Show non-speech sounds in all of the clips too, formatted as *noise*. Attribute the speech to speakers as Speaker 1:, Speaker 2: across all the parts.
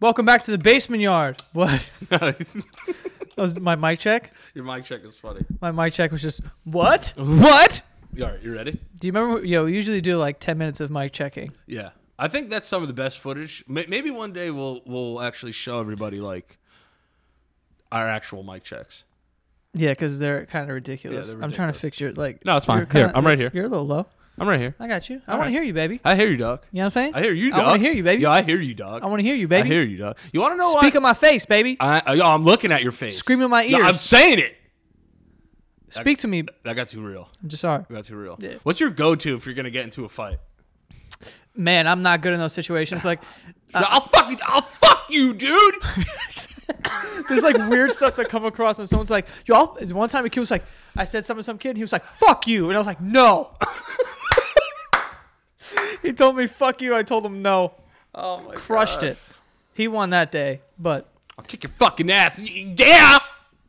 Speaker 1: Welcome back to the basement yard. *laughs* What?
Speaker 2: *laughs* Your
Speaker 1: That was my mic check.
Speaker 2: mic check is funny.
Speaker 1: My mic check was just
Speaker 2: *laughs*
Speaker 1: what? What?
Speaker 2: All right, you ready?
Speaker 1: Do you remember? Yo, we usually do like ten minutes of mic checking.
Speaker 2: Yeah, I think that's some of the best footage. May- Maybe one day we'll we'll actually show everybody like our actual mic checks.
Speaker 1: Yeah, because they're kind of ridiculous.
Speaker 2: they're
Speaker 1: I'm trying to
Speaker 2: ridiculous.
Speaker 1: fix your like.
Speaker 3: No, it's
Speaker 1: you're
Speaker 3: fine. Here, I'm right here.
Speaker 1: You're a little low.
Speaker 3: I'm right here.
Speaker 1: I got you. I
Speaker 3: All right.
Speaker 1: want to hear you, baby.
Speaker 2: I hear you, dog.
Speaker 1: You know what I'm saying?
Speaker 2: I hear you,
Speaker 1: I
Speaker 2: dog.
Speaker 1: wanna hear you, baby.
Speaker 2: Yeah, I hear you, dog.
Speaker 1: I want to hear you, baby.
Speaker 2: I hear you, dog. You want to know
Speaker 1: Speak
Speaker 2: why?
Speaker 1: in my face, baby.
Speaker 2: I, I, yo, I'm looking at your face.
Speaker 1: Scream in my
Speaker 2: No, I'm
Speaker 1: ears.
Speaker 2: saying it.
Speaker 1: Speak to me.
Speaker 2: That got too real.
Speaker 1: I'm just sorry.
Speaker 2: That got too real.
Speaker 1: Yeah.
Speaker 2: What's your go-to if you're gonna get into a fight?
Speaker 1: Man, I'm not good in those situations. Like, Uh,
Speaker 2: I'll fuck you. I'll fuck
Speaker 1: *laughs*
Speaker 2: you, dude.
Speaker 1: there's like weird *laughs* stuff that come across, and someone's like, "Y'all." One time, a kid was like, "I said something to some kid." And he was like, "Fuck you," and I was like,
Speaker 2: *laughs*
Speaker 1: "No." he told me, "Fuck you." I told him, "No."
Speaker 2: oh my
Speaker 1: Crushed it. He won that day, but
Speaker 2: I'll kick your fucking ass. Y- Yeah.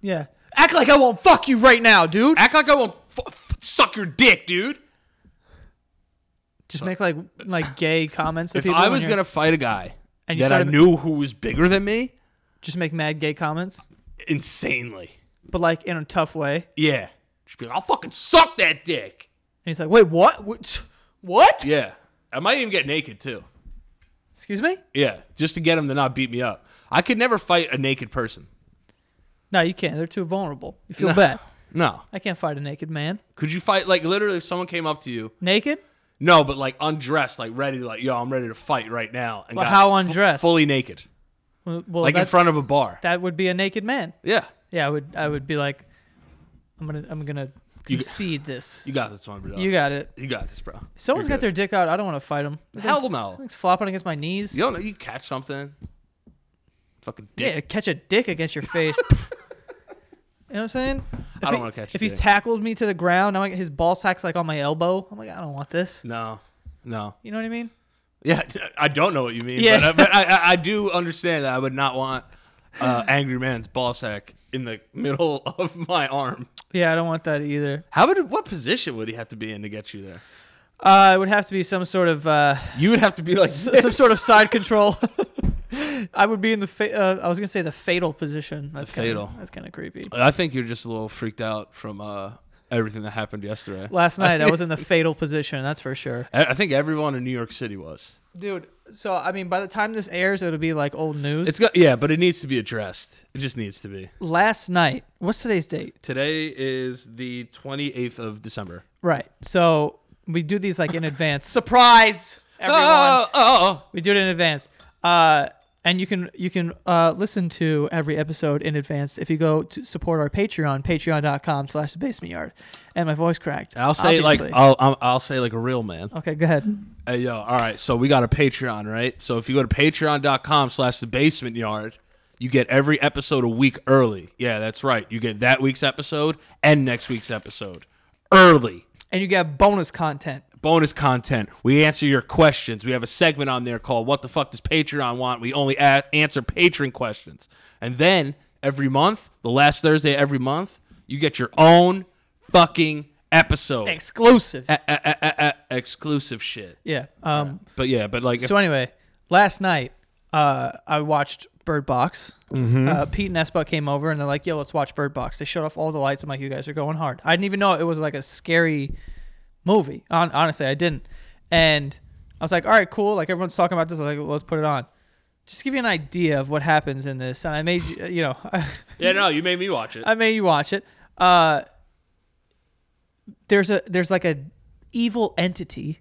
Speaker 1: yeah, act like I won't fuck you right now, dude.
Speaker 2: Act like I won't f- f- suck your dick, dude.
Speaker 1: Just make like like gay comments. To
Speaker 2: If
Speaker 1: people
Speaker 2: I
Speaker 1: when
Speaker 2: was
Speaker 1: you're-
Speaker 2: gonna fight a guy
Speaker 1: And you
Speaker 2: that I
Speaker 1: started-
Speaker 2: knew who was bigger than me,
Speaker 1: just make mad gay comments,
Speaker 2: insanely,
Speaker 1: but like in a tough way. And
Speaker 2: yeah, just be like, I'll fucking suck that dick.
Speaker 1: he's like, "Wait, what? What? what?
Speaker 2: Yeah, I might even get naked too.
Speaker 1: Excuse me?
Speaker 2: Yeah, just to get him to not beat me up. I could never fight a naked person.
Speaker 1: No, you can't. They're too vulnerable. You feel bad.
Speaker 2: No,
Speaker 1: I can't fight a naked man.
Speaker 2: could you fight like literally if someone came up to you?
Speaker 1: Naked?
Speaker 2: No, but like undressed, like ready, like yo, I'm ready to fight right now. And
Speaker 1: Well,
Speaker 2: got
Speaker 1: how
Speaker 2: fu-
Speaker 1: undressed?
Speaker 2: fully naked,
Speaker 1: Well, well,
Speaker 2: like in
Speaker 1: that,
Speaker 2: front of a bar.
Speaker 1: that would be a naked man.
Speaker 2: yeah,
Speaker 1: Yeah, I would. I would be like, I'm gonna, I'm gonna
Speaker 2: You-
Speaker 1: concede this.
Speaker 2: you got this one, bro.
Speaker 1: You got it.
Speaker 2: You got this, bro.
Speaker 1: Someone's
Speaker 2: You're
Speaker 1: got their dick out. I don't want to fight him.
Speaker 2: good. hell no.
Speaker 1: It's flopping against my knees.
Speaker 2: You don't know. You catch something. Fucking dick.
Speaker 1: Yeah, catch a dick against your face.
Speaker 2: *laughs*
Speaker 1: you know what I'm saying? If
Speaker 2: don't
Speaker 1: he-
Speaker 2: wanna catch a
Speaker 1: If he's
Speaker 2: dick.
Speaker 1: tackled me to the ground, now I, his ball sack's like on my elbow. I'm like, I don't want this.
Speaker 2: No. No.
Speaker 1: You know what I mean?
Speaker 2: Yeah, *laughs* I don't know what you mean.
Speaker 1: Yeah.
Speaker 2: But, uh, but I, I, I do understand that I would not want uh, angry man's ball sack in the middle *laughs* of my arm.
Speaker 1: Yeah, I don't want that either.
Speaker 2: How would what position would he have to be in to get you there?
Speaker 1: Uh, it would have to be some sort of uh,
Speaker 2: You would have to be like
Speaker 1: s- *laughs* some sort of side control. *laughs* I would be in the fa- uh, I was gonna say the fatal position. That's kinda,
Speaker 2: fatal.
Speaker 1: That's kind of creepy.
Speaker 2: *laughs* I think you're just a little freaked out from uh, everything that happened yesterday. *laughs*
Speaker 1: Last night I was in the fatal position. That's for sure,
Speaker 2: I I think everyone in New York City was.
Speaker 1: dude. So I mean, by the time this airs, it'll be like old news.
Speaker 2: It's got yeah, but it needs to be addressed. It just needs to be.
Speaker 1: Last night. What's today's date?
Speaker 2: Today is the 28th of December.
Speaker 1: Right. So we do these like in advance. Surprise, everyone.
Speaker 2: *laughs* Oh, oh,
Speaker 1: We do it in advance. Uh, and you can you can uh, listen to every episode in advance if you go to support our Patreon, patreon.com slash the basement yard. And my voice cracked.
Speaker 2: I'll say
Speaker 1: obviously.
Speaker 2: like uh, I'll, I'll I'll say like a real man.
Speaker 1: Okay, go ahead.
Speaker 2: Hey yo, all right. So we got a Patreon, right? So if you go to patreon.com slash the basement yard, you get every episode a week early. Yeah, that's right. You get that week's episode and next week's episode early.
Speaker 1: And you get bonus content.
Speaker 2: Bonus content. We answer your questions. We have a segment on there called What the Fuck Does Patreon Want? We only a- answer patron questions. And then every month, the last Thursday of every month, you get your own fucking episode.
Speaker 1: Exclusive.
Speaker 2: A- a- a- a- a- eh, exclusive shit.
Speaker 1: yeah. Um,
Speaker 2: But yeah, but like,
Speaker 1: So anyway, last night uh, I watched Bird Box. Uh, Pete and Espa came over and they're like, "Yo, let's watch Bird Box." They shut off all the lights. I'm like, "You guys are going hard." I didn't even know it was like a scary movie. Hon- honestly, I didn't. And I was like, "All right, cool." Like everyone's talking about this. I was like, "Let's put it on." Just to give you an idea of what happens in this, and I made you you know, *laughs*
Speaker 2: yeah, no, you made me watch it.
Speaker 1: I made you watch it. Uh, there's a there's like a evil entity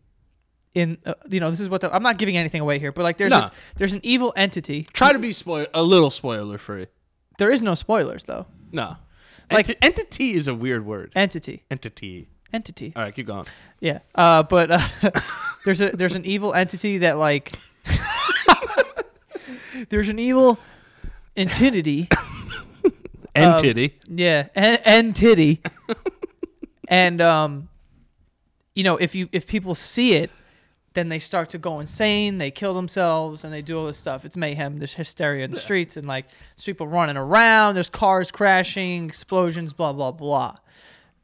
Speaker 1: in uh, you know this is what the, I'm not giving anything away here, but like there's
Speaker 2: Nah.
Speaker 1: a, there's an evil entity.
Speaker 2: Try to be spoil a little spoiler free.
Speaker 1: There is no spoilers though.
Speaker 2: No,
Speaker 1: Like-
Speaker 2: Enti- entity is a weird word.
Speaker 1: Entity,
Speaker 2: Entity.
Speaker 1: entity.
Speaker 2: All right, keep going.
Speaker 1: Yeah. Uh, but uh, *laughs* there's a there's an evil entity that like *laughs* there's an evil entity.
Speaker 2: Entity.
Speaker 1: Yeah, and, and titty, and um, you know, if you if people see it, then they start to go insane. They kill themselves and they do all this stuff. It's mayhem. There's hysteria in the streets and like there's people running around. There's cars crashing, explosions, blah blah blah.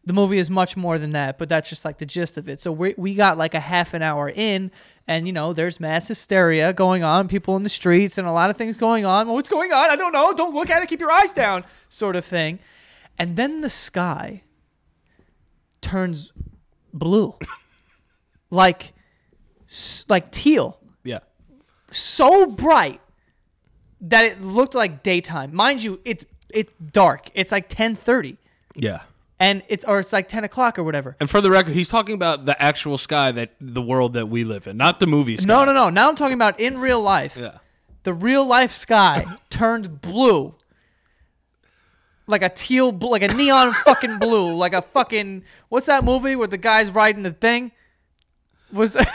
Speaker 1: the movie is much more than that, but that's just like the gist of it. So we we got like a half an hour in, and you know, there's mass hysteria going on, people in the streets, and a lot of things going on. Well, what's going on? I don't know. Don't look at it. Keep your eyes down, sort of thing. And then the sky turns blue, *coughs* like s- like teal,
Speaker 2: Yeah.
Speaker 1: so bright that it looked like daytime. Mind you, it's it's dark. It's like ten thirty
Speaker 2: Yeah.
Speaker 1: and it's or it's like 10 o'clock or whatever
Speaker 2: And for the record, he's talking about the actual sky that the world that we live in, not the movie sky.
Speaker 1: no no no now i'm talking about in real life
Speaker 2: Yeah.
Speaker 1: the real life
Speaker 2: *laughs*
Speaker 1: sky turned blue like a teal bl- like a neon fucking blue like a fucking what's that movie where the guy's riding the thing was *laughs*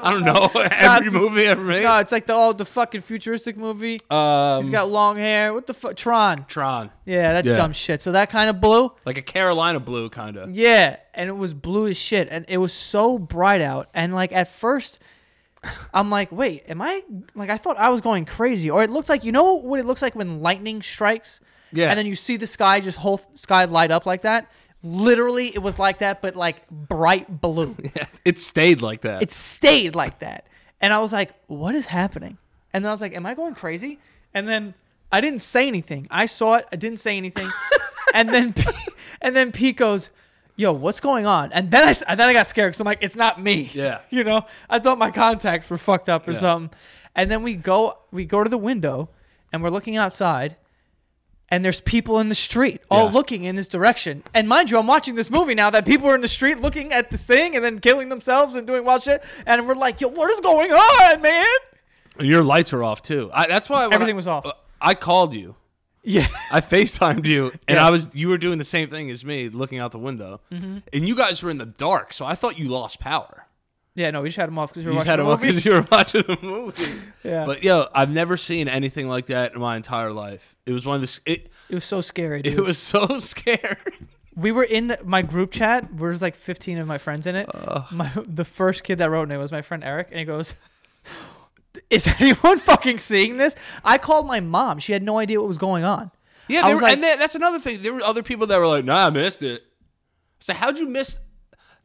Speaker 2: I don't know. *laughs* Every movie ever made.
Speaker 1: no it's like the old the fucking futuristic movie
Speaker 2: Um,
Speaker 1: he's got long hair what the fuck tron
Speaker 2: Tron.
Speaker 1: yeah that
Speaker 2: Yeah.
Speaker 1: dumb shit so that kind of blue
Speaker 2: Like a Carolina blue, kind of.
Speaker 1: Yeah, and it was blue as shit, and it was so bright out. And like at first, I'm like, wait, am I like I thought I was going crazy, or it looked like you know what it looks like when lightning strikes,
Speaker 2: Yeah.
Speaker 1: and then you see the sky just whole th- sky light up like that. Literally, it was like that, but like bright blue.
Speaker 2: It stayed like that.
Speaker 1: it stayed like that, and I was like, what is happening? And then I was like, am I going crazy? And then I didn't say anything. I saw it. I didn't say
Speaker 2: *laughs*
Speaker 1: anything. and then P- and then Pete goes, "Yo, what's going on?" And then I s- and then I got scared because I'm like, "It's not me."
Speaker 2: Yeah.
Speaker 1: *laughs* you know, I thought my contacts were fucked up or
Speaker 2: Yeah.
Speaker 1: something. And then we go we go to the window and we're looking outside. And there's people in the street all
Speaker 2: Yeah.
Speaker 1: looking in this direction. And mind you, I'm watching this movie now that people are in the street looking at this thing and then killing themselves and doing wild shit. And we're like, yo, what is going on, man?
Speaker 2: and your lights are off, too. I, that's why. when
Speaker 1: Everything
Speaker 2: I-
Speaker 1: was off.
Speaker 2: I called you.
Speaker 1: Yeah.
Speaker 2: I FaceTimed you, and
Speaker 1: Yes.
Speaker 2: I was you were doing the same thing as me, looking out the window, and you guys were in the dark, so I thought you lost power.
Speaker 1: Yeah, no, we just had them off because we were
Speaker 2: You just
Speaker 1: watching
Speaker 2: had
Speaker 1: the
Speaker 2: to look
Speaker 1: movie.
Speaker 2: because *laughs* you were watching the movie. *laughs*
Speaker 1: Yeah.
Speaker 2: But yo, I've never seen anything like that in my entire life. It was one of the s- it.
Speaker 1: It was so scary, dude.
Speaker 2: It was so *laughs* scary.
Speaker 1: we were in the, my group chat. There's like 15 of my friends in it. My, the first kid that wrote in it was my friend Eric, and he goes, *laughs* "Is anyone *laughs* fucking seeing this?" I called my mom. She had no idea what was going on.
Speaker 2: Yeah,
Speaker 1: I
Speaker 2: they
Speaker 1: was
Speaker 2: were,
Speaker 1: like-
Speaker 2: and that, that's another thing. There were other people that were like, "Nah, I missed it." So how'd you miss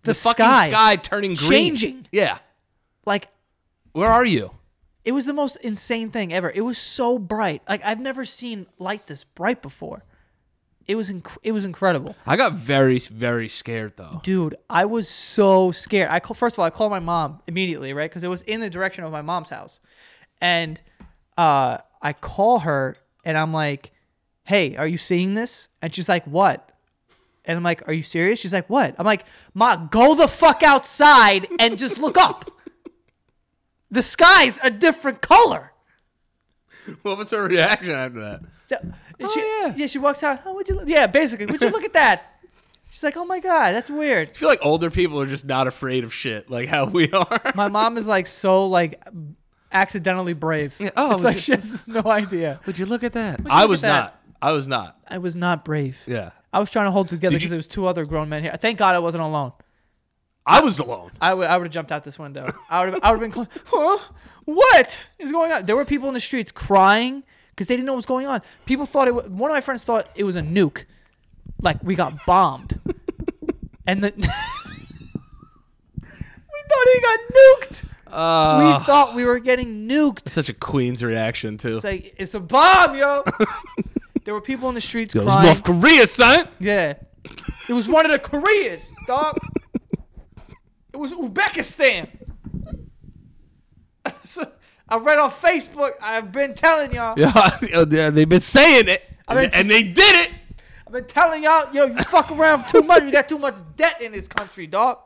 Speaker 2: the,
Speaker 1: The
Speaker 2: fucking
Speaker 1: sky.
Speaker 2: sky turning green?
Speaker 1: Changing.
Speaker 2: Yeah.
Speaker 1: Like
Speaker 2: Where are you?
Speaker 1: it was the most insane thing ever. It was so bright. Like I've never seen light this bright before. It was inc- it was incredible.
Speaker 2: I got very very scared though.
Speaker 1: Dude, I was so scared. I call, first of all, I called my mom immediately, right? Because it was in the direction of my mom's house, and uh, I call her and I'm like, "Hey, are you seeing this?" And she's like, "What?" And I'm like, "Are you serious?" She's like, "What?" I'm like, "Ma, go the fuck outside and just look up. The sky's a different color."
Speaker 2: *laughs* What was her reaction after that?
Speaker 1: So- and she,
Speaker 2: yeah.
Speaker 1: she walks out. Oh, would you? Look? Yeah, basically, would you look at that? She's like, "Oh my god, that's weird."
Speaker 2: I feel like older people are just not afraid of shit, like how we are.
Speaker 1: My mom is like so like accidentally brave.
Speaker 2: oh,
Speaker 1: it's like
Speaker 2: would
Speaker 1: she has no idea.
Speaker 2: *laughs* Would you look at that? I
Speaker 1: look
Speaker 2: was
Speaker 1: at that?
Speaker 2: not. I was not.
Speaker 1: I was not brave.
Speaker 2: Yeah.
Speaker 1: I was trying to hold together
Speaker 2: Did
Speaker 1: because
Speaker 2: you-
Speaker 1: there was two other grown men here. Thank God I wasn't alone.
Speaker 2: I was alone.
Speaker 1: I would I would have jumped out this window. I would have I would have been close. Huh? What is going on? There were people in the streets crying because they didn't know what was going on. People thought it. Was, one of my friends thought it was a nuke, like we got bombed, and the. *laughs* We thought he got nuked.
Speaker 2: Uh,
Speaker 1: we thought we were getting nuked.
Speaker 2: Such a queen's reaction too.
Speaker 1: It's like it's a bomb,
Speaker 2: *laughs*
Speaker 1: yo. there were people in the streets
Speaker 2: Yo, it was
Speaker 1: crying.
Speaker 2: North Korea, son. *laughs*
Speaker 1: Yeah. It was one of the Koreas, dog. It was Uzbekistan. *laughs* I read on Facebook. I've been telling y'all.
Speaker 2: Yeah, yeah, they've been saying it,
Speaker 1: I mean,
Speaker 2: and, and they did it.
Speaker 1: I've been telling y'all, yo, you fuck around too much. You got too much debt in this country, dog.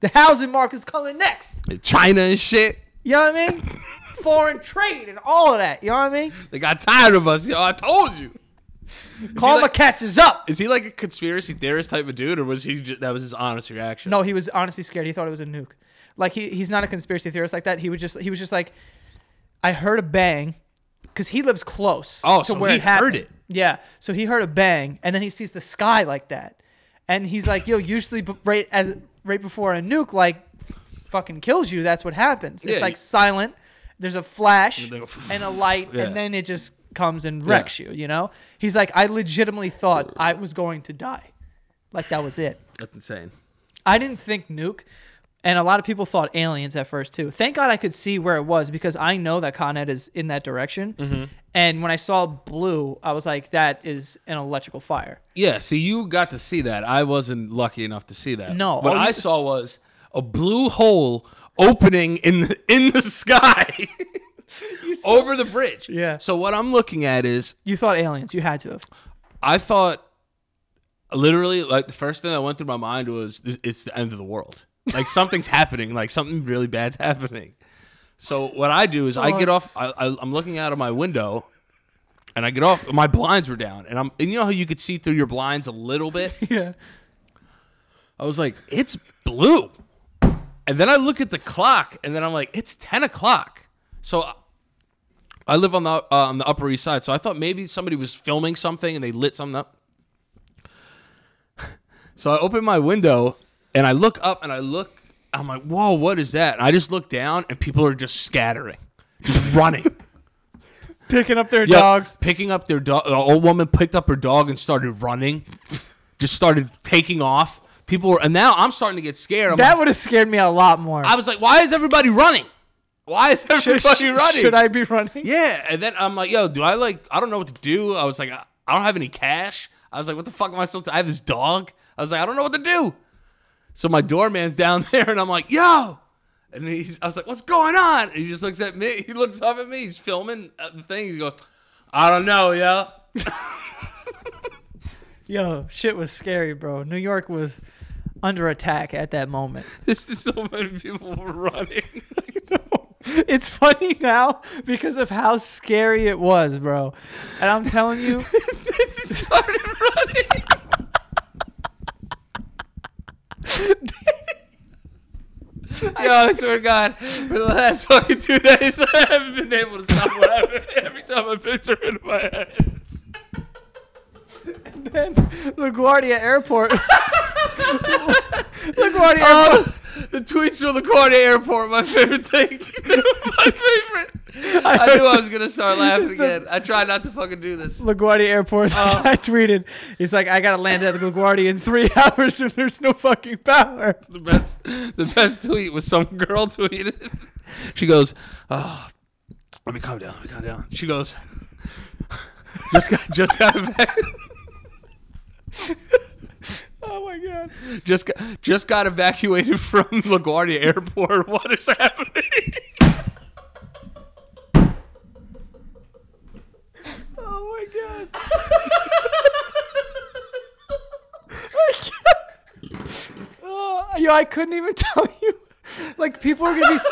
Speaker 1: The housing market's coming next.
Speaker 2: China and shit.
Speaker 1: You know what I mean? Foreign trade and all of that. You know what I mean?
Speaker 2: They got tired of us, yo. I told you.
Speaker 1: Karma
Speaker 2: like-
Speaker 1: catches up.
Speaker 2: Is he like a conspiracy theorist type of dude, or was he? Just, that was his honest reaction.
Speaker 1: No, he was honestly scared. He thought it was a nuke. Like he, he's not a conspiracy theorist like that. He was just he was just like, I heard a bang, because he lives close.
Speaker 2: Oh,
Speaker 1: to
Speaker 2: so
Speaker 1: where
Speaker 2: he
Speaker 1: it happened.
Speaker 2: heard it.
Speaker 1: Yeah, so he heard a bang, and then he sees the sky like that, and he's like, Yo, usually b- right as right before a nuke like fucking kills you, that's what happens.
Speaker 2: Yeah,
Speaker 1: it's like
Speaker 2: you-
Speaker 1: silent. There's a flash
Speaker 2: they go,
Speaker 1: and a light,
Speaker 2: *laughs* Yeah.
Speaker 1: and then it just comes and wrecks you. You know, he's like, I legitimately thought I was going to die. Like that was it.
Speaker 2: That's insane.
Speaker 1: I didn't think nuke, and a lot of people thought aliens at first too. Thank God I could see where it was because I know that Con Ed is in that direction.
Speaker 2: Mm-hmm.
Speaker 1: And when I saw blue, I was like, "That is an electrical fire."
Speaker 2: Yeah, see, you got to see that. I wasn't lucky enough to see that.
Speaker 1: No,
Speaker 2: what
Speaker 1: all
Speaker 2: I
Speaker 1: you-
Speaker 2: saw was a blue hole opening in the, in the
Speaker 1: *laughs*
Speaker 2: sky over the bridge.
Speaker 1: Yeah.
Speaker 2: So what I'm looking at is
Speaker 1: You thought aliens. You had to have.
Speaker 2: I thought literally like the first thing that went through my mind was "This- it's the end of the world.
Speaker 1: *laughs*
Speaker 2: Like something's happening. Like something really bad's happening. So what I do is I
Speaker 1: Oh,
Speaker 2: get off.
Speaker 1: it's-
Speaker 2: I, I, I'm looking out of my window, and I get off. My blinds were down, and I'm. And you know how you could see through your blinds a little bit.
Speaker 1: *laughs* Yeah.
Speaker 2: I was like, it's blue. And then I look at the clock, and then I'm like, it's ten o'clock. So I- I live on the uh, on the Upper East Side, so I thought maybe somebody was filming something and they lit something up. *laughs* So I open my window and I look up and I look. I'm like, whoa, what is that? And I just look down and people are just scattering, just running.
Speaker 1: Picking up their
Speaker 2: Yep.
Speaker 1: dogs.
Speaker 2: picking up their dog. The old woman picked up her dog and started running, just started taking off. People were, and now I'm starting to get scared. I'm
Speaker 1: That
Speaker 2: like-
Speaker 1: would have scared me a lot more.
Speaker 2: I was like, why is everybody running? Why is everybody running?
Speaker 1: Should I be running?
Speaker 2: Yeah, and then I'm like, yo, do I like? I don't know what to do. I was like, I, I don't have any cash. I was like, what the fuck am I supposed to? I have this dog. I was like, I don't know what to do. So my doorman's down *laughs* there, and I'm like, yo, and he's. I was like, what's going on? And he just looks at me. He looks up at me. He's filming uh, the thing. He goes, I don't know, yo.
Speaker 1: Yo, shit was scary, bro. New York was under attack at that
Speaker 2: *laughs*
Speaker 1: moment. *laughs*
Speaker 2: This is so many people were running. *laughs*
Speaker 1: It's funny now because of how scary it was, bro. And I'm telling
Speaker 2: *laughs*
Speaker 1: you,
Speaker 2: They just started running. Yo, I swear to God, for the last fucking two days, *laughs* I haven't been able to stop laughing every time I picture it in my head.
Speaker 1: then LaGuardia *laughs* Airport. LaGuardia
Speaker 2: Um,
Speaker 1: Airport.
Speaker 2: the tweets from the LaGuardia Airport, my favorite thing. *laughs* my favorite. I knew I was going to *laughs* start laughing
Speaker 1: It's the-
Speaker 2: again. I try not to fucking do this.
Speaker 1: LaGuardia Airport.
Speaker 2: Oh.
Speaker 1: *laughs* I tweeted, he's like, I gotta land at LaGuardia in three *laughs* hours and there's no fucking power.
Speaker 2: The best, the best tweet was some girl *laughs* tweeted. She goes, "Oh, let me calm down. Let me calm down." She goes, *laughs* "Just got, just got evac-
Speaker 1: Oh my *laughs* god.
Speaker 2: just got, just got evacuated *laughs* from LaGuardia Airport. What is happening?"
Speaker 1: Oh my god. Oh, yo, I couldn't even *laughs* tell you. Like people are gonna *laughs* be. s-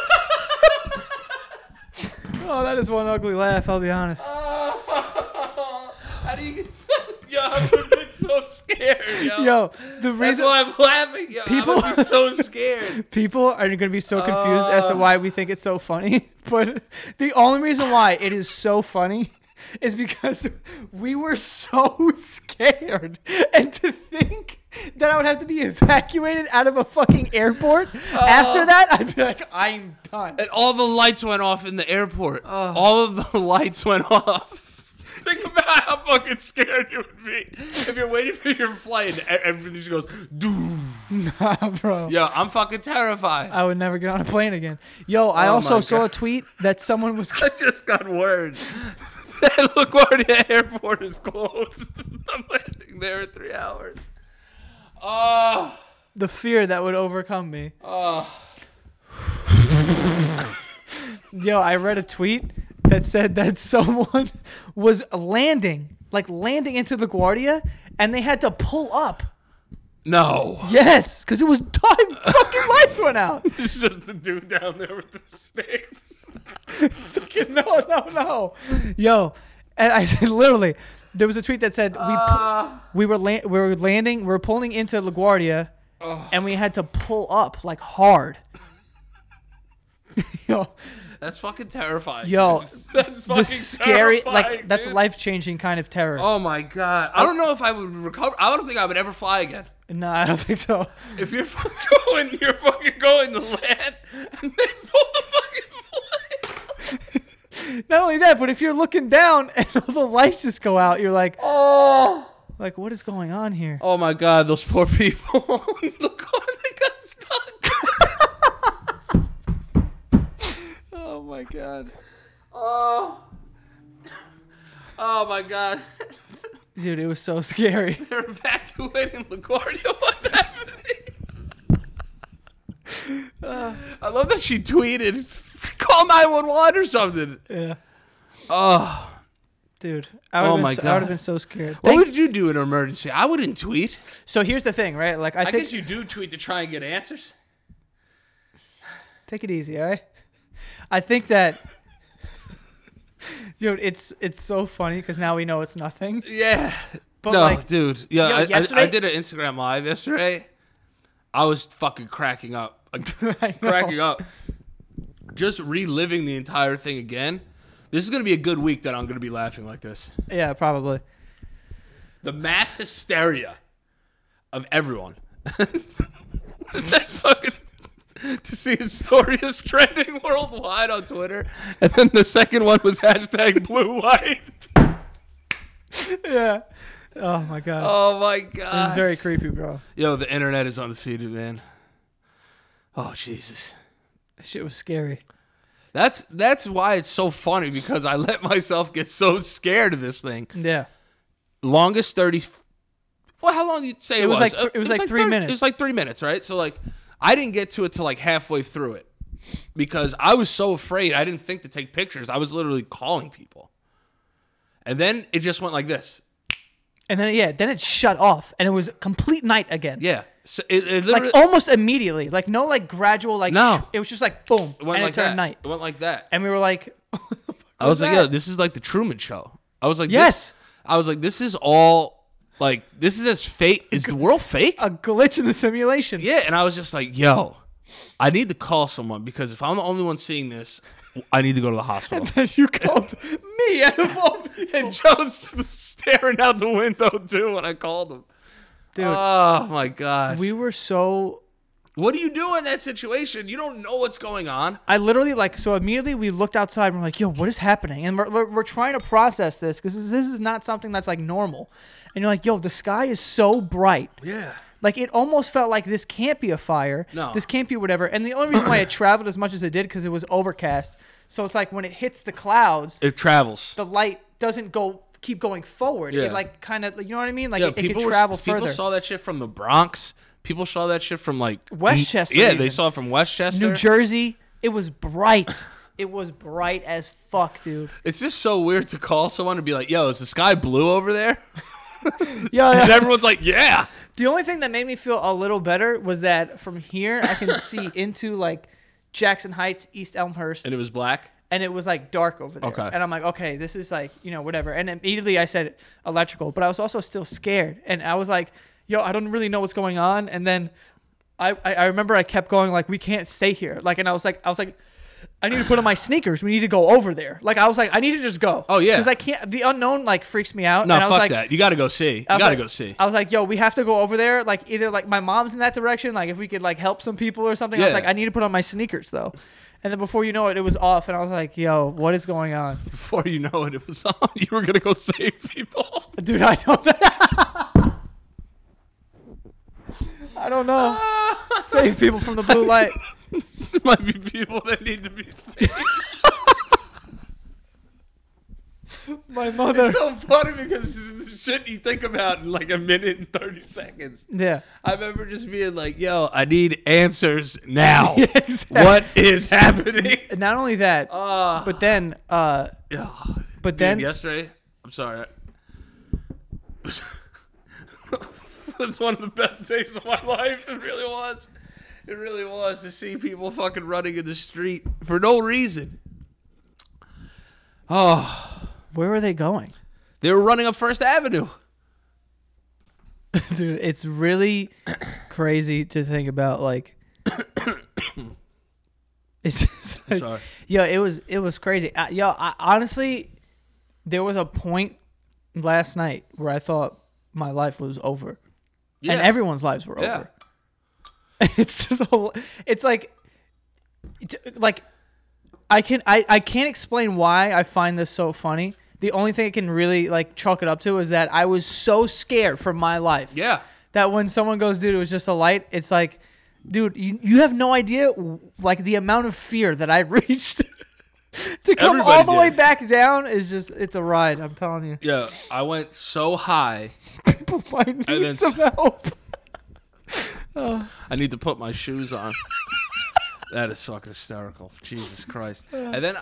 Speaker 1: oh, that is one ugly laugh. I'll be honest.
Speaker 2: *laughs* How do you get so? Yo, I would've been so scared. Yo,
Speaker 1: *laughs* Yo, the
Speaker 2: that's
Speaker 1: reason
Speaker 2: why I'm laughing. Yo, people
Speaker 1: People-
Speaker 2: I would be so scared.
Speaker 1: people are gonna be so confused as to
Speaker 2: Uh.
Speaker 1: why we think it's so funny, *laughs* but the only reason why it is so funny is because we were so *laughs* scared, and to think that I would have to be evacuated out of a fucking airport
Speaker 2: Uh.
Speaker 1: after that, I'd be like, I'm done. *laughs*
Speaker 2: And all the lights went off in the airport. All of the *laughs* lights went off. *laughs* Think about how fucking scared you would be if you're waiting for your flight and e- everything just goes. Doo.
Speaker 1: Nah, bro.
Speaker 2: Yeah, I'm fucking terrified. I,
Speaker 1: I would never get on a plane again. Yo, I
Speaker 2: Oh my
Speaker 1: also saw a
Speaker 2: God.
Speaker 1: tweet that someone
Speaker 2: *laughs*
Speaker 1: was.
Speaker 2: just got words. *laughs* that LaGuardia Airport is closed. *laughs* I'm landing there in three hours. Oh,
Speaker 1: the fear that would overcome me.
Speaker 2: oh.
Speaker 1: Yo, I read a tweet that said that *laughs* someone was landing, like landing into LaGuardia, and they had to pull up.
Speaker 2: No.
Speaker 1: Yes, because it was time. *laughs* Fucking lights went out.
Speaker 2: *laughs* It's just the dude down there with the sticks.
Speaker 1: Fucking *laughs* no, no, no. Yo, and I *laughs* said literally, there was a tweet that said we pu-
Speaker 2: Ah.
Speaker 1: we were la- we were landing, we were pulling into LaGuardia, and we had to pull up like hard. *laughs* Yo,
Speaker 2: That's fucking terrifying.
Speaker 1: Yo,
Speaker 2: That's- *laughs* that's fucking
Speaker 1: the scary, like
Speaker 2: terrifying,
Speaker 1: that's
Speaker 2: dude.
Speaker 1: life changing kind of terror.
Speaker 2: Oh my god! I don't know if I would recover. I don't think I would ever fly again.
Speaker 1: No, *laughs* I don't think so.
Speaker 2: If you're *laughs* fucking going, you're fucking going to land, and they pull the fucking plane.
Speaker 1: *laughs* Not only that, but if you're looking down and all the lights just go out, you're like,
Speaker 2: Oh,
Speaker 1: Like, what is going on here?
Speaker 2: Oh my god, those poor people. *laughs* Look how they got stuck. *laughs* oh my god. Oh. Oh my god.
Speaker 1: Dude, it was so *laughs* scary.
Speaker 2: They're evacuating LaGuardia. *laughs* What's happening? Uh, I love that she tweeted, call 911 or something.
Speaker 1: Yeah.
Speaker 2: Oh.
Speaker 1: Dude, I would
Speaker 2: Oh
Speaker 1: have
Speaker 2: my
Speaker 1: been, so- I would
Speaker 2: God.
Speaker 1: have been so scared.
Speaker 2: What
Speaker 1: Thank-
Speaker 2: would you do in an emergency? I wouldn't tweet.
Speaker 1: so here's the thing, right? Like, I,
Speaker 2: I
Speaker 1: think
Speaker 2: guess you do tweet to try and get answers.
Speaker 1: Take it easy, all right? *laughs* I think that *laughs* dude, it's it's so funny because now we know it's
Speaker 2: *laughs*
Speaker 1: nothing.
Speaker 2: Yeah.
Speaker 1: But
Speaker 2: no,
Speaker 1: like,
Speaker 2: dude. Yeah,
Speaker 1: yo,
Speaker 2: I- I, I,
Speaker 1: yesterday-
Speaker 2: did an Instagram live yesterday. I was fucking cracking *laughs* up, Like,
Speaker 1: I know.
Speaker 2: cracking up, just reliving the entire thing again. This is gonna be a good week that I'm gonna be laughing like this.
Speaker 1: yeah, probably.
Speaker 2: The mass hysteria of everyone. *laughs* that fucking. To see his story is trending worldwide on Twitter, and then the second one was hashtag blue white.
Speaker 1: Yeah. Oh my god,
Speaker 2: Oh my
Speaker 1: this is
Speaker 2: god!
Speaker 1: very creepy, bro.
Speaker 2: Yo, the internet is undefeated, man. Oh Jesus.
Speaker 1: This Shit was scary.
Speaker 2: That's that's why it's so funny because I let myself get so scared of this thing.
Speaker 1: Yeah.
Speaker 2: Longest thirty. Well, how long did you say it,
Speaker 1: was like
Speaker 2: Uh,
Speaker 1: th- it was like three
Speaker 2: 30
Speaker 1: minutes.
Speaker 2: It was like three minutes, right? So like, I didn't get to it till like halfway through it because I was so afraid. I didn't think to take pictures. I was literally calling people, and then it just went like this.
Speaker 1: And then yeah, then it shut off and it was complete night again.
Speaker 2: Yeah, so it, it
Speaker 1: Like oh,
Speaker 2: literally
Speaker 1: almost immediately. Like no like gradual like
Speaker 2: No.
Speaker 1: it was just like boom
Speaker 2: it went
Speaker 1: and
Speaker 2: like
Speaker 1: it turned
Speaker 2: that.
Speaker 1: night.
Speaker 2: It went like that.
Speaker 1: And we were like *laughs*
Speaker 2: I was like,
Speaker 1: that?
Speaker 2: yo, this is like the Truman Show. I was like, this-
Speaker 1: Yes.
Speaker 2: I was like, this is all like this is as fake. Is the world fake?
Speaker 1: a glitch in the simulation. *laughs*
Speaker 2: Yeah, and I was just like, yo, I need to call someone because if I'm the only one seeing this, I need to go to the hospital.
Speaker 1: you called
Speaker 2: *laughs* Me and and Joe's staring out the window too when I called him.
Speaker 1: Dude.
Speaker 2: oh my gosh.
Speaker 1: We were so
Speaker 2: what do you do in that situation? You don't know what's going on.
Speaker 1: I literally like so immediately we looked outside and we're like, "Yo, what is happening?" And we're, we're, we're trying to process this because this, this is not something that's like normal. And you're like, "Yo, the sky is so bright."
Speaker 2: Yeah.
Speaker 1: Like it almost felt like this can't be a fire.
Speaker 2: No.
Speaker 1: This can't be whatever. And the only reason why it traveled as much as it did because it was overcast. So it's like when it hits the clouds,
Speaker 2: It travels.
Speaker 1: the light doesn't go keep going forward.
Speaker 2: Yeah.
Speaker 1: It like kind of you know what I mean? Like
Speaker 2: Yeah,
Speaker 1: it, it could
Speaker 2: were-
Speaker 1: travel
Speaker 2: People
Speaker 1: further.
Speaker 2: saw that shit from the Bronx. People saw that shit from like
Speaker 1: Westchester
Speaker 2: Yeah, they
Speaker 1: even.
Speaker 2: saw it from Westchester.
Speaker 1: New Jersey, it was bright. it was bright as fuck,
Speaker 2: *laughs*
Speaker 1: dude.
Speaker 2: It's just so weird to call someone and be like, "Yo, is the sky blue over there?" *laughs*
Speaker 1: Yeah.
Speaker 2: And everyone's like, "Yeah."
Speaker 1: The only thing that made me feel a little better was that from here I can see
Speaker 2: *laughs*
Speaker 1: into like Jackson Heights, East Elmhurst,
Speaker 2: And
Speaker 1: and
Speaker 2: it
Speaker 1: it,
Speaker 2: was black.
Speaker 1: was like dark over there.
Speaker 2: Okay.
Speaker 1: And I'm like, okay, this is like you know whatever. And immediately I said electrical, but I was also still scared, and I was like, yo, I don't really know what's going on. And then I I, I remember I kept going like, we can't stay here. Like, and I was like, I was like. I need to put on my sneakers. We need to go over there. Like I was like, I need to just go.
Speaker 2: Oh, yeah.
Speaker 1: because I can't. The unknown like freaks me out.
Speaker 2: No,
Speaker 1: and I
Speaker 2: fuck
Speaker 1: was like,
Speaker 2: that. You got to go see. You
Speaker 1: I was
Speaker 2: got to
Speaker 1: like-
Speaker 2: go see.
Speaker 1: I was like, yo, we have to go over there. Like either like my mom's in that direction. Like if we could like help some people or something. I was
Speaker 2: Yeah.
Speaker 1: like, I need to put on my sneakers though. And then before you know it, it was off, and I was like, yo, what is going on,
Speaker 2: *laughs*
Speaker 1: *laughs*
Speaker 2: Before you know it, it was on. *laughs* You were gonna go save people. *laughs*
Speaker 1: dude? I don't. *laughs* I don't know. Save people from the blue light.
Speaker 2: there might be people that need to be saved.
Speaker 1: *laughs* My mother.
Speaker 2: *laughs* It's so funny because this is the shit you think about in like a minute and thirty seconds.
Speaker 1: *laughs* yeah.
Speaker 2: I remember just being like, "Yo, I need answers
Speaker 1: *laughs*
Speaker 2: *laughs* now.
Speaker 1: exactly.
Speaker 2: What is happening?" *laughs*
Speaker 1: And not only that,
Speaker 2: Uh,
Speaker 1: but then, uh,
Speaker 2: but
Speaker 1: but then,
Speaker 2: Dude, yesterday, I'm sorry. it *laughs* was one of the best days of my life. It really was. It really was to see people fucking running in the street for no reason. Oh,
Speaker 1: where were they going?
Speaker 2: they were running up First Avenue.
Speaker 1: Dude, it's really crazy to think about. Like, *coughs* it's just like,
Speaker 2: Sorry.
Speaker 1: yo, it was it was crazy. I, yo, I, honestly, there was a point last night where I thought my life was over,
Speaker 2: Yeah.
Speaker 1: and everyone's lives were
Speaker 2: Yeah.
Speaker 1: over. *laughs* It's just a, lo- it's like, it's, like, I can I I can't explain why I find this so funny The only thing I can really like chalk it up to is that I was so scared for my life.
Speaker 2: Yeah.
Speaker 1: That when someone goes, dude, it was just a light. It's like, dude, you, you have no idea like the amount of fear that I *laughs* reached. to come all
Speaker 2: Everybody
Speaker 1: the way
Speaker 2: did.
Speaker 1: back down is just it's a ride. I'm telling
Speaker 2: *laughs*
Speaker 1: you. *laughs*
Speaker 2: Yeah, I went so high.
Speaker 1: I need
Speaker 2: then
Speaker 1: some help.
Speaker 2: I need to put my shoes on. that is fucking hysterical. Jesus Christ. And then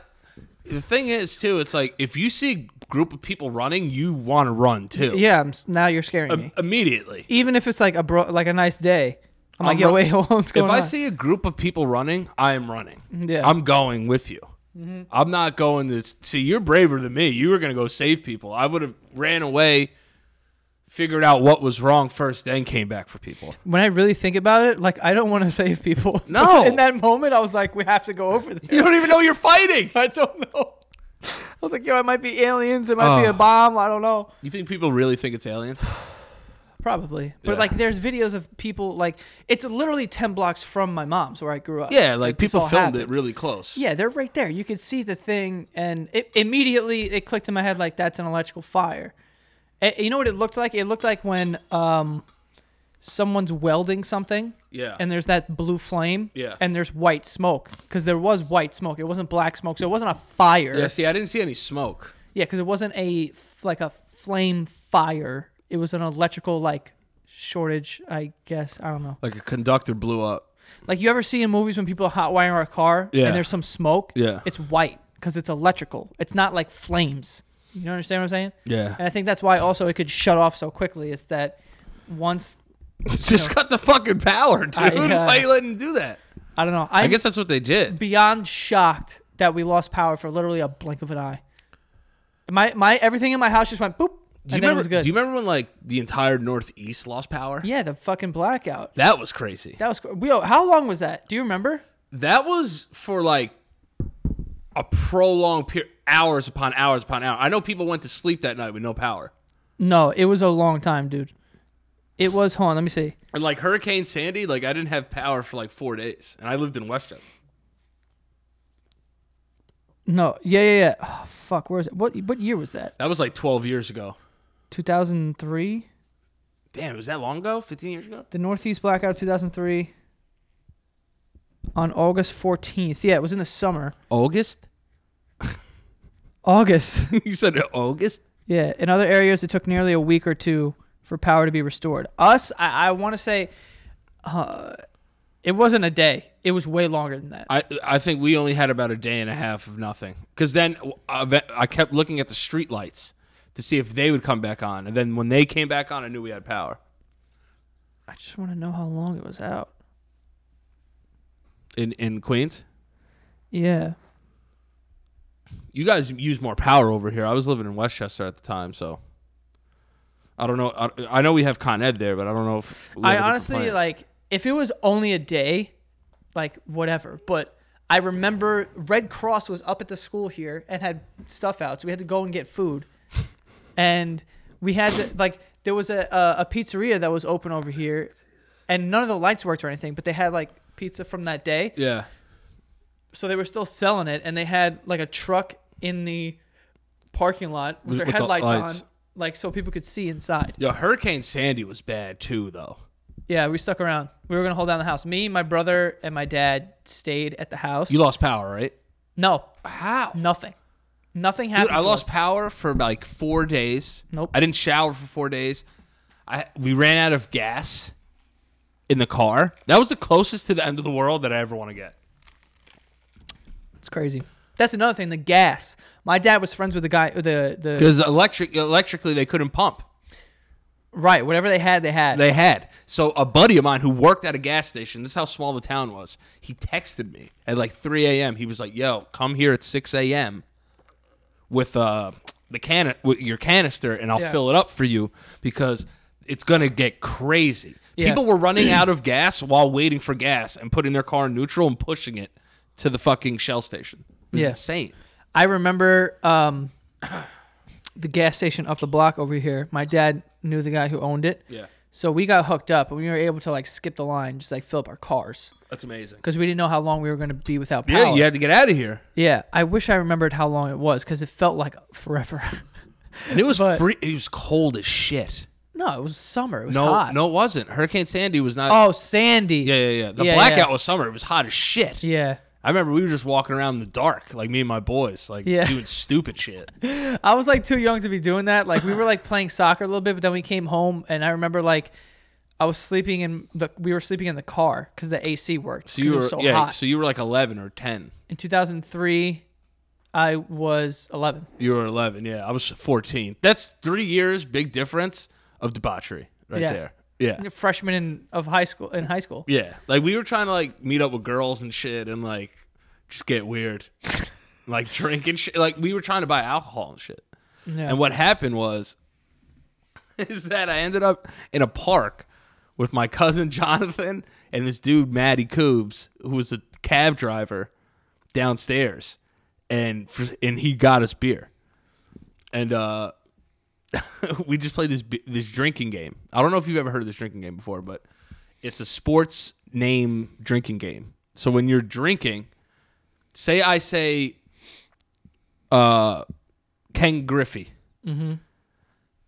Speaker 2: the thing is too, it's like if you see a group of people running, you want to run too.
Speaker 1: Yeah, I'm, s- now you're scaring me.
Speaker 2: Im- immediately.
Speaker 1: Even if it's like a bro, like a nice day, I'm like,
Speaker 2: I'm
Speaker 1: yo,
Speaker 2: ru-
Speaker 1: wait, *laughs* what's going
Speaker 2: if
Speaker 1: on? Mm-hmm.
Speaker 2: I see a group of people running, I am running.
Speaker 1: Yeah. Mm-hmm.
Speaker 2: I'm going with you. I'm not going to see you're braver than me. You were gonna go save people. I would have ran away, figured out what was wrong first, then came back
Speaker 1: *laughs*
Speaker 2: for people.
Speaker 1: when I really think about it, like I don't want to *laughs* save people.
Speaker 2: No.
Speaker 1: in that moment, I was like, we have to go over there.
Speaker 2: You don't even know you're fighting.
Speaker 1: *laughs* I don't know. *laughs* I was like, yo, it might be aliens. It might be a
Speaker 2: Ugh.
Speaker 1: bomb. I don't know.
Speaker 2: You think people really think
Speaker 1: *sighs*
Speaker 2: it's aliens?
Speaker 1: Probably, but
Speaker 2: Yeah.
Speaker 1: like, there's videos of people like it's literally ten blocks from my mom's where I grew up.
Speaker 2: Yeah, like
Speaker 1: this
Speaker 2: people
Speaker 1: all
Speaker 2: filmed
Speaker 1: happened.
Speaker 2: it really close.
Speaker 1: Yeah, they're right there. You could see the thing, and it immediately it clicked in my head like that's an electrical fire. Eh, you know what it looked like? It looked like when um, someone's welding something,
Speaker 2: Yeah.
Speaker 1: and there's that blue flame,
Speaker 2: Yeah.
Speaker 1: and there's white smoke because there was white smoke. It wasn't black smoke, so it wasn't a fire.
Speaker 2: yeah, see, I didn't see any smoke.
Speaker 1: Yeah, because it wasn't a f- like a flame fire. It was an electrical like shortage, I guess. I don't know.
Speaker 2: Like a conductor
Speaker 1: *laughs*
Speaker 2: blew up. *laughs*
Speaker 1: Like you ever see in movies when people hotwire a car
Speaker 2: Yeah.
Speaker 1: and there's some smoke?
Speaker 2: Yeah.
Speaker 1: It's white because it's electrical. It's not like flames. You know understand what I'm saying?
Speaker 2: Yeah.
Speaker 1: And I think that's why also it could shut off so quickly is that once
Speaker 2: Just cut the fucking power, dude.
Speaker 1: I, uh,
Speaker 2: Why you letting them do that?
Speaker 1: I don't know. I'm
Speaker 2: I guess that's what they did.
Speaker 1: beyond shocked that we lost power for literally a blink of an eye. My my everything in my house just went boop and then
Speaker 2: Do
Speaker 1: it
Speaker 2: you, remember,
Speaker 1: was good.
Speaker 2: do you remember when like the entire Northeast lost power?
Speaker 1: yeah, the fucking blackout.
Speaker 2: That was crazy.
Speaker 1: That was cr- we, how long was that? Do you remember?
Speaker 2: That was for like a prolonged period, hours upon hours upon hours. I know people went to sleep that night with no power.
Speaker 1: No, it was a long time, dude. It was hold on, let me see.
Speaker 2: And like Hurricane Sandy, like I didn't have power for like four days, and I lived in Westchester.
Speaker 1: No, yeah, yeah, yeah. Oh, fuck, where is it? What what year was that?
Speaker 2: That was like 12 years ago.
Speaker 1: 2003.
Speaker 2: Damn, was that long ago? 15 years ago?
Speaker 1: The Northeast blackout 2003 on August 14th. Yeah, it was in the summer.
Speaker 2: August?
Speaker 1: August.
Speaker 2: *laughs*
Speaker 1: *laughs*
Speaker 2: you said August?
Speaker 1: yeah, in other areas it took nearly a week or two for power to be restored. Us, I, I want to say, uh, it wasn't a day. It was way longer than that.
Speaker 2: I I think we only had about a day and a half of nothing. Because then I ve- I kept looking at the street lights to see if they would come back on, and then when they came back on, I knew we had power.
Speaker 1: I just want to know how long it was out.
Speaker 2: In in Queens,
Speaker 1: Yeah.
Speaker 2: you guys use more power over here. I was living in Westchester at the time, so I don't know. I, I know we have Con Ed there, but I don't know if we have a
Speaker 1: I
Speaker 2: different
Speaker 1: honestly
Speaker 2: plan.
Speaker 1: like if it was only a day, like whatever. But I remember Red Cross was up at the school here and had stuff out, so we had to go and get food, and we had to like there was a a, a pizzeria that was open over here, and none of the lights worked or anything, but they had like pizza from that day,
Speaker 2: yeah.
Speaker 1: so they were still selling it, and they had like a truck in the parking lot with,
Speaker 2: With-
Speaker 1: their
Speaker 2: with the
Speaker 1: headlights
Speaker 2: lights.
Speaker 1: on. Like so, people could see inside.
Speaker 2: Yo, Hurricane Sandy was bad too, though.
Speaker 1: Yeah, we stuck around. We were gonna hold down the house. Me, my brother, and my dad stayed at the house.
Speaker 2: You lost power, right?
Speaker 1: no,
Speaker 2: How?
Speaker 1: nothing, nothing happened.
Speaker 2: Dude, I
Speaker 1: to
Speaker 2: lost
Speaker 1: us.
Speaker 2: power for like four days.
Speaker 1: Nope.
Speaker 2: I didn't shower for four days. I we ran out of gas in the car. That was the closest to the end of the world that I ever want to get.
Speaker 1: It's crazy. That's another thing. The gas. My dad was friends with the guy. The the
Speaker 2: Because electric electrically they couldn't pump.
Speaker 1: right. Whatever they had, they had.
Speaker 2: They had. So a buddy of mine who worked at a gas station, this is how small the town was, he texted me at like three AM. He was like, Yo, come here at six AM with uh the can with your canister and I'll
Speaker 1: Yeah.
Speaker 2: fill it up for you because it's gonna get crazy.
Speaker 1: Yeah.
Speaker 2: People were running out of gas while waiting for gas and putting their car in neutral and pushing it to the fucking Shell station. It was
Speaker 1: Yeah.
Speaker 2: insane.
Speaker 1: I remember um, the gas station up the block over here. My dad knew the guy who owned it.
Speaker 2: Yeah.
Speaker 1: So we got hooked up and we were able to like skip the line, just like fill up our cars
Speaker 2: That's amazing.
Speaker 1: because we didn't know how long we were going to be without power.
Speaker 2: Yeah, you had to get out of here.
Speaker 1: Yeah, I wish I remembered how long it was because it felt like forever. *laughs*
Speaker 2: And it was
Speaker 1: But-
Speaker 2: free. It was cold as shit.
Speaker 1: no, it was summer. It was
Speaker 2: No,
Speaker 1: hot.
Speaker 2: no, it wasn't. Hurricane Sandy was not.
Speaker 1: Oh, Sandy.
Speaker 2: yeah, yeah, yeah. The
Speaker 1: yeah,
Speaker 2: blackout
Speaker 1: yeah.
Speaker 2: was summer. It was hot as shit.
Speaker 1: Yeah.
Speaker 2: I remember we were just walking around in the dark, like me and my boys, like
Speaker 1: Yeah.
Speaker 2: doing stupid
Speaker 1: *laughs*
Speaker 2: shit.
Speaker 1: I was like too young to be doing that. Like we were like playing soccer a little bit, but then we came home and I remember like I was sleeping in the we were sleeping in the car because the AC worked.
Speaker 2: So you
Speaker 1: 'cause it
Speaker 2: were,
Speaker 1: was so
Speaker 2: yeah.
Speaker 1: hot.
Speaker 2: So you were like eleven or ten.
Speaker 1: in 2003, I was 11.
Speaker 2: You were eleven. Yeah, I was fourteen. That's three years. Big difference of debauchery right
Speaker 1: Yeah.
Speaker 2: there. Yeah.
Speaker 1: Freshman in, of high school in high school.
Speaker 2: Yeah, like we were trying to like meet up with girls and shit, and like just get weird, *laughs* like drinking shit. Like we were trying to buy alcohol and shit.
Speaker 1: Yeah.
Speaker 2: And what happened was, *laughs* is that I ended up in a park with my cousin *laughs* Jonathan and this dude Matty Coobs, who was a cab driver downstairs, and for, and he got us beer, and uh, *laughs* we just played this bi- this drinking game. I don't know if you've ever heard of this drinking game before, but it's a sports name drinking game. So when you're drinking, say I say uh, Ken Griffey.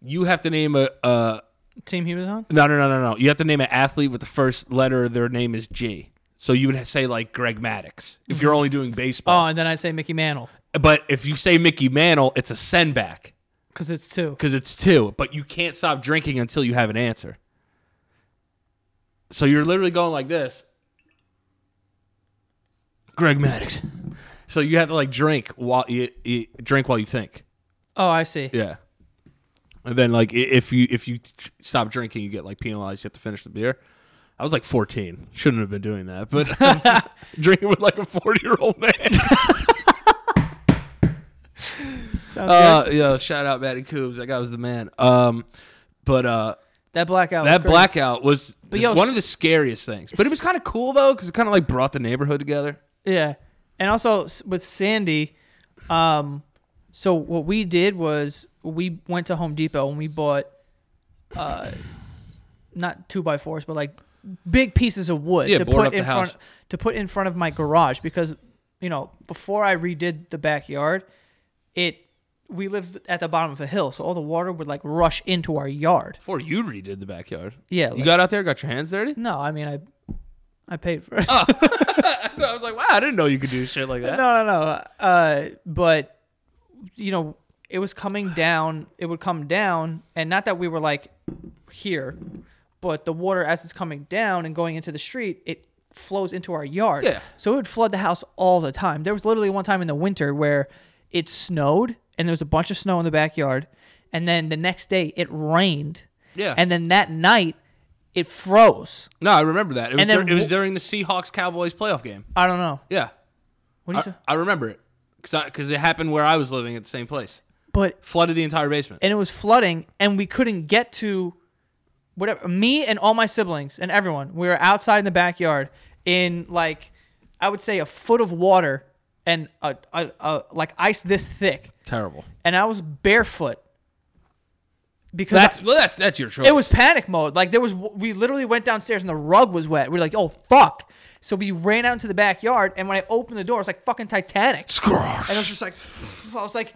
Speaker 2: You have to name a, a
Speaker 1: Team he was on?
Speaker 2: no no no no no. You have to name an athlete with the first letter of their name is G. So you would say like Greg Maddox if you're only doing
Speaker 1: Oh,
Speaker 2: baseball.
Speaker 1: and then I say Mickey Mantle
Speaker 2: But if you say Mickey Mantle, it's a send back
Speaker 1: because it's two.
Speaker 2: because it's two. But you can't stop drinking until you have an answer. So you're literally going like this. Greg Maddox. So you have to like drink while you, you drink while you think.
Speaker 1: Oh, I see.
Speaker 2: Yeah. And then like i- if you if you t- stop drinking, you get like penalized. You have to finish the beer. I was like 14. Shouldn't have been doing that, but *laughs* drinking with like a 40 year old man.
Speaker 1: Sounds
Speaker 2: *laughs* Uh, yeah. Shout out Matty Coobs. That guy was the man. Um, but uh,
Speaker 1: good. That blackout. was
Speaker 2: that
Speaker 1: great.
Speaker 2: blackout was just
Speaker 1: yo,
Speaker 2: one
Speaker 1: s-
Speaker 2: of the scariest things. But it was kind of cool though, because it kind of like brought the neighborhood together.
Speaker 1: Yeah, and also s- with Sandy, um, so what we did was we went to Home Depot and we bought, uh, not two by fours, but like big pieces of wood
Speaker 2: Yeah,
Speaker 1: to
Speaker 2: board
Speaker 1: put
Speaker 2: up the
Speaker 1: in front
Speaker 2: house.
Speaker 1: to put in front of my garage because you know before I redid the backyard, it we lived at the bottom of a hill, so all the water would like rush into our yard.
Speaker 2: Before you redid the backyard,
Speaker 1: Yeah,
Speaker 2: you
Speaker 1: like-
Speaker 2: got out there, got your hands dirty.
Speaker 1: no, I mean I, I paid for it.
Speaker 2: *laughs* I was like, wow, I didn't know you could do shit *laughs* like that.
Speaker 1: No, no, no. Uh, but you know, it was coming down. It would come down, and not that we were like here, but the water as it's coming down and going into the street, it flows into our yard.
Speaker 2: Yeah.
Speaker 1: So it would flood the house all the time. There was literally one time in the winter where it snowed, and there was a bunch of snow in the backyard, and then the next day it rained.
Speaker 2: Yeah.
Speaker 1: And then that night it froze.
Speaker 2: No, I remember that. It was,
Speaker 1: And then
Speaker 2: dur- it was
Speaker 1: wh-
Speaker 2: during the Seahawks Cowboys playoff game.
Speaker 1: I don't know.
Speaker 2: Yeah,
Speaker 1: What do you?
Speaker 2: I,
Speaker 1: say?
Speaker 2: I remember it because it happened where I was living at the same place.
Speaker 1: But
Speaker 2: Flooded the entire basement.
Speaker 1: and it was flooding and we couldn't get to whatever me and all my siblings and everyone we were outside in the backyard in like i would say a foot of water and a, a, a like ice this thick
Speaker 2: Terrible.
Speaker 1: and i was barefoot because
Speaker 2: That's
Speaker 1: I-
Speaker 2: well, that's that's your choice.
Speaker 1: it was panic mode like there was we literally went downstairs and the rug was wet we were like oh fuck so we ran out into the backyard and when i opened the door it's like fucking titanic and I was just like, *sighs* I was like,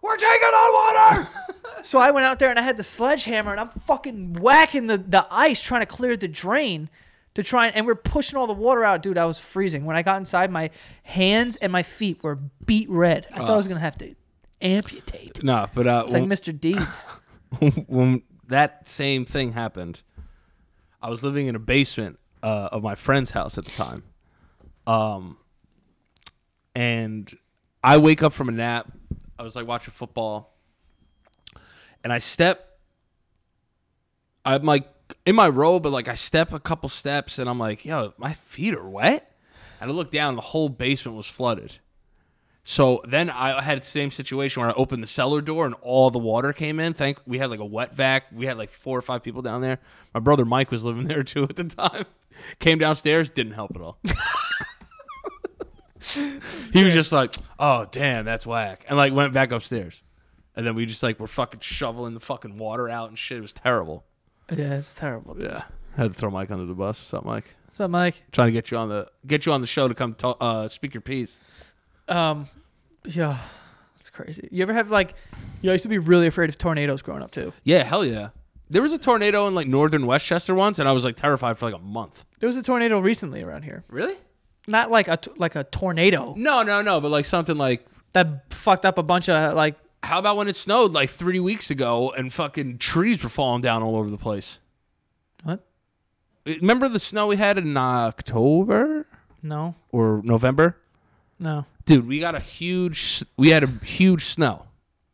Speaker 1: we're taking on water. *laughs* so I went out there and I had the sledgehammer and I'm fucking whacking the, the ice trying to clear the drain to try and, and we're pushing all the water out. Dude, I was freezing. When I got inside, my hands and my feet were beat red. I thought I was going to have to amputate.
Speaker 2: no, but uh,
Speaker 1: It's like Mr. *laughs* Deeds.
Speaker 2: *laughs* when that same thing happened, I was living in a basement uh, of my friend's house at the time. Um, and I wake up from a nap. I was like watching football, and I step. I'm like in my robe, but like I step a couple steps, and I'm like, "Yo, my feet are wet." And I look down; the whole basement was flooded. So then I had the same situation where I opened the cellar door and all the water came in. Thank we had like a wet vac. We had like four or five people down there. My brother Mike was living *laughs* there too at the time. Came downstairs, didn't help at all. *laughs* he was just like, "Oh damn, that's whack," and like went back upstairs. And then we just like were fucking shoveling the fucking water out and shit. It was terrible.
Speaker 1: Yeah, it's terrible. dude.
Speaker 2: Yeah, had to throw Mike under the bus. What's up, Mike?
Speaker 1: What's up, Mike?
Speaker 2: Trying to get you on the get you on the show to come talk, uh, speak your piece.
Speaker 1: Um, yeah, it's crazy. You ever have like, you know, I used to be really afraid of tornadoes growing up too.
Speaker 2: Yeah, hell yeah. There was a tornado in like northern Westchester once, and I was like terrified for like a month.
Speaker 1: There was a tornado recently around here.
Speaker 2: Really?
Speaker 1: Not like a t- like a tornado
Speaker 2: No, no, no. But like something like
Speaker 1: that fucked up a bunch of like.
Speaker 2: how about when it snowed like three weeks ago and fucking trees were falling down all over the place. Uh,
Speaker 1: What?
Speaker 2: Remember the snow we had in October
Speaker 1: No,
Speaker 2: or November?
Speaker 1: no.
Speaker 2: Dude, we got a huge. We had a huge snow.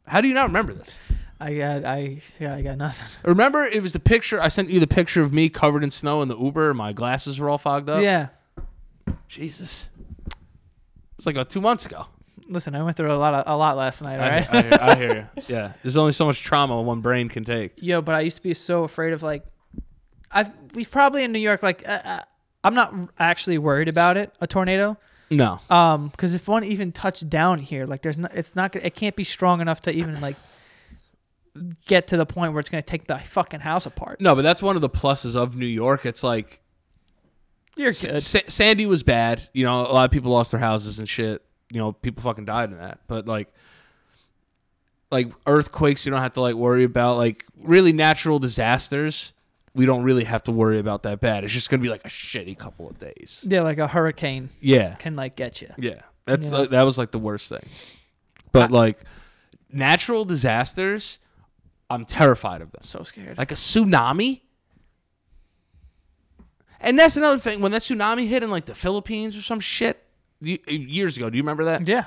Speaker 2: How do you not remember this?
Speaker 1: I got I yeah I got nothing.
Speaker 2: Remember, it was the picture I sent you. The picture of me covered in snow in the Uber. My glasses were all fogged up.
Speaker 1: Yeah.
Speaker 2: Jesus. It's like about two months ago.
Speaker 1: Listen, I went through a lot of, a lot last night. All
Speaker 2: I,
Speaker 1: right.
Speaker 2: hear- I hear, I hear you. Yeah. There's only so much trauma one brain can take.
Speaker 1: Yo, but I used to be so afraid of like, I've we've probably in New York like uh, uh, I'm not r- actually worried about it a tornado,
Speaker 2: No.
Speaker 1: um, because if one even touched down here, like there's not it's not gonna- it can't be strong enough to even like get to the point where it's gonna take the fucking house apart.
Speaker 2: No, but that's one of the pluses of New York. It's like
Speaker 1: You're good.
Speaker 2: Sa- Sandy was bad. You know, a lot of people lost their houses and shit. You know, people fucking died in that. But like, like earthquakes, you don't have to like worry about. Like really natural disasters, we don't really have to worry about that bad. It's just gonna be like a shitty couple of days.
Speaker 1: Yeah, like a hurricane
Speaker 2: Yeah,
Speaker 1: can like get you.
Speaker 2: yeah. That's
Speaker 1: Yeah.
Speaker 2: the- that was like the worst thing. But like natural disasters, I'm terrified of them
Speaker 1: So scared.
Speaker 2: like a tsunami. And that's another thing. When that tsunami hit in like the Philippines or some shit you- years ago, do you remember that?
Speaker 1: yeah.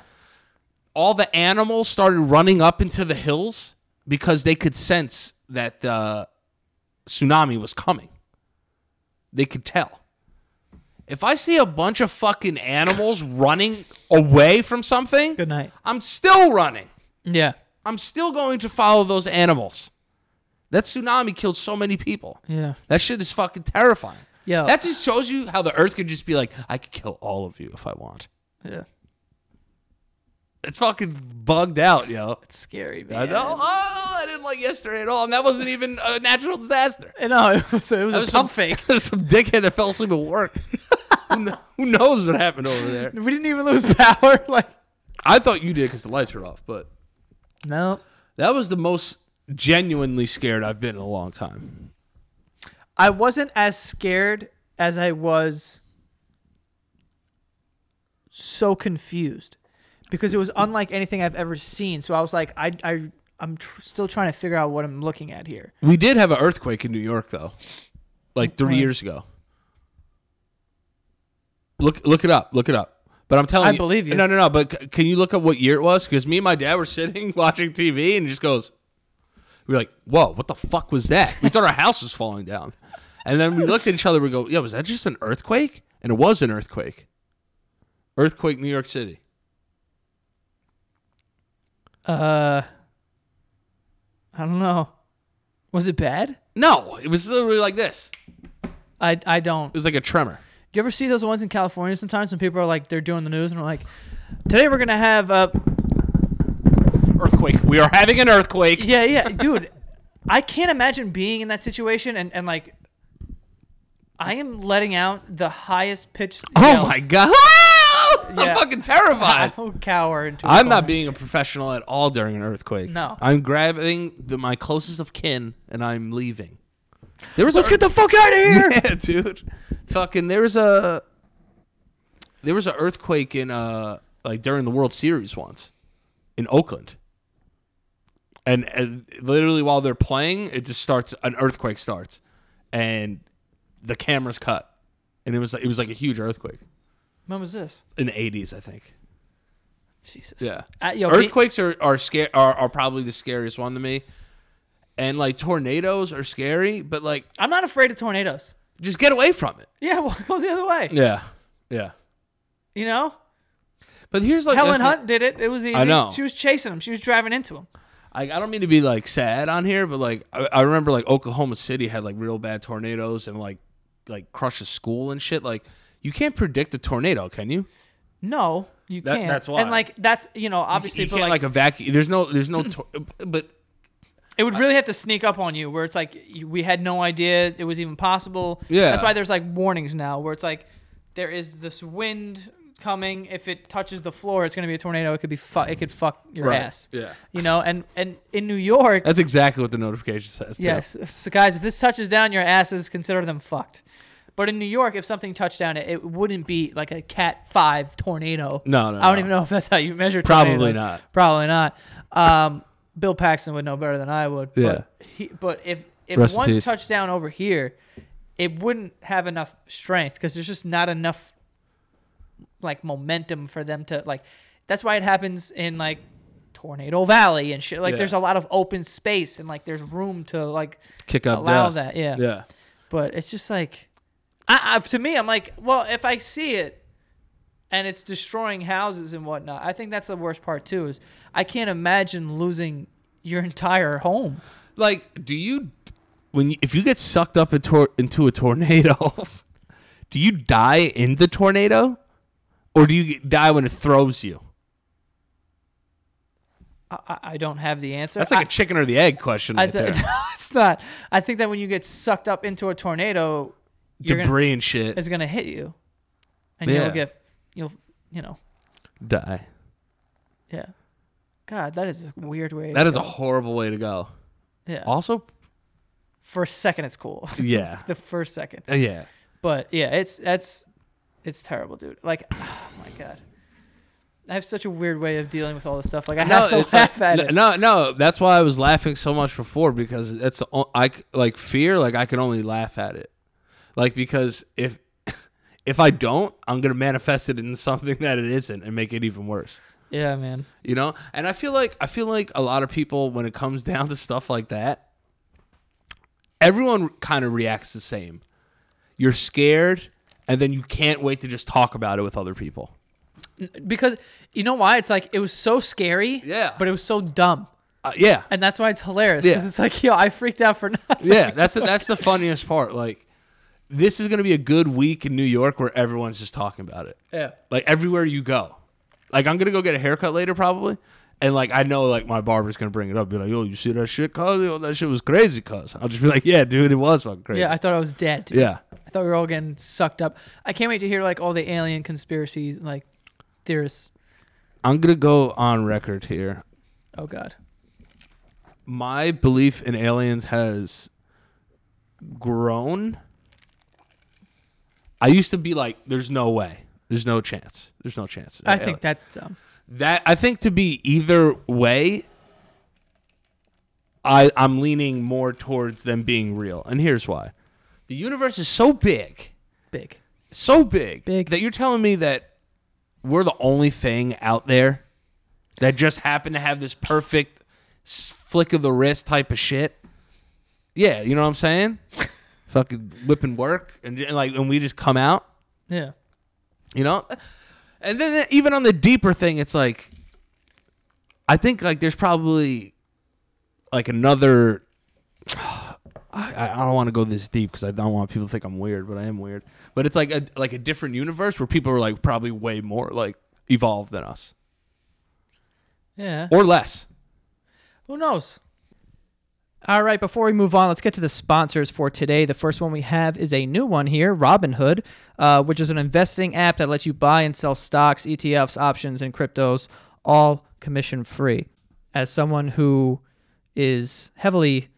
Speaker 2: All the animals started running up into the hills because they could sense that the tsunami was coming. They could tell. If I see a bunch of fucking animals running away from something,
Speaker 1: Good night.
Speaker 2: I'm still running.
Speaker 1: Yeah.
Speaker 2: I'm still going to follow those animals. That tsunami killed so many people.
Speaker 1: Yeah.
Speaker 2: That shit is fucking terrifying.
Speaker 1: Yeah.
Speaker 2: That just shows you how the earth could just be like, I could kill all of you if I want.
Speaker 1: yeah.
Speaker 2: It's fucking bugged out, yo.
Speaker 1: It's scary, man.
Speaker 2: I know. Oh, I didn't like yesterday at all. And that wasn't even a natural disaster.
Speaker 1: I know. *laughs* It was, it was,
Speaker 2: That
Speaker 1: a
Speaker 2: was
Speaker 1: pump
Speaker 2: some,
Speaker 1: fake.
Speaker 2: that was *laughs* some dickhead that fell asleep at work. who, kn- who knows what happened over there?
Speaker 1: We didn't even lose *laughs* power. Like,
Speaker 2: I thought you did because the lights were off, but
Speaker 1: no.
Speaker 2: that was the most genuinely scared I've been in a long time.
Speaker 1: I wasn't as scared as I was so confused because it was unlike anything I've ever seen. So I was like, I, I, I'm tr- still trying to figure out what I'm looking at here.
Speaker 2: We did have an earthquake in New York though, like three years ago. Look, look it up. Look it up. But I'm telling
Speaker 1: I
Speaker 2: you,
Speaker 1: believe you.
Speaker 2: No, no, no. But c- can you look up what year it was? Because me and my dad were *laughs* sitting watching TV, and he just goes, "We were like, whoa, what the fuck was that? We thought our house was falling down." And then we looked at each other. We go, "Yeah, was that just an earthquake?" And it was an earthquake. Earthquake, New York City.
Speaker 1: Uh, I don't know. Was it bad?
Speaker 2: No, it was literally like this.
Speaker 1: I, I don't.
Speaker 2: It was like a tremor.
Speaker 1: Do you ever see those ones in California sometimes when people are like, they're doing the news and they're like, today we're going to have a
Speaker 2: Earthquake. We are having an earthquake.
Speaker 1: Yeah, yeah, dude. I can't imagine being in that situation and, and like I am letting out the highest pitched.
Speaker 2: Oh
Speaker 1: yells.
Speaker 2: my god!
Speaker 1: Yeah.
Speaker 2: I'm fucking terrified.
Speaker 1: I will cower into. a
Speaker 2: *laughs* I'm not
Speaker 1: corner.
Speaker 2: being a professional at all during an earthquake.
Speaker 1: No.
Speaker 2: I'm grabbing the, my closest of kin and I'm leaving. There was
Speaker 1: Let's
Speaker 2: a,
Speaker 1: get the fuck out of here.
Speaker 2: *laughs* yeah, dude. Fucking there was a there was an earthquake in uh like during the World Series once in Oakland. And, and literally while they're playing, it just starts an earthquake starts and the cameras cut. And it was like it was like a huge earthquake
Speaker 1: When was this?
Speaker 2: in the 80s, I think.
Speaker 1: Jesus.
Speaker 2: Yeah.
Speaker 1: Uh, yo, be-
Speaker 2: Earthquakes are are, scar- are are probably the scariest one to me. And like tornadoes are scary, but like
Speaker 1: I'm not afraid of tornadoes.
Speaker 2: just get away from it.
Speaker 1: Yeah, *laughs* well, go the other way.
Speaker 2: Yeah. Yeah.
Speaker 1: You know,
Speaker 2: But here's like
Speaker 1: Helen
Speaker 2: that's-
Speaker 1: Hunt did it. It was easy.
Speaker 2: know.
Speaker 1: She was chasing him. She was driving into him.
Speaker 2: I, I don't mean to be like sad on here, but like I, I remember like Oklahoma City had like real bad tornadoes and like like crush a school and shit. Like you can't predict a tornado, can you?
Speaker 1: No, you
Speaker 2: That-
Speaker 1: can't.
Speaker 2: that's why.
Speaker 1: And like that's you know obviously,
Speaker 2: you
Speaker 1: but
Speaker 2: can't like,
Speaker 1: like, *laughs*
Speaker 2: evacuate. There's no there's no tor- but
Speaker 1: It would really have to sneak up on you, where it's like you- we had no idea it was even possible.
Speaker 2: Yeah.
Speaker 1: That's why there's like warnings now, where it's like there is this wind coming. If it touches the floor, it's gonna be a tornado. It could be fu- it could fuck your
Speaker 2: Right.
Speaker 1: ass.
Speaker 2: Yeah.
Speaker 1: You know, and and in New York,
Speaker 2: That's exactly what the notification says. too.
Speaker 1: yes, so guys, if this touches down, your asses consider them fucked. But in New York, if something touched down, it, it wouldn't be like a Cat Five tornado.
Speaker 2: No, no,
Speaker 1: I don't
Speaker 2: no.
Speaker 1: even know if that's how you measure.
Speaker 2: Uh, Probably
Speaker 1: tornadoes.
Speaker 2: not.
Speaker 1: Probably not. Um, Bill Paxton would know better than I would.
Speaker 2: Yeah.
Speaker 1: But, he, but if if
Speaker 2: Rest in
Speaker 1: one
Speaker 2: peace.
Speaker 1: touchdown over here, it wouldn't have enough strength because there's just not enough like momentum for them to like. That's why it happens in like Tornado Valley and shit. Like
Speaker 2: Yeah.
Speaker 1: there's a lot of open space and like there's room to like
Speaker 2: Kick up
Speaker 1: allow
Speaker 2: dust.
Speaker 1: that. Yeah.
Speaker 2: Yeah.
Speaker 1: But it's just like, I, I to me, I'm like, well, if I see it. And it's destroying houses and whatnot. I think that's the worst part too. Is I can't imagine losing your *laughs* entire home.
Speaker 2: Like, do you when you, if you get sucked up in tor- into a tornado, *laughs* do you die in the tornado, or do you get, die when it throws you?
Speaker 1: I- I, I don't have the answer.
Speaker 2: That's like
Speaker 1: I-
Speaker 2: a chicken or the egg question.
Speaker 1: I
Speaker 2: Right
Speaker 1: said-
Speaker 2: there.
Speaker 1: *laughs* it's not. I think that when you get sucked up into a tornado, you're gonna,
Speaker 2: Debris and shit.
Speaker 1: it's gonna hit you, and
Speaker 2: Yeah.
Speaker 1: you'll get you'll you know
Speaker 2: Die.
Speaker 1: yeah. God, that is a weird way.
Speaker 2: That
Speaker 1: to
Speaker 2: is a
Speaker 1: go.
Speaker 2: horrible way to go.
Speaker 1: yeah.
Speaker 2: Also,
Speaker 1: For a second, it's cool. *laughs*
Speaker 2: yeah,
Speaker 1: the first second,
Speaker 2: Uh, yeah.
Speaker 1: but yeah, it's that's it's terrible, dude. Like, *sighs* oh my god, I have such a weird way of dealing with all this stuff. Like, I have to
Speaker 2: it's
Speaker 1: laugh
Speaker 2: like-
Speaker 1: at
Speaker 2: no,
Speaker 1: it.
Speaker 2: No, no, that's why I was laughing so much before because that's the o- I c- like fear. Like I can only laugh at it, like because if *laughs* if I don't, I'm gonna manifest it in something *laughs* that it isn't and make it even worse.
Speaker 1: Yeah, man.
Speaker 2: You know, and I feel like I feel like a lot of people when it comes *laughs* down to stuff like that, everyone kind of reacts the same. You're scared, and then you can't wait to just talk about it with other people.
Speaker 1: Because you know why? It's like it was so scary.
Speaker 2: Yeah.
Speaker 1: But it was so dumb.
Speaker 2: Uh, yeah,
Speaker 1: and that's why it's hilarious because
Speaker 2: Yeah.
Speaker 1: it's like, *laughs* yo, I freaked out for nothing.
Speaker 2: yeah, that's that's the funniest part. Like, this is gonna be a good week in New York where everyone's just talking about it.
Speaker 1: *laughs* Yeah.
Speaker 2: Like everywhere you go. Like I'm gonna go get a haircut later probably, and like I know like my barber's gonna bring it up, be like, "Yo, you see that shit, cuz? Yo, that shit was crazy, cuz." I'll just be like, "Yeah, dude, it was fucking crazy."
Speaker 1: Yeah, I thought I was dead. dude.
Speaker 2: yeah.
Speaker 1: I thought we were all getting sucked up. I can't wait to hear like all the alien conspiracies, like theorists.
Speaker 2: I'm gonna go on record here.
Speaker 1: Oh God.
Speaker 2: My belief in aliens has grown. I used to be like, "There's no way." There's no chance. There's no chance.
Speaker 1: I think that's dumb.
Speaker 2: That I think to be either way, I I'm leaning more towards them being real, and here's why: the universe is so big,
Speaker 1: Big.
Speaker 2: so big,
Speaker 1: Big.
Speaker 2: that you're telling me that we're the only thing out there that just happened to have this perfect s- flick of the wrist type of shit. Yeah, you know what I'm saying? Fucking whip and work, and, and like, and we just come out
Speaker 1: Yeah.
Speaker 2: you know and then even on the deeper thing it's like i think like there's probably like another *sighs* i, I don't want to go this deep because i don't want people to think i'm weird but i am weird but it's like a like a different universe where people are like probably way more like evolved than us
Speaker 1: Yeah.
Speaker 2: or less
Speaker 1: Who knows? All right, before we move on, let's get to the sponsors for today. The first one we have is a new one here, Robinhood, uh, which is an investing app that lets you buy and sell stocks, ETFs, options, and cryptos, all commission free. As someone who is heavily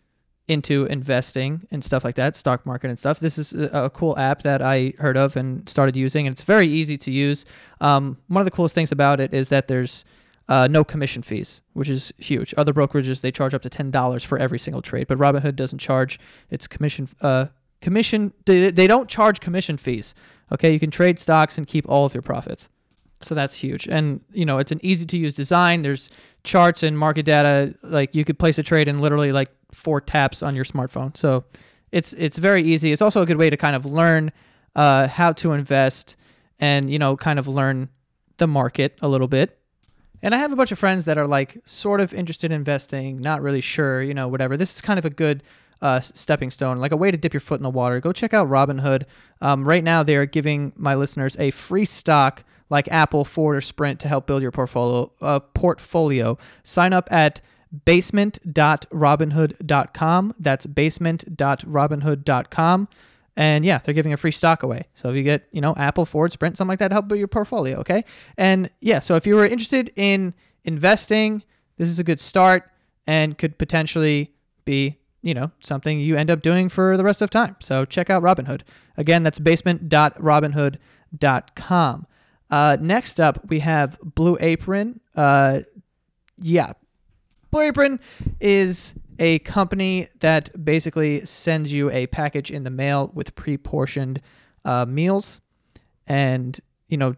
Speaker 1: into investing and stuff like that, stock market and stuff. This is a, a cool app that I heard of and started using, and it's very easy to use. Um, one of the coolest things about it is that there's uh, no commission fees, which is huge. Other brokerages they charge up to ten dollars for every single trade, but Robinhood doesn't charge. It's commission uh, commission. They, they don't charge commission fees. Okay, you can trade stocks and keep all of your profits. So that's huge. And, you know, it's an easy to use design. There's charts and market data. Like you could place a trade in literally like four taps on your smartphone. So it's it's very easy. It's also a good way to kind of learn uh, how to invest and, you know, kind of learn the market a little bit. And I have a bunch of friends that are like sort of interested in investing, not really sure, you know, whatever. This is kind of a good uh, s- stepping stone, like a way to dip your foot in the water. Go check out Robinhood. Um, right now, they are giving my listeners a free stock like Apple, Ford, or Sprint to help build your portfolio. Uh, portfolio. Sign up at basement.robinhood.com. That's basement.robinhood.com. And yeah, they're giving a free stock away. So if you get, you know, Apple, Ford, Sprint, something like that, help build your portfolio, okay? And yeah, so if you were interested in investing, this is a good start and could potentially be, you know, something you end up doing for the rest of time. So check out Robinhood. Again, that's basement.robinhood.com. Uh, next up, we have Blue Apron. Uh, yeah, Blue Apron is a company that basically sends you a package in the mail with pre-portioned uh, meals, and you know,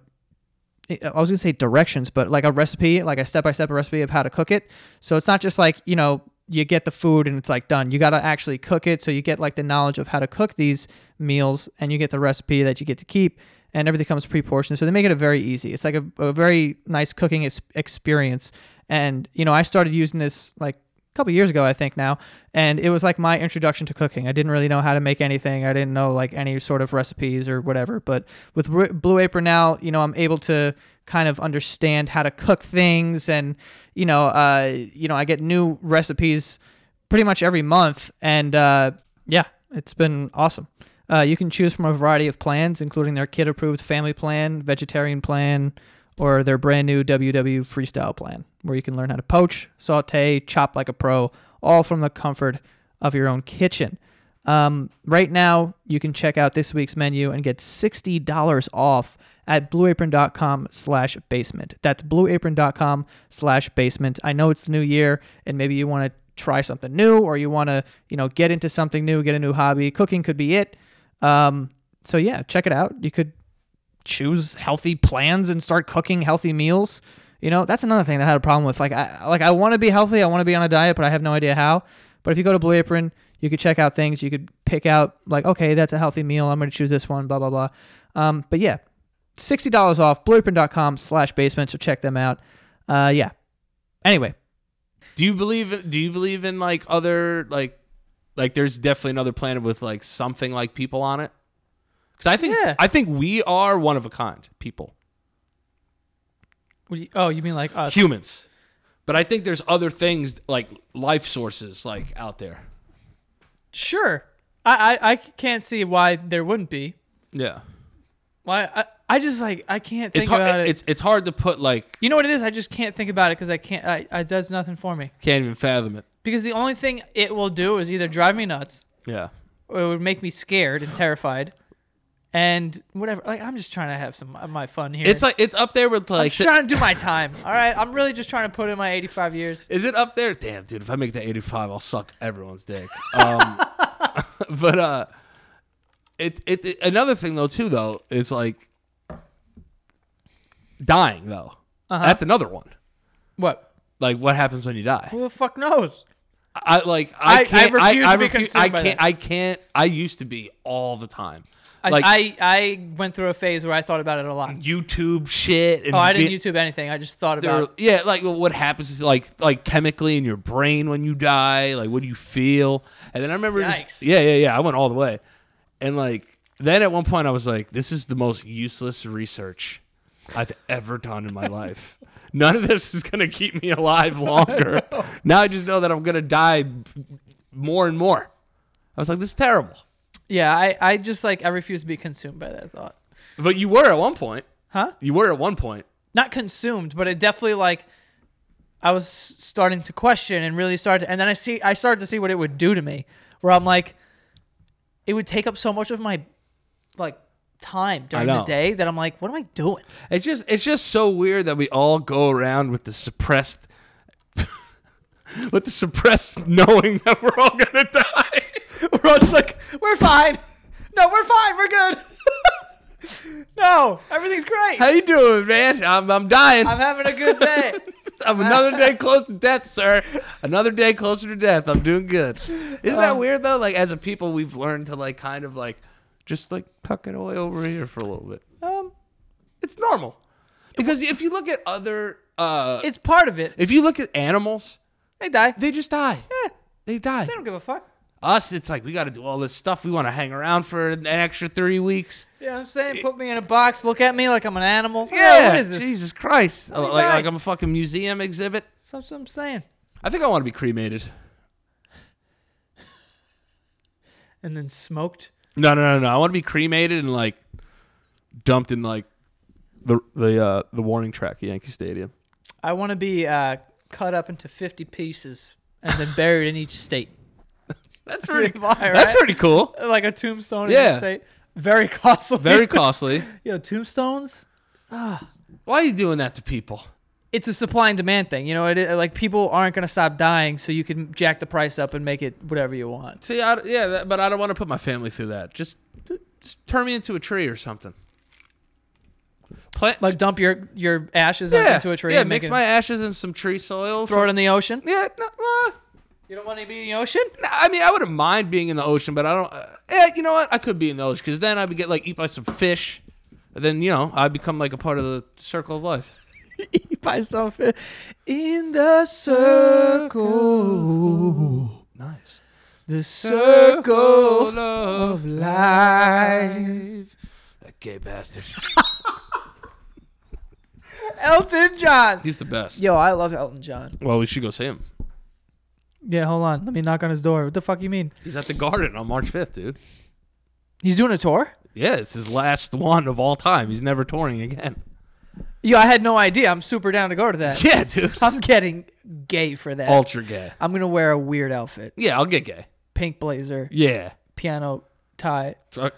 Speaker 1: I was gonna say directions, but like a recipe, like a step-by-step recipe of how to cook it. So it's not just like you know you get the food and it's like done. You got to actually cook it, so you get like the knowledge of how to cook these meals, and you get the recipe that you get to keep. And everything comes pre-portioned, so they make it a very easy. It's like a, a very nice cooking ex- experience. And you know, I started using this like a couple years ago, I think now, and it was like my introduction to cooking. I didn't really know how to make anything. I didn't know like any sort of recipes or whatever. But with R- Blue Apron now, you know, I'm able to kind of understand how to cook things, and you know, uh, you know, I get new recipes pretty much every month, and uh, yeah, it's been awesome. Uh, you can choose from a variety of plans, including their kid-approved family plan, vegetarian plan, or their brand new WW Freestyle plan, where you can learn how to poach, saute, chop like a pro, all from the comfort of your own kitchen. Um, right now, you can check out this week's menu and get $60 off at blueapron.com slash basement. That's blueapron.com slash basement. I know it's the new year, and maybe you want to try something new or you want to, you know, get into something new, get a new hobby. Cooking could be it. Um, so, yeah, check it out. You could choose healthy plans and start cooking healthy meals. You know, that's another thing that I had a problem with. Like, I like I want to be healthy, I want to be on a diet, but I have no idea how. But if you go to Blue Apron, you could check out things. You could pick out like, okay, that's a healthy meal. I'm going to choose this one. Blah blah blah. Um, but yeah, sixty dollars off blueprint.com/basement. So check them out. Uh, yeah. Anyway,
Speaker 2: Do you believe? Do you believe in like other like like? There's definitely another planet with like something like people on it. Because I think
Speaker 1: Yeah.
Speaker 2: I think we are one of a kind people,
Speaker 1: what do you- oh, you mean like us?
Speaker 2: humans. But I think there's other things like life sources like out there.
Speaker 1: Sure. I, I I can't see why there wouldn't be.
Speaker 2: Yeah,
Speaker 1: Why I, I just like I can't think
Speaker 2: it's hard.
Speaker 1: about it.
Speaker 2: It's it's hard to put like
Speaker 1: you know what it is? I just can't think about it because I can't. I, it does nothing for me.
Speaker 2: can't even fathom it.
Speaker 1: Because the only thing it will do is either drive me nuts
Speaker 2: Yeah,
Speaker 1: or it would make me scared and terrified and whatever. Like, I'm just trying to have some of my fun here.
Speaker 2: it's like it's up there with
Speaker 1: I'm
Speaker 2: like.
Speaker 1: just trying to do my time. All right. I'm really just trying to put in my 85 years.
Speaker 2: Is it up there? Damn, dude, if I make that 85, I'll suck everyone's dick. Um, *laughs* but uh, it, it it- another thing though too though is like dying though.
Speaker 1: Uh-huh.
Speaker 2: That's another one.
Speaker 1: What?
Speaker 2: Like what happens when you die?
Speaker 1: Who the fuck knows?
Speaker 2: I
Speaker 1: I-
Speaker 2: like I
Speaker 1: I
Speaker 2: can't I,
Speaker 1: refuse
Speaker 2: I
Speaker 1: to be
Speaker 2: refu-
Speaker 1: consumed
Speaker 2: I
Speaker 1: by
Speaker 2: can't
Speaker 1: that.
Speaker 2: I can't I used to be all the time.
Speaker 1: I,
Speaker 2: like
Speaker 1: I, I went through a phase where I thought about it a lot.
Speaker 2: YouTube shit and
Speaker 1: Oh, I didn't
Speaker 2: be-
Speaker 1: YouTube anything. I just thought
Speaker 2: there-
Speaker 1: about
Speaker 2: yeah, like what happens is like like chemically in your brain when you die, like what do you feel? And then I remember
Speaker 1: Yikes.
Speaker 2: just, yeah, yeah, yeah, I went all the way. And like then at one point I was like this is the most useless research I've ever done in my life. None of this is going to keep me alive longer. now I just know that I'm going to die b- more and more. I was like this is terrible.
Speaker 1: Yeah, I, I just like, I refuse to be consumed by that thought.
Speaker 2: But you were at one point.
Speaker 1: Huh?
Speaker 2: You were at one point.
Speaker 1: not consumed, but it definitely like I was s- starting to question and really started, and then I see I started to see what it would do to me, where I'm like, it would take up so much of my like time during the
Speaker 2: know.
Speaker 1: day that I'm like, what am I doing?
Speaker 2: It's just it's just so weird that we all go around with the suppressed *laughs* with the suppressed knowing that we're all gonna *laughs* die.
Speaker 1: *laughs*
Speaker 2: *laughs*
Speaker 1: We're all just like, we're fine. No, we're fine. We're good. *laughs* no, everything's great.
Speaker 2: How you doing, man? I'm I'm dying.
Speaker 1: I'm
Speaker 2: I'm,
Speaker 1: having a good
Speaker 2: *laughs*
Speaker 1: day.
Speaker 2: another day close to death, sir. Another day closer to death. I'm doing good. Isn't
Speaker 1: Oh.
Speaker 2: that weird though? Like as a people we've learned to like kind of like just like tuck it away over here for a little bit.
Speaker 1: *laughs* um,
Speaker 2: It's normal. Because if you look at other uh
Speaker 1: it's part of it.
Speaker 2: if you look at animals,
Speaker 1: They die. They
Speaker 2: they just die. Yeah. They die.
Speaker 1: don't give a fuck.
Speaker 2: Us, it's like we got to do all this stuff. We want to hang around for an extra three weeks.
Speaker 1: Yeah, I'm saying, put me in a box, look at me like I'm an animal. what is this?
Speaker 2: Jesus Christ! Like,
Speaker 1: die.
Speaker 2: like I'm a fucking museum exhibit.
Speaker 1: That's what I'm saying.
Speaker 2: I think I want to be cremated.
Speaker 1: and then smoked.
Speaker 2: No, no, no, no. I want to be cremated and like dumped in like the the uh, the warning track at Yankee Stadium.
Speaker 1: I want to be uh, cut up into 50 pieces and *laughs* then buried in each state.
Speaker 2: That's
Speaker 1: pretty-
Speaker 2: *laughs* pretty.
Speaker 1: Why,
Speaker 2: That's
Speaker 1: right?
Speaker 2: pretty cool.
Speaker 1: Like a tombstone in
Speaker 2: Yeah.
Speaker 1: each state. Very costly.
Speaker 2: *laughs* Very costly.
Speaker 1: *laughs* Yo, tombstones?
Speaker 2: Why are you doing that to people?
Speaker 1: It's a supply and demand thing. You know, it, like people aren't going to stop dying, so you can jack the price up and make it whatever you want.
Speaker 2: See, I, yeah, that, but I don't want to put my family through that. Just, just turn me into a tree or something. Plant
Speaker 1: Like dump your, your ashes on-
Speaker 2: yeah,
Speaker 1: into a tree
Speaker 2: Yeah,
Speaker 1: and make
Speaker 2: mix
Speaker 1: it-
Speaker 2: my ashes in some tree soil.
Speaker 1: throw it in the ocean.
Speaker 2: yeah, no, uh,
Speaker 1: You don't want to be in the *laughs* ocean?
Speaker 2: no, I mean, I wouldn't mind being in the ocean, but I don't. Uh, eh, you know what? I could be in the ocean because then I would get like eat by some fish. And then you know I become like a part of the circle of life.
Speaker 1: by some fi- in the circle.
Speaker 2: Nice.
Speaker 1: The circle.
Speaker 2: of
Speaker 1: life.
Speaker 2: That gay bastard.
Speaker 1: Elton John.
Speaker 2: He's the best.
Speaker 1: Yo, I love Elton John.
Speaker 2: Well, we should go see him.
Speaker 1: Yeah, hold on. Let me knock on his door. What the fuck you mean?
Speaker 2: He's at the Garden on March fifth, dude.
Speaker 1: He's doing a tour?
Speaker 2: Yeah, it's his last one of all time. He's never touring again. *laughs*
Speaker 1: Yo, I had no idea. I'm super down to go to that.
Speaker 2: Yeah, dude.
Speaker 1: *laughs* I'm getting gay for that.
Speaker 2: Ultra gay.
Speaker 1: I'm gonna wear a weird outfit.
Speaker 2: Yeah, I'll get gay.
Speaker 1: Pink blazer,
Speaker 2: Yeah.
Speaker 1: piano tie.
Speaker 2: I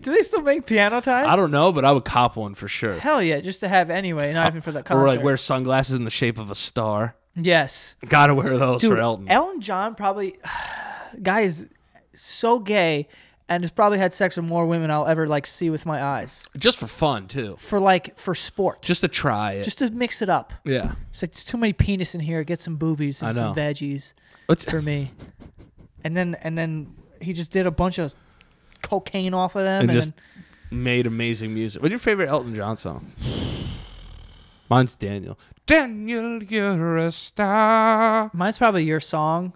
Speaker 1: Do they still make piano ties?
Speaker 2: don't know, but I would cop one for sure.
Speaker 1: Hell yeah, just to have anyway, not even for the concert.
Speaker 2: Or like wear sunglasses in the shape of a star.
Speaker 1: yes.
Speaker 2: Gotta wear those
Speaker 1: Dude,
Speaker 2: for Elton.
Speaker 1: John probably *sighs* guy is so gay and has probably had sex with more women I'll ever like see with my eyes.
Speaker 2: Just for fun too.
Speaker 1: For like for sport.
Speaker 2: Just to try it.
Speaker 1: just to mix it up.
Speaker 2: yeah.
Speaker 1: It's like there's too many penis in here. Get some boobies
Speaker 2: I
Speaker 1: and some
Speaker 2: know.
Speaker 1: veggies
Speaker 2: What's,
Speaker 1: for me. and then and then he just did a bunch of cocaine off of them.
Speaker 2: and
Speaker 1: And,
Speaker 2: just
Speaker 1: then,
Speaker 2: made amazing music. What's your favorite Elton John song? Mine's Daniel. Daniel, you're a star.
Speaker 1: mine's probably your song,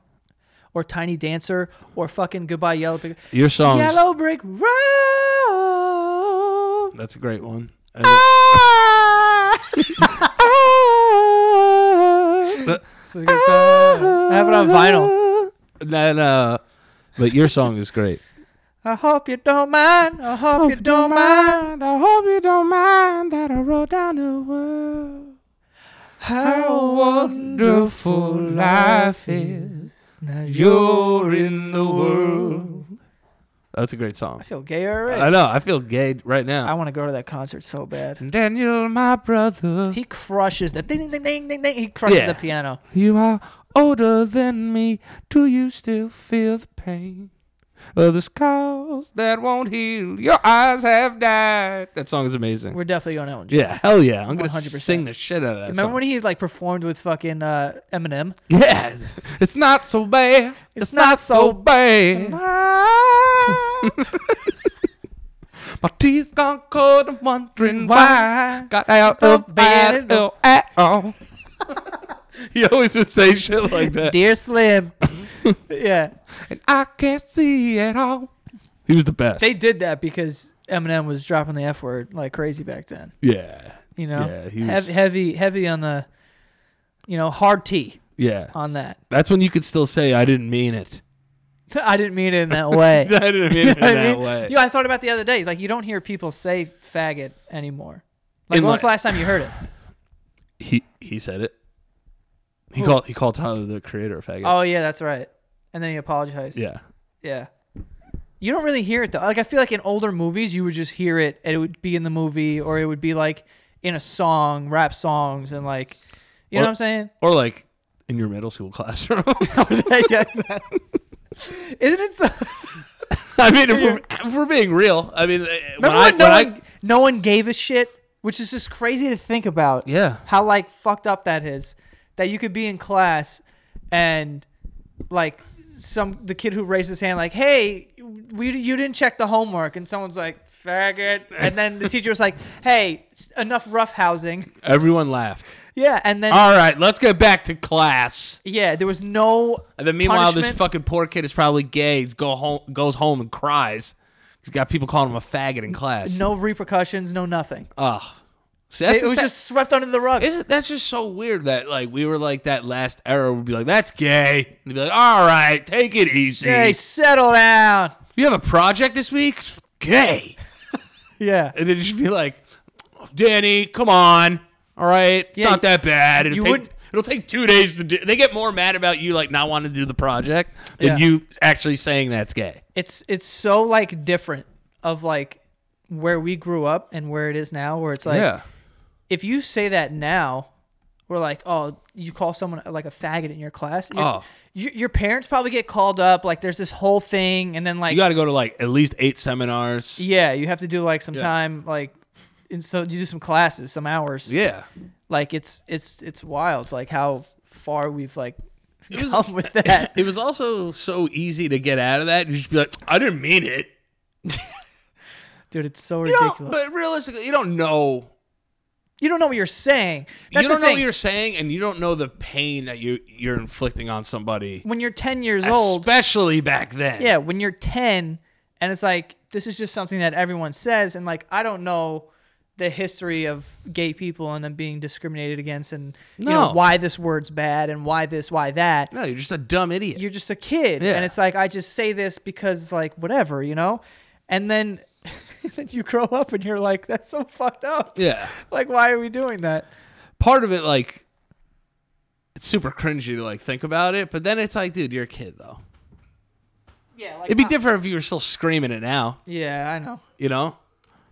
Speaker 1: or Tiny Dancer, or fucking Goodbye Yellow Brick.
Speaker 2: Your song.
Speaker 1: Yellow Brick *laughs* Road.
Speaker 2: That's a great one. And-
Speaker 1: Ah! This is a good
Speaker 2: uh,
Speaker 1: song. I have it on vinyl.
Speaker 2: Then, uh, but your song is *laughs* great.
Speaker 1: I hope you don't mind. I hope, you don't mind.
Speaker 2: I hope you don't mind that I wrote down the world.
Speaker 1: How wonderful life is. Now
Speaker 2: in the world. That's a great song.
Speaker 1: I feel gay already.
Speaker 2: I know. I feel gay right
Speaker 1: I
Speaker 2: now.
Speaker 1: want to go to that concert so bad.
Speaker 2: Daniel, my brother,
Speaker 1: He crushes the ding ding ding ding ding ding. He crushes
Speaker 2: Yeah.
Speaker 1: the piano.
Speaker 2: you are older than me. Do you still feel the pain of the scars that won't heal? Your eyes have died. That song is amazing.
Speaker 1: We're definitely going out.
Speaker 2: Yeah, hell yeah! I'm gonna
Speaker 1: 100%.
Speaker 2: sing the shit out of that.
Speaker 1: Remember
Speaker 2: song.
Speaker 1: when he like performed with fucking uh, Eminem?
Speaker 2: Yeah, *laughs* it's not so bad. It's, not, so bad. *laughs* My teeth gone cold. I'm wondering why. Got out of bed Oh, at *laughs* all. he always would say shit like that.
Speaker 1: Dear
Speaker 2: *laughs*
Speaker 1: Slim. yeah,
Speaker 2: And I can't see at all. He was the best.
Speaker 1: they did that because Eminem was dropping the f word like crazy back then.
Speaker 2: yeah,
Speaker 1: You know,
Speaker 2: Yeah, he
Speaker 1: Hev-
Speaker 2: was-
Speaker 1: heavy, heavy on the, you know, hard T
Speaker 2: yeah.
Speaker 1: on that. *laughs*
Speaker 2: That's when you could still say I didn't mean it. *laughs*
Speaker 1: I didn't mean it in that way.
Speaker 2: I didn't mean it
Speaker 1: I
Speaker 2: that
Speaker 1: mean?
Speaker 2: way.
Speaker 1: Yeah, I thought about it the other day. Like you don't hear people say faggot anymore. Like
Speaker 2: In
Speaker 1: when was the
Speaker 2: like-
Speaker 1: last time you heard it?
Speaker 2: He he said it. He called he called Tyler the creator a faggot.
Speaker 1: Oh yeah, that's right. And then he apologized.
Speaker 2: Yeah.
Speaker 1: Yeah. You don't really hear it though. Like I feel like in older movies, you would just hear it, and it would be in the movie, or it would be like in a song, rap songs, and like, you know
Speaker 2: Or-
Speaker 1: what I'm
Speaker 2: *laughs*
Speaker 1: saying? *laughs*
Speaker 2: Or like in your middle school *laughs* classroom.
Speaker 1: yeah, exactly. Isn't it? So-
Speaker 2: I mean, if we're, if we're being real, I mean, uh, when
Speaker 1: Remember
Speaker 2: I,
Speaker 1: when,
Speaker 2: when
Speaker 1: no,
Speaker 2: I,
Speaker 1: one, no one gave a shit, which is just crazy to think about.
Speaker 2: Yeah.
Speaker 1: How like fucked up that is. That you could be in class and like some the kid who raised his hand like, "Hey, we you didn't check the homework." And someone's like, "Faggot." And then the teacher was like, "Hey, s- enough roughhousing."
Speaker 2: everyone laughed.
Speaker 1: Yeah, and then
Speaker 2: All right, let's get back to class.
Speaker 1: yeah, there was no
Speaker 2: And then meanwhile, this
Speaker 1: Punishment.
Speaker 2: fucking poor kid is probably gay. He's go home, goes home and cries. He's got people calling him a faggot in class. Uh,
Speaker 1: no repercussions, no nothing.
Speaker 2: Ugh. See, that's
Speaker 1: it was
Speaker 2: the-
Speaker 1: just swept under the rug.
Speaker 2: Isn't that's just so weird that like we were like that last era would be like that's gay. And they'd be like, all right, take it easy.
Speaker 1: Hey, settle down.
Speaker 2: You have a project this week? Gay.
Speaker 1: Yeah.
Speaker 2: And then just be like, Danny, come on. All right, it's
Speaker 1: Yeah,
Speaker 2: not that bad. It'll
Speaker 1: you
Speaker 2: take
Speaker 1: wouldn't-
Speaker 2: it'll take two days to do. They get more mad about you like not wanting to do the project
Speaker 1: Yeah.
Speaker 2: than you actually saying that's gay.
Speaker 1: It's it's so like different of like where we grew up and where it is now where it's like if you say that now, we're like, oh, you call someone like a faggot in your class. Your,
Speaker 2: Oh.
Speaker 1: your, your parents probably get called up. Like, there's this whole thing, and then like,
Speaker 2: you got to go to like at least eight seminars.
Speaker 1: yeah, you have to do like some time, like, and so you do some classes, some hours.
Speaker 2: Yeah.
Speaker 1: Like, it's it's it's wild. Like how far we've
Speaker 2: *laughs*
Speaker 1: like
Speaker 2: It was-
Speaker 1: come with that.
Speaker 2: *laughs* It was also so easy to get out of that. You just be like, I didn't mean it.
Speaker 1: Dude, it's so
Speaker 2: You don't-
Speaker 1: ridiculous.
Speaker 2: but realistically, you don't know.
Speaker 1: you don't know what you're saying. That's
Speaker 2: you don't
Speaker 1: the
Speaker 2: know
Speaker 1: thing.
Speaker 2: what you're saying, and you don't know the pain that you you're inflicting on somebody,
Speaker 1: when you're 10 years old,
Speaker 2: especially back then.
Speaker 1: yeah, when you're 10 and it's like this is just something that everyone says and like I don't know the history of gay people and them being discriminated against and you know
Speaker 2: No.
Speaker 1: why this word's bad and why this why that.
Speaker 2: No, you're just a dumb idiot.
Speaker 1: You're just a kid
Speaker 2: Yeah.
Speaker 1: and it's like I just say this because like whatever, you know? And then *laughs* then you grow up and you're like that's so fucked up.
Speaker 2: yeah.
Speaker 1: Like why are we doing that?
Speaker 2: Part of it, like, it's super cringy to like think about it, but then it's like, dude, you're a kid though.
Speaker 1: Yeah, like
Speaker 2: It'd be different if you were still screaming it now,
Speaker 1: Yeah, I know.
Speaker 2: you know.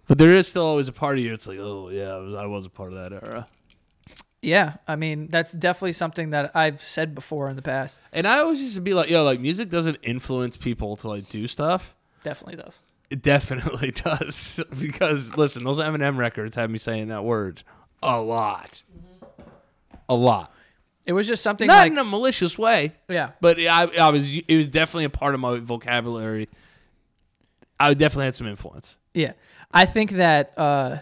Speaker 2: But there is still always a part of you. It's like, oh yeah, I was, I was a part of that era.
Speaker 1: Yeah, I mean that's definitely something that I've said before in the past.
Speaker 2: And I always used to be like, yo, like music doesn't influence people to like do stuff.
Speaker 1: Definitely does.
Speaker 2: It definitely *laughs* does because listen, those Eminem records had me saying that word a lot,
Speaker 1: Mm-hmm.
Speaker 2: a lot.
Speaker 1: It was just something
Speaker 2: Not
Speaker 1: like
Speaker 2: in a malicious way,
Speaker 1: yeah.
Speaker 2: but I, I was. It was definitely a part of my vocabulary. I definitely had some influence.
Speaker 1: Yeah, I think that uh,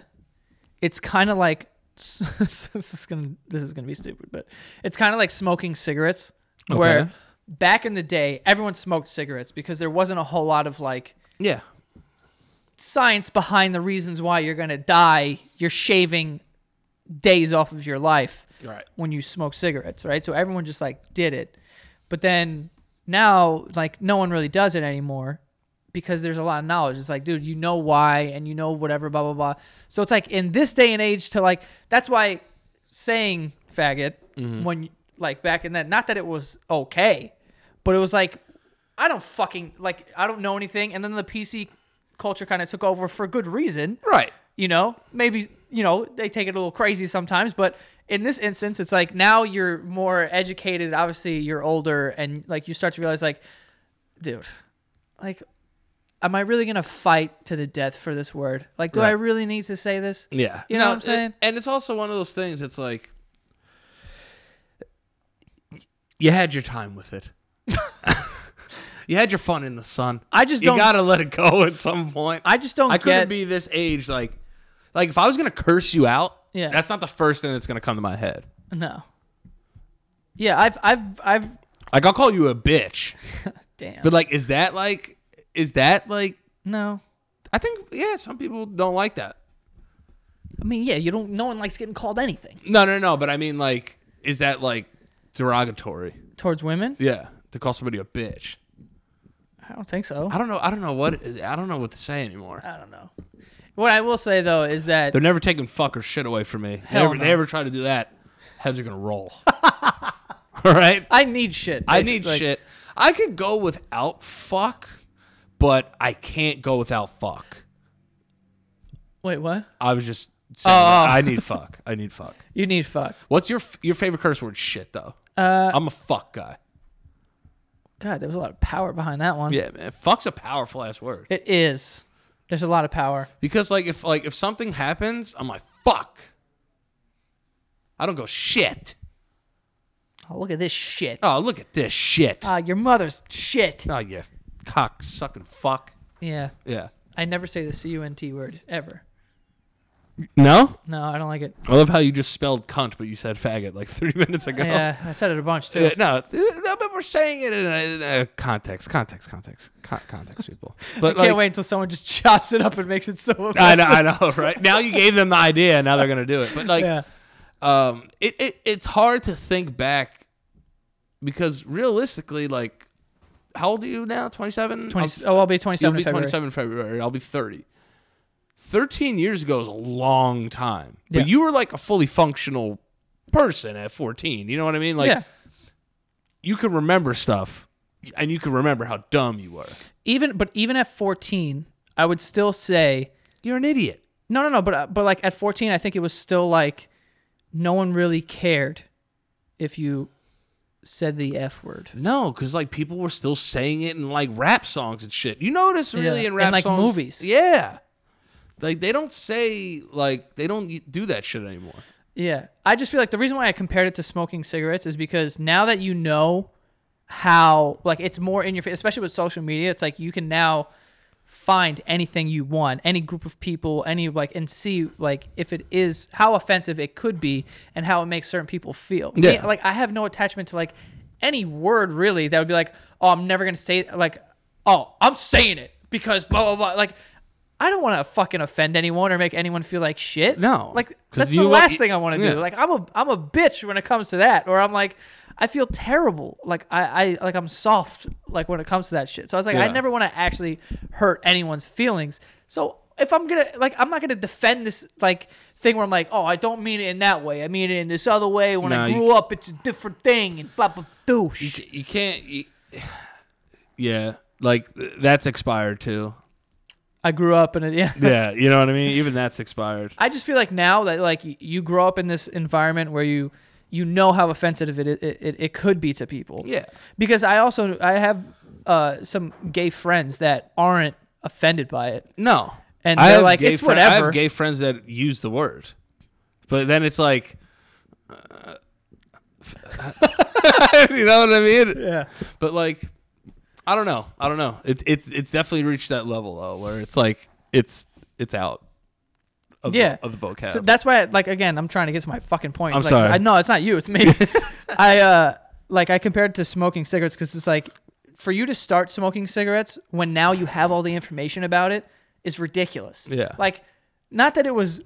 Speaker 1: it's kind of like *laughs* this is gonna this is gonna be stupid, but it's kind of like smoking cigarettes. Where
Speaker 2: Okay.
Speaker 1: back in the day, everyone smoked cigarettes because there wasn't a whole lot of like
Speaker 2: Yeah,
Speaker 1: science behind the reasons why you're gonna die. You're shaving days off of your life
Speaker 2: right.
Speaker 1: when you smoke cigarettes, right? So everyone just like did it. But then now, like, no one really does it anymore because there's a lot of knowledge. It's like, dude, you know why and you know whatever, blah, blah, blah. So it's like in this day and age to like, that's why saying faggot when, like, back in that, not that it was okay, but it was like, I don't fucking, like, I don't know anything. And then the PC culture kind of took over for good reason
Speaker 2: Right.
Speaker 1: you know maybe you know they take it a little crazy sometimes but in this instance it's like now you're more educated obviously you're older and like you start to realize like dude like am i really gonna fight to the death for this word like do i
Speaker 2: Right.
Speaker 1: really need to say this
Speaker 2: Yeah.
Speaker 1: You know
Speaker 2: No,
Speaker 1: what I'm saying?
Speaker 2: it- and it's also one of those things that's like you had your time
Speaker 1: *laughs*
Speaker 2: with it. you had your fun in the sun.
Speaker 1: i just
Speaker 2: You
Speaker 1: don't
Speaker 2: gotta let it go at some point.
Speaker 1: i just don't
Speaker 2: I couldn't
Speaker 1: get
Speaker 2: be this age like like if I was gonna curse you out,
Speaker 1: Yeah.
Speaker 2: that's not the first thing that's gonna come to my head.
Speaker 1: no yeah i've i've i've
Speaker 2: Like I'll call you a bitch.
Speaker 1: damn
Speaker 2: But like is that like is that like
Speaker 1: no
Speaker 2: I think yeah, some people don't like that.
Speaker 1: i mean yeah you don't no one likes getting called anything
Speaker 2: No, no, no, but I mean like is that like derogatory?
Speaker 1: towards women
Speaker 2: Yeah. To call somebody a bitch.
Speaker 1: i don't think so
Speaker 2: I don't know. I don't know what. I don't know what to say anymore.
Speaker 1: i don't know what i will say though is that
Speaker 2: They're never taking fuck or shit away from me.
Speaker 1: Hell
Speaker 2: Never,
Speaker 1: no.
Speaker 2: They ever try to do that. Heads are gonna *laughs* roll. All right.
Speaker 1: I need shit.
Speaker 2: I need
Speaker 1: basically.
Speaker 2: shit. I could go without fuck, but I can't go without fuck.
Speaker 1: Wait, what?
Speaker 2: I was just. Saying that. I need fuck. I need fuck.
Speaker 1: You need fuck.
Speaker 2: What's your f- your favorite curse word? Shit though. Uh, I'm a fuck guy.
Speaker 1: God, there was a lot of power behind that one.
Speaker 2: Yeah, man. Fuck's a powerful ass word
Speaker 1: It is. There's a lot of power.
Speaker 2: because like if like if something happens, I'm like fuck. I don't go shit.
Speaker 1: Oh, look at this shit.
Speaker 2: Oh, look at this shit.
Speaker 1: Ah, your mother's shit.
Speaker 2: Oh yeah, cock sucking fuck.
Speaker 1: Yeah.
Speaker 2: Yeah.
Speaker 1: I never say the C U N T word ever.
Speaker 2: No,
Speaker 1: No, I don't like
Speaker 2: *laughs*
Speaker 1: it.
Speaker 2: I love how you just spelled cunt, but you said faggot like *laughs* three minutes ago.
Speaker 1: Yeah, I said it a bunch too.
Speaker 2: Yeah, no, it's- no, but we're saying it in a, in a context, context, context, con- context, *laughs* people. But
Speaker 1: Can't
Speaker 2: like,
Speaker 1: wait until someone just *laughs* chops it up and makes it so.
Speaker 2: I know, I know, right? Now you gave them the idea, now they're gonna do it. But *laughs* like,
Speaker 1: Yeah.
Speaker 2: um, it, it it's hard to think back because realistically, like, how old are you now? Twenty seven.
Speaker 1: 20, oh, I'll be
Speaker 2: You'll
Speaker 1: 27
Speaker 2: be
Speaker 1: in February.
Speaker 2: 27 in February. I'll be 30. 13 years ago is a long time.
Speaker 1: Yeah.
Speaker 2: But you were like a fully functional person at 14. You know what I mean? Like
Speaker 1: yeah.
Speaker 2: you could remember stuff and you could remember how dumb you were.
Speaker 1: Even but even at 14, I would still say
Speaker 2: You're an idiot.
Speaker 1: no, no, no. But but like at 14, I think it was still like no one really cared if you said the f word.
Speaker 2: No, because like people were still saying it in like rap songs and shit. You notice really
Speaker 1: Yeah,
Speaker 2: in
Speaker 1: and,
Speaker 2: rap
Speaker 1: like,
Speaker 2: songs,
Speaker 1: movies.
Speaker 2: Yeah, like they don't say like they don't do that shit anymore.
Speaker 1: Yeah. I just feel like the reason why I compared it to smoking cigarettes is because now that you know how, like, it's more in your face, especially with social media, it's like you can now find anything you want, any group of people, any, like, and see, like, if it is, how offensive it could be and how it makes certain people feel.
Speaker 2: Yeah.
Speaker 1: Me- Like, I have no attachment to, like, any word really that would be like, oh, I'm never going to say, it." like, oh, I'm saying it because blah, blah, blah. Like, I don't want to fucking offend anyone or make anyone feel like shit.
Speaker 2: No.
Speaker 1: Like
Speaker 2: 'Cause
Speaker 1: that's
Speaker 2: you
Speaker 1: the
Speaker 2: want-
Speaker 1: last thing I want to
Speaker 2: Yeah.
Speaker 1: do. Like I'm a I'm a bitch when it comes to that. Or I'm like I feel terrible. Like I, I like I'm soft like when it comes to that shit. So I was like, I
Speaker 2: Yeah.
Speaker 1: never want to actually hurt anyone's feelings. So if I'm gonna like I'm not gonna defend this like thing where I'm like, oh, I don't mean it in that way. I mean it in this other way. When
Speaker 2: Nah,
Speaker 1: I
Speaker 2: you-
Speaker 1: grew up, it's a different thing and blah blah douche.
Speaker 2: You, you can't. You, *sighs* yeah, like th- that's expired too.
Speaker 1: I grew up in it. Yeah.
Speaker 2: yeah, you know what I mean. Even that's expired.
Speaker 1: I just feel like now that like y- you grow up in this environment where you you know how offensive it it, it, it could be to people.
Speaker 2: Yeah.
Speaker 1: Because I also I have uh, some gay friends that aren't offended by it.
Speaker 2: No,
Speaker 1: And
Speaker 2: I
Speaker 1: they're
Speaker 2: have
Speaker 1: like,
Speaker 2: gay
Speaker 1: "It's
Speaker 2: fri- I
Speaker 1: whatever."
Speaker 2: have gay friends that use the word, but then it's like, uh, *laughs* you know what I mean?
Speaker 1: Yeah.
Speaker 2: But like, I don't know. I don't know. It, it's it's definitely reached that level though, where it's like it's it's out. Of
Speaker 1: Yeah.
Speaker 2: The, of the vocab.
Speaker 1: So that's why like again I'm trying to get to my fucking point.
Speaker 2: I'm
Speaker 1: like,
Speaker 2: sorry.
Speaker 1: I no, it's not you, it's
Speaker 2: *laughs*
Speaker 1: me. I uh like I compared it to smoking cigarettes cuz it's like for you to start smoking cigarettes when now you have all the information about it is ridiculous.
Speaker 2: Yeah.
Speaker 1: Like not that it was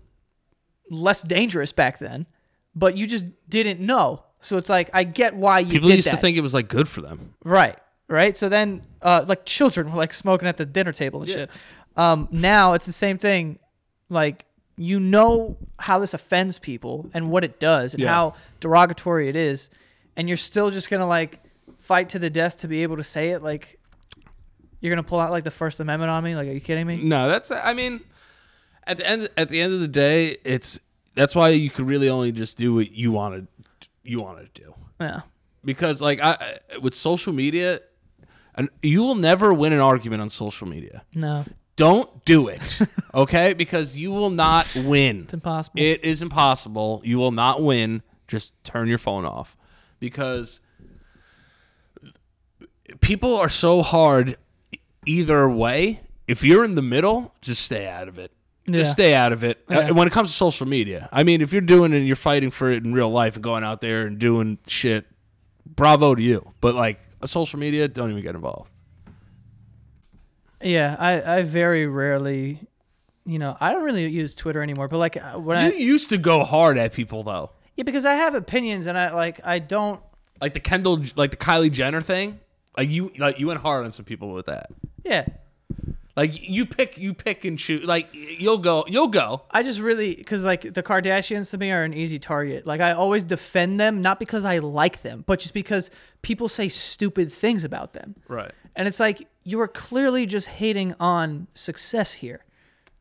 Speaker 1: less dangerous back then, but you just didn't know. So it's like I get why you
Speaker 2: People
Speaker 1: did
Speaker 2: used
Speaker 1: that.
Speaker 2: to think it was like good for them.
Speaker 1: Right. Right. So then, uh, like children were like smoking at the dinner table and shit. Um, now it's the same thing. Like you know how this offends people and what it does and
Speaker 2: Yeah.
Speaker 1: how derogatory it is, and you're still just gonna like fight to the death to be able to say it. Like you're gonna pull out like the First Amendment on me. Like, are you kidding me?
Speaker 2: No, that's I mean, at the end at the end of the day, it's that's why you could really only just do what you wanted you want to do.
Speaker 1: Yeah.
Speaker 2: because like I I- with social media, and you will never win an argument on social media.
Speaker 1: No,
Speaker 2: Don't do it, okay? Because you will not win.
Speaker 1: it's impossible.
Speaker 2: It is impossible. You will not win. Just turn your phone off because people are so hard e- either way. If you're in the middle, just stay out of it.
Speaker 1: Yeah.
Speaker 2: Just stay out of it. Uh,
Speaker 1: Yeah.
Speaker 2: When it comes to social media, I mean, if you're doing it and you're fighting for it in real life and going out there and doing shit, bravo to you. But like social media, don't even get involved.
Speaker 1: yeah, I I very rarely, you know, I don't really use Twitter anymore. But like uh, when
Speaker 2: You
Speaker 1: I
Speaker 2: used to go hard at people though,
Speaker 1: yeah, because I have opinions and I like I don't
Speaker 2: like the Kendall, like the Kylie Jenner thing. Like you, like you went hard on some people with that.
Speaker 1: yeah.
Speaker 2: Like you pick, you pick and choose. Like you'll go, you'll go.
Speaker 1: I just really because like the Kardashians to me are an easy target. Like I always defend them, not because I like them, but just because people say stupid things about them.
Speaker 2: Right.
Speaker 1: And it's like you are clearly just hating on success here.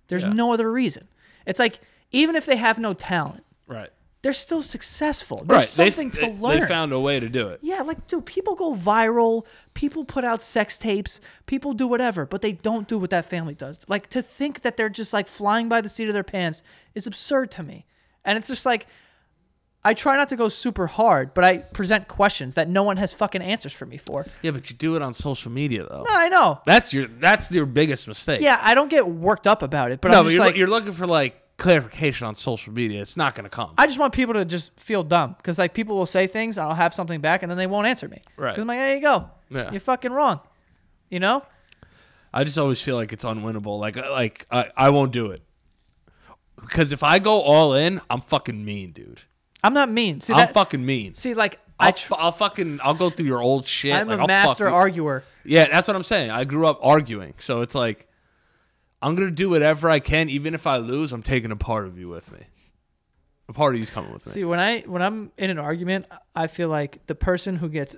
Speaker 1: There's
Speaker 2: Yeah.
Speaker 1: no other reason. It's like even if they have no talent,
Speaker 2: Right.
Speaker 1: they're still successful.
Speaker 2: Right.
Speaker 1: There's something
Speaker 2: they,
Speaker 1: to
Speaker 2: they-
Speaker 1: learn.
Speaker 2: They found a way to do it.
Speaker 1: yeah, like dude, people go viral, people put out sex tapes, people do whatever, but they don't do what that family does. Like to think that they're just like flying by the seat of their pants is absurd to me. And it's just like I try not to go super hard, but I present questions that no one has fucking answers for me for. Oh,
Speaker 2: Yeah, but you do it on social media though.
Speaker 1: I know.
Speaker 2: That's your that's your biggest mistake.
Speaker 1: Yeah, I don't get worked up about it, but
Speaker 2: No,
Speaker 1: I'm
Speaker 2: but
Speaker 1: just
Speaker 2: you're,
Speaker 1: like
Speaker 2: you're looking for like clarification on social media. It's not going to come.
Speaker 1: I just want people to just feel dumb because like people will say things, I'll have something back, and then they won't answer me.
Speaker 2: Right.
Speaker 1: 'Cause I'm like, there you go.
Speaker 2: Yeah.
Speaker 1: You're fucking wrong. You know.
Speaker 2: I just always feel like it's unwinnable. Like uh, like I, I won't do it because if I go all in, I'm fucking mean, dude.
Speaker 1: I'm not mean. See
Speaker 2: I'm
Speaker 1: that?
Speaker 2: fucking mean.
Speaker 1: see, like
Speaker 2: I'll,
Speaker 1: I,
Speaker 2: f will fucking I'll go through your old shit.
Speaker 1: I'm
Speaker 2: like,
Speaker 1: a
Speaker 2: I'll fuck
Speaker 1: master
Speaker 2: you-
Speaker 1: arguer.
Speaker 2: Yeah, that's what I'm saying. I grew up arguing, so it's like I'm gonna do whatever I can, even if I lose. I'm taking a part of you with me. A part of you's coming with me.
Speaker 1: See, when I when I'm in an argument, I feel like the person who gets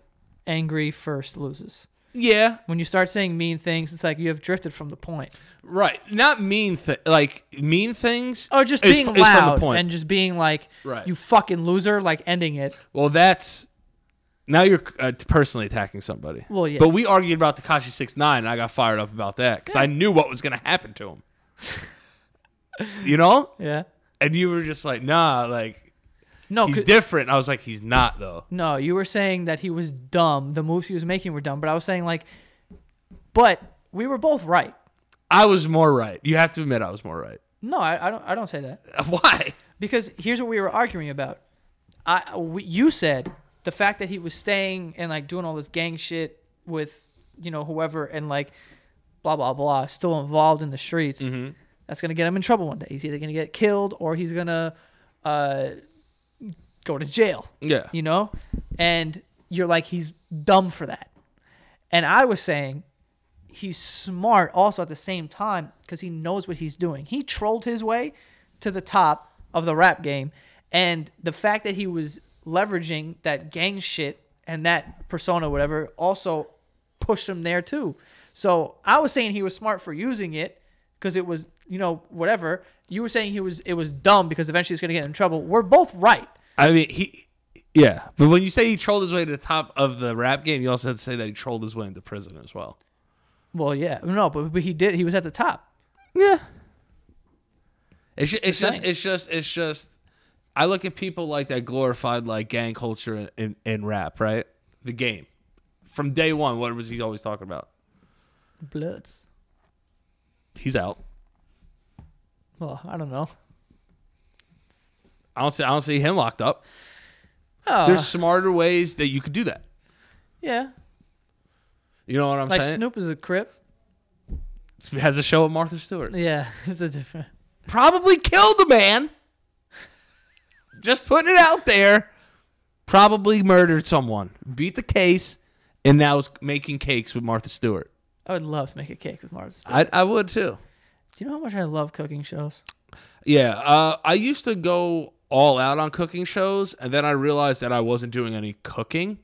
Speaker 1: angry first loses.
Speaker 2: yeah,
Speaker 1: When you start saying mean things, it's like you have drifted from the point.
Speaker 2: right. Not mean thi- like mean things.
Speaker 1: Or just
Speaker 2: is
Speaker 1: being
Speaker 2: f- is from the
Speaker 1: loud
Speaker 2: point.
Speaker 1: and just being like,
Speaker 2: Right.
Speaker 1: you fucking loser, like ending it.
Speaker 2: Well, that's now you're uh, personally attacking somebody.
Speaker 1: Well, yeah.
Speaker 2: But we argued about Takashi Six Nine, and I got fired up about that because I knew what was going to happen to him. you know,
Speaker 1: Yeah.
Speaker 2: and you were just like, "Nah, like
Speaker 1: No,
Speaker 2: he's
Speaker 1: 'cause-
Speaker 2: different." I was like, "He's not though."
Speaker 1: no, you were saying that he was dumb. The moves he was making were dumb, but I was saying like, but we were both right.
Speaker 2: I was more right. You have to admit, I was more right.
Speaker 1: No, I, I don't. I don't say that
Speaker 2: Why?
Speaker 1: because here's what we were arguing about. I we, you said the fact that he was staying and like doing all this gang shit with you know whoever and like blah blah blah, still involved in the streets. That's gonna get him in trouble one day. He's either gonna get killed or he's gonna uh, go to jail.
Speaker 2: Yeah.
Speaker 1: you know? And you're like, he's dumb for that. And I was saying, he's smart also at the same time because he knows what he's doing. He trolled his way to the top of the rap game. And the fact that he was leveraging that gang shit and that persona, whatever, also pushed him there too. So I was saying he was smart for using it because it was, you know, whatever. You were saying he was it was dumb because eventually he's gonna get in trouble. We're both right.
Speaker 2: I mean, he. Yeah, but when you say he trolled his way to the top of the rap game, you also have to say that he trolled his way into prison as well.
Speaker 1: Well, yeah, no, but, but he did. He was at the top.
Speaker 2: Yeah. It's just, it's
Speaker 1: The
Speaker 2: just
Speaker 1: same.
Speaker 2: it's just it's just I look at people like that glorified like gang culture in, in, in rap, right? The game. From day one, what was he always talking about?
Speaker 1: Bloods.
Speaker 2: He's out.
Speaker 1: Well, I don't know.
Speaker 2: I don't see I don't see him locked up.
Speaker 1: Oh,
Speaker 2: There's smarter ways that you could do that.
Speaker 1: yeah.
Speaker 2: You know what I'm
Speaker 1: Like
Speaker 2: saying?
Speaker 1: Snoop is a crip.
Speaker 2: Has a show with Martha Stewart.
Speaker 1: Yeah, *laughs* it's a different.
Speaker 2: Probably killed the man. just putting it out there. Probably murdered someone. Beat the case and now is making cakes with Martha Stewart.
Speaker 1: I would love to make a cake with Martha. Stewart.
Speaker 2: I, I would too.
Speaker 1: Do you know how much I love cooking shows?
Speaker 2: Yeah, uh, I used to go all out on cooking shows, and then I realized that I wasn't doing any cooking.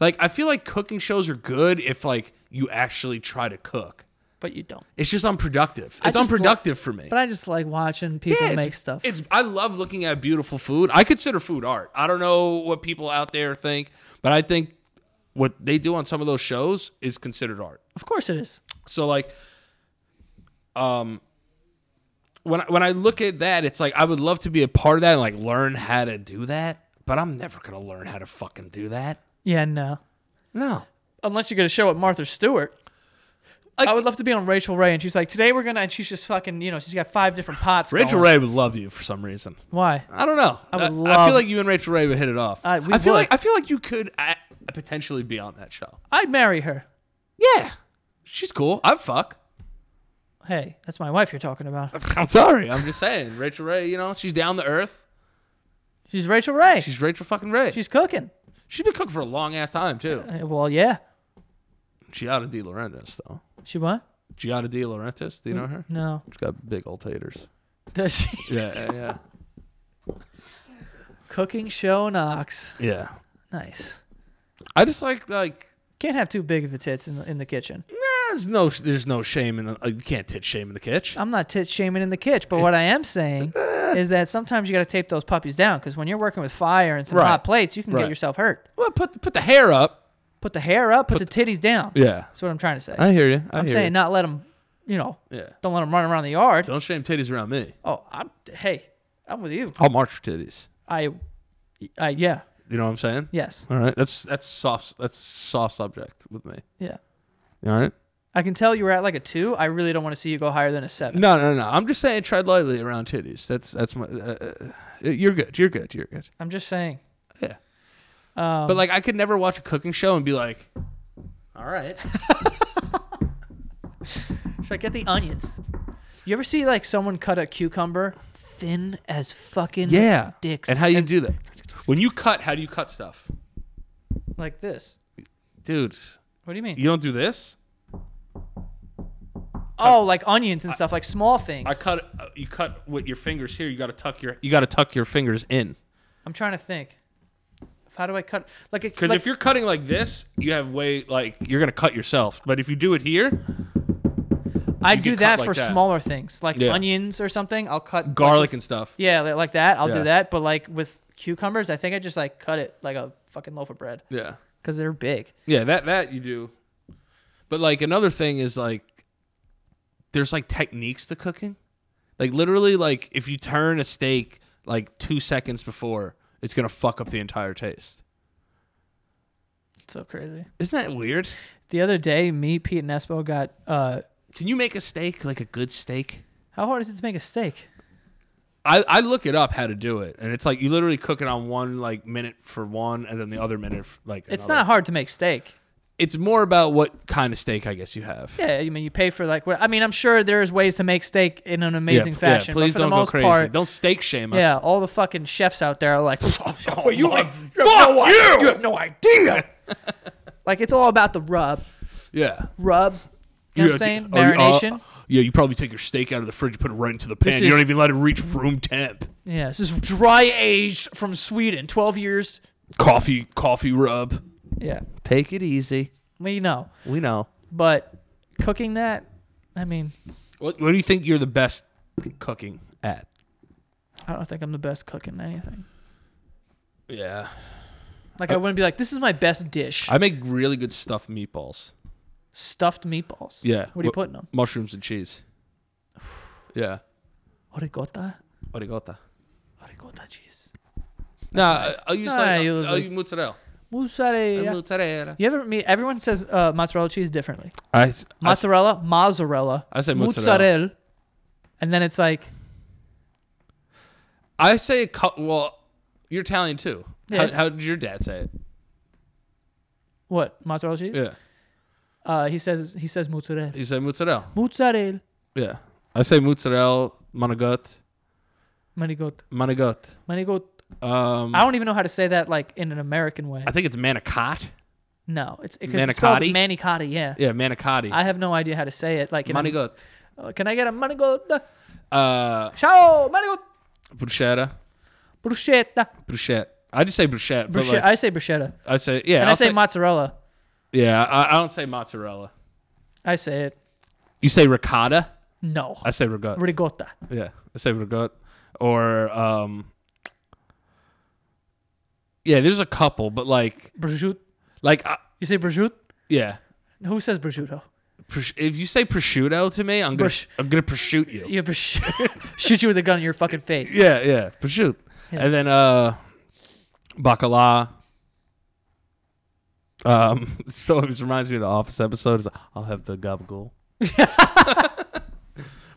Speaker 2: Like, I feel like cooking shows are good if like you actually try to cook.
Speaker 1: But you don't.
Speaker 2: It's just unproductive.
Speaker 1: I
Speaker 2: It's
Speaker 1: just lo-
Speaker 2: unproductive for me.
Speaker 1: But I just like watching people
Speaker 2: Yeah, it's-
Speaker 1: make stuff.
Speaker 2: It's I love looking at beautiful food. I consider food art. I don't know what people out there think, but I think what they do on some of those shows is considered art.
Speaker 1: Of course it is.
Speaker 2: So like, um, when I, when I look at that, it's like I would love to be a part of that and like learn how to do that, but I'm never gonna learn how to fucking do that.
Speaker 1: Yeah, no.
Speaker 2: No.
Speaker 1: Unless you're gonna show at Martha Stewart.
Speaker 2: Like-
Speaker 1: I would love to be on Rachel Ray, and she's like, "Today we're gonna," and she's just fucking, you know, she's got five different pots.
Speaker 2: Rachel
Speaker 1: going.
Speaker 2: Ray would love you for some reason.
Speaker 1: Why?
Speaker 2: I don't know. I
Speaker 1: would
Speaker 2: I
Speaker 1: love-
Speaker 2: feel like you and Rachel Ray would hit it off.
Speaker 1: Uh, we
Speaker 2: I feel
Speaker 1: would.
Speaker 2: like I feel like you could uh, potentially be on that show.
Speaker 1: I'd marry her.
Speaker 2: Yeah, she's cool. I'd fuck.
Speaker 1: Hey, that's my wife you're talking about.
Speaker 2: *laughs* I'm sorry. I'm just saying, Rachel Ray. You know, she's down to earth.
Speaker 1: She's Rachel Ray.
Speaker 2: She's Rachel fucking Ray. She's,
Speaker 1: she's cooking.
Speaker 2: she's been cooking for a long ass time too.
Speaker 1: Uh, Well, yeah.
Speaker 2: Giada De Laurentiis, though.
Speaker 1: She what?
Speaker 2: Giada De Laurentiis, do you know her?
Speaker 1: No.
Speaker 2: She's got big old taters.
Speaker 1: Does she? *laughs*
Speaker 2: Mm-hmm. Yeah, yeah, yeah.
Speaker 1: Cooking show Knox.
Speaker 2: yeah.
Speaker 1: Nice.
Speaker 2: I just like like
Speaker 1: Can't have too big of a tits in the, in the kitchen.
Speaker 2: nah, there's no there's no shame in the uh, you can't tit shame in the kitchen.
Speaker 1: I'm not tit shaming in the kitchen, but what I am
Speaker 2: *laughs*
Speaker 1: saying is that sometimes you got to tape those puppies down because when you're working with fire and some
Speaker 2: Right.
Speaker 1: hot plates, you can
Speaker 2: Right.
Speaker 1: get yourself hurt.
Speaker 2: Well, put put the hair up.
Speaker 1: Put the hair up, put, the titties down.
Speaker 2: Yeah,
Speaker 1: That's what I'm trying to say.
Speaker 2: I hear you. I
Speaker 1: am
Speaker 2: hear
Speaker 1: saying not let them, you know,
Speaker 2: you. Yeah,
Speaker 1: don't let them run around the yard.
Speaker 2: don't shame titties around me.
Speaker 1: Oh, I'm hey, I'm with you.
Speaker 2: I'll march for titties.
Speaker 1: I, I yeah,
Speaker 2: You know what I'm saying?
Speaker 1: yes,
Speaker 2: All right, that's that's soft that's soft subject with me.
Speaker 1: yeah.
Speaker 2: All right,
Speaker 1: I can tell you were at like a two. I really don't want to see you go higher than a seven.
Speaker 2: No, no, no. I'm just saying, tread lightly around titties. That's that's my. Uh, uh, you're good. You're good. You're good.
Speaker 1: I'm just saying.
Speaker 2: Yeah. but like, I could never watch a cooking show and be like,
Speaker 1: *laughs*
Speaker 2: "All right."
Speaker 1: It's like get the onions. You ever see like someone cut a cucumber thin as fucking
Speaker 2: yeah.
Speaker 1: dicks?
Speaker 2: And how you do that? When you cut, how do you cut stuff,
Speaker 1: like this?
Speaker 2: dude?
Speaker 1: What do you mean?
Speaker 2: You don't do this.
Speaker 1: oh, like onions and stuff, like small things.
Speaker 2: I cut. Uh, you cut with your fingers here. You gotta tuck your. You gotta tuck your fingers in.
Speaker 1: I'm trying to think. How do I cut? Like, a,
Speaker 2: Because
Speaker 1: like
Speaker 2: if you're cutting like this, you have way like you're gonna cut yourself. But if you do it here,
Speaker 1: I
Speaker 2: you
Speaker 1: do
Speaker 2: could cut
Speaker 1: that
Speaker 2: like
Speaker 1: for
Speaker 2: that.
Speaker 1: smaller things, like
Speaker 2: Yeah.
Speaker 1: onions or something. I'll cut like-
Speaker 2: garlic and stuff.
Speaker 1: yeah, li- like that. I'll
Speaker 2: Yeah.
Speaker 1: do that. But like with cucumbers, I think I just like cut it like a fucking loaf of bread
Speaker 2: Yeah.
Speaker 1: because they're big.
Speaker 2: Yeah, that that you do. But like another thing is like there's like techniques to cooking. Like literally like if you turn a steak like 2 seconds before, it's going to fuck up the entire taste.
Speaker 1: It's so crazy.
Speaker 2: Isn't that weird?
Speaker 1: The other day, me, Pete, and Espo got. uh
Speaker 2: Can you make a steak like a good steak?
Speaker 1: How hard is it to make a steak?
Speaker 2: I, I look it up how to do it and it's like you literally cook it on one like minute for one and then the other minute for, like
Speaker 1: It's
Speaker 2: another.
Speaker 1: not hard to make steak.
Speaker 2: it's more about what kind of steak I guess you have.
Speaker 1: Yeah, I mean, you pay for like what? I mean, I'm sure there's ways to make steak in an amazing
Speaker 2: p-
Speaker 1: fashion.
Speaker 2: please
Speaker 1: but for
Speaker 2: don't
Speaker 1: the most
Speaker 2: go crazy.
Speaker 1: Part,
Speaker 2: don't steak shame us.
Speaker 1: yeah, all the fucking chefs out there are like,
Speaker 2: *laughs*
Speaker 1: *laughs*
Speaker 2: Oh, you, my, fuck you!
Speaker 1: have no idea. like it's all about the rub,
Speaker 2: Yeah. Oh,
Speaker 1: rub. You know what I'm saying?
Speaker 2: uh,
Speaker 1: Marination.
Speaker 2: yeah, you probably take your steak out of the fridge, put it right into the pan.
Speaker 1: This
Speaker 2: you don't
Speaker 1: is-
Speaker 2: even let it reach room temp.
Speaker 1: yeah, this is dry aged from Sweden, 12 years.
Speaker 2: Coffee, coffee rub.
Speaker 1: Yeah,
Speaker 2: Take it easy.
Speaker 1: we know.
Speaker 2: We know.
Speaker 1: But cooking that, I mean,
Speaker 2: What, what do you think you're the best cooking at?
Speaker 1: I don't think I'm the best cooking anything.
Speaker 2: Yeah,
Speaker 1: Like
Speaker 2: Uh,
Speaker 1: I wouldn't be like, this is my best dish.
Speaker 2: I make really good stuffed meatballs.
Speaker 1: Stuffed meatballs.
Speaker 2: Yeah.
Speaker 1: What are you
Speaker 2: Wh-
Speaker 1: putting them?
Speaker 2: Mushrooms and *sighs* cheese. Yeah,
Speaker 1: Oregota?
Speaker 2: oregota.
Speaker 1: Oregota cheese.
Speaker 2: No,
Speaker 1: nice.
Speaker 2: I'll use
Speaker 1: Nah,
Speaker 2: like,
Speaker 1: you
Speaker 2: I'll,
Speaker 1: use
Speaker 2: I'll
Speaker 1: like-
Speaker 2: use mozzarella.
Speaker 1: Mozzarella.
Speaker 2: Mozzarella.
Speaker 1: You ever meet? Everyone says uh, mozzarella cheese differently.
Speaker 2: I, I s-
Speaker 1: Mozzarella, mozzarella.
Speaker 2: I say mozzarella.
Speaker 1: and then it's like
Speaker 2: I say cu- well, you're Italian too.
Speaker 1: Yeah.
Speaker 2: How, how did your dad say it?
Speaker 1: what mozzarella cheese?
Speaker 2: Yeah,
Speaker 1: Uh, he says he says mozzarella.
Speaker 2: he said mozzarella.
Speaker 1: Mozzarella.
Speaker 2: Yeah. I say mozzarella, manigot,
Speaker 1: Manigot.
Speaker 2: manigot.
Speaker 1: Manigot.
Speaker 2: Um,
Speaker 1: I
Speaker 2: I,
Speaker 1: don't even know how to say that like in an American way.
Speaker 2: think it's manicot.
Speaker 1: no, it's because it's spelled
Speaker 2: Manicotti?
Speaker 1: manicotti. Yeah.
Speaker 2: Yeah, manicotti.
Speaker 1: I have no idea how to say it. Like in a,
Speaker 2: manigot.
Speaker 1: uh, can I get a manigot?
Speaker 2: Uh,
Speaker 1: Ciao, manigot.
Speaker 2: bruschetta,
Speaker 1: Bruschetta.
Speaker 2: bruschetta. I just say bruschetta. But
Speaker 1: Bruschetta.
Speaker 2: like,
Speaker 1: I say bruschetta,
Speaker 2: I, say yeah.
Speaker 1: and
Speaker 2: I'll
Speaker 1: I say, mozzarella.
Speaker 2: yeah. I, I don't say mozzarella.
Speaker 1: I say it.
Speaker 2: You say ricotta.
Speaker 1: No.
Speaker 2: I say rigot.
Speaker 1: Rigotta.
Speaker 2: yeah, I say rigot. Or um, yeah. There's a couple, but like
Speaker 1: Prosciutto.
Speaker 2: like I,
Speaker 1: You say prosciutto?
Speaker 2: yeah.
Speaker 1: Who says prosciutto?
Speaker 2: Pros- If you say prosciutto to me, I'm gonna
Speaker 1: Brusch-
Speaker 2: I'm gonna prosciutto you.
Speaker 1: You prosci- *laughs* shoot you with a gun in your fucking face.
Speaker 2: Yeah, yeah, for shoot.
Speaker 1: Yeah.
Speaker 2: And then uh Bacala. Um *laughs* so it reminds me of the office episode is I'll have the gabagool. *laughs*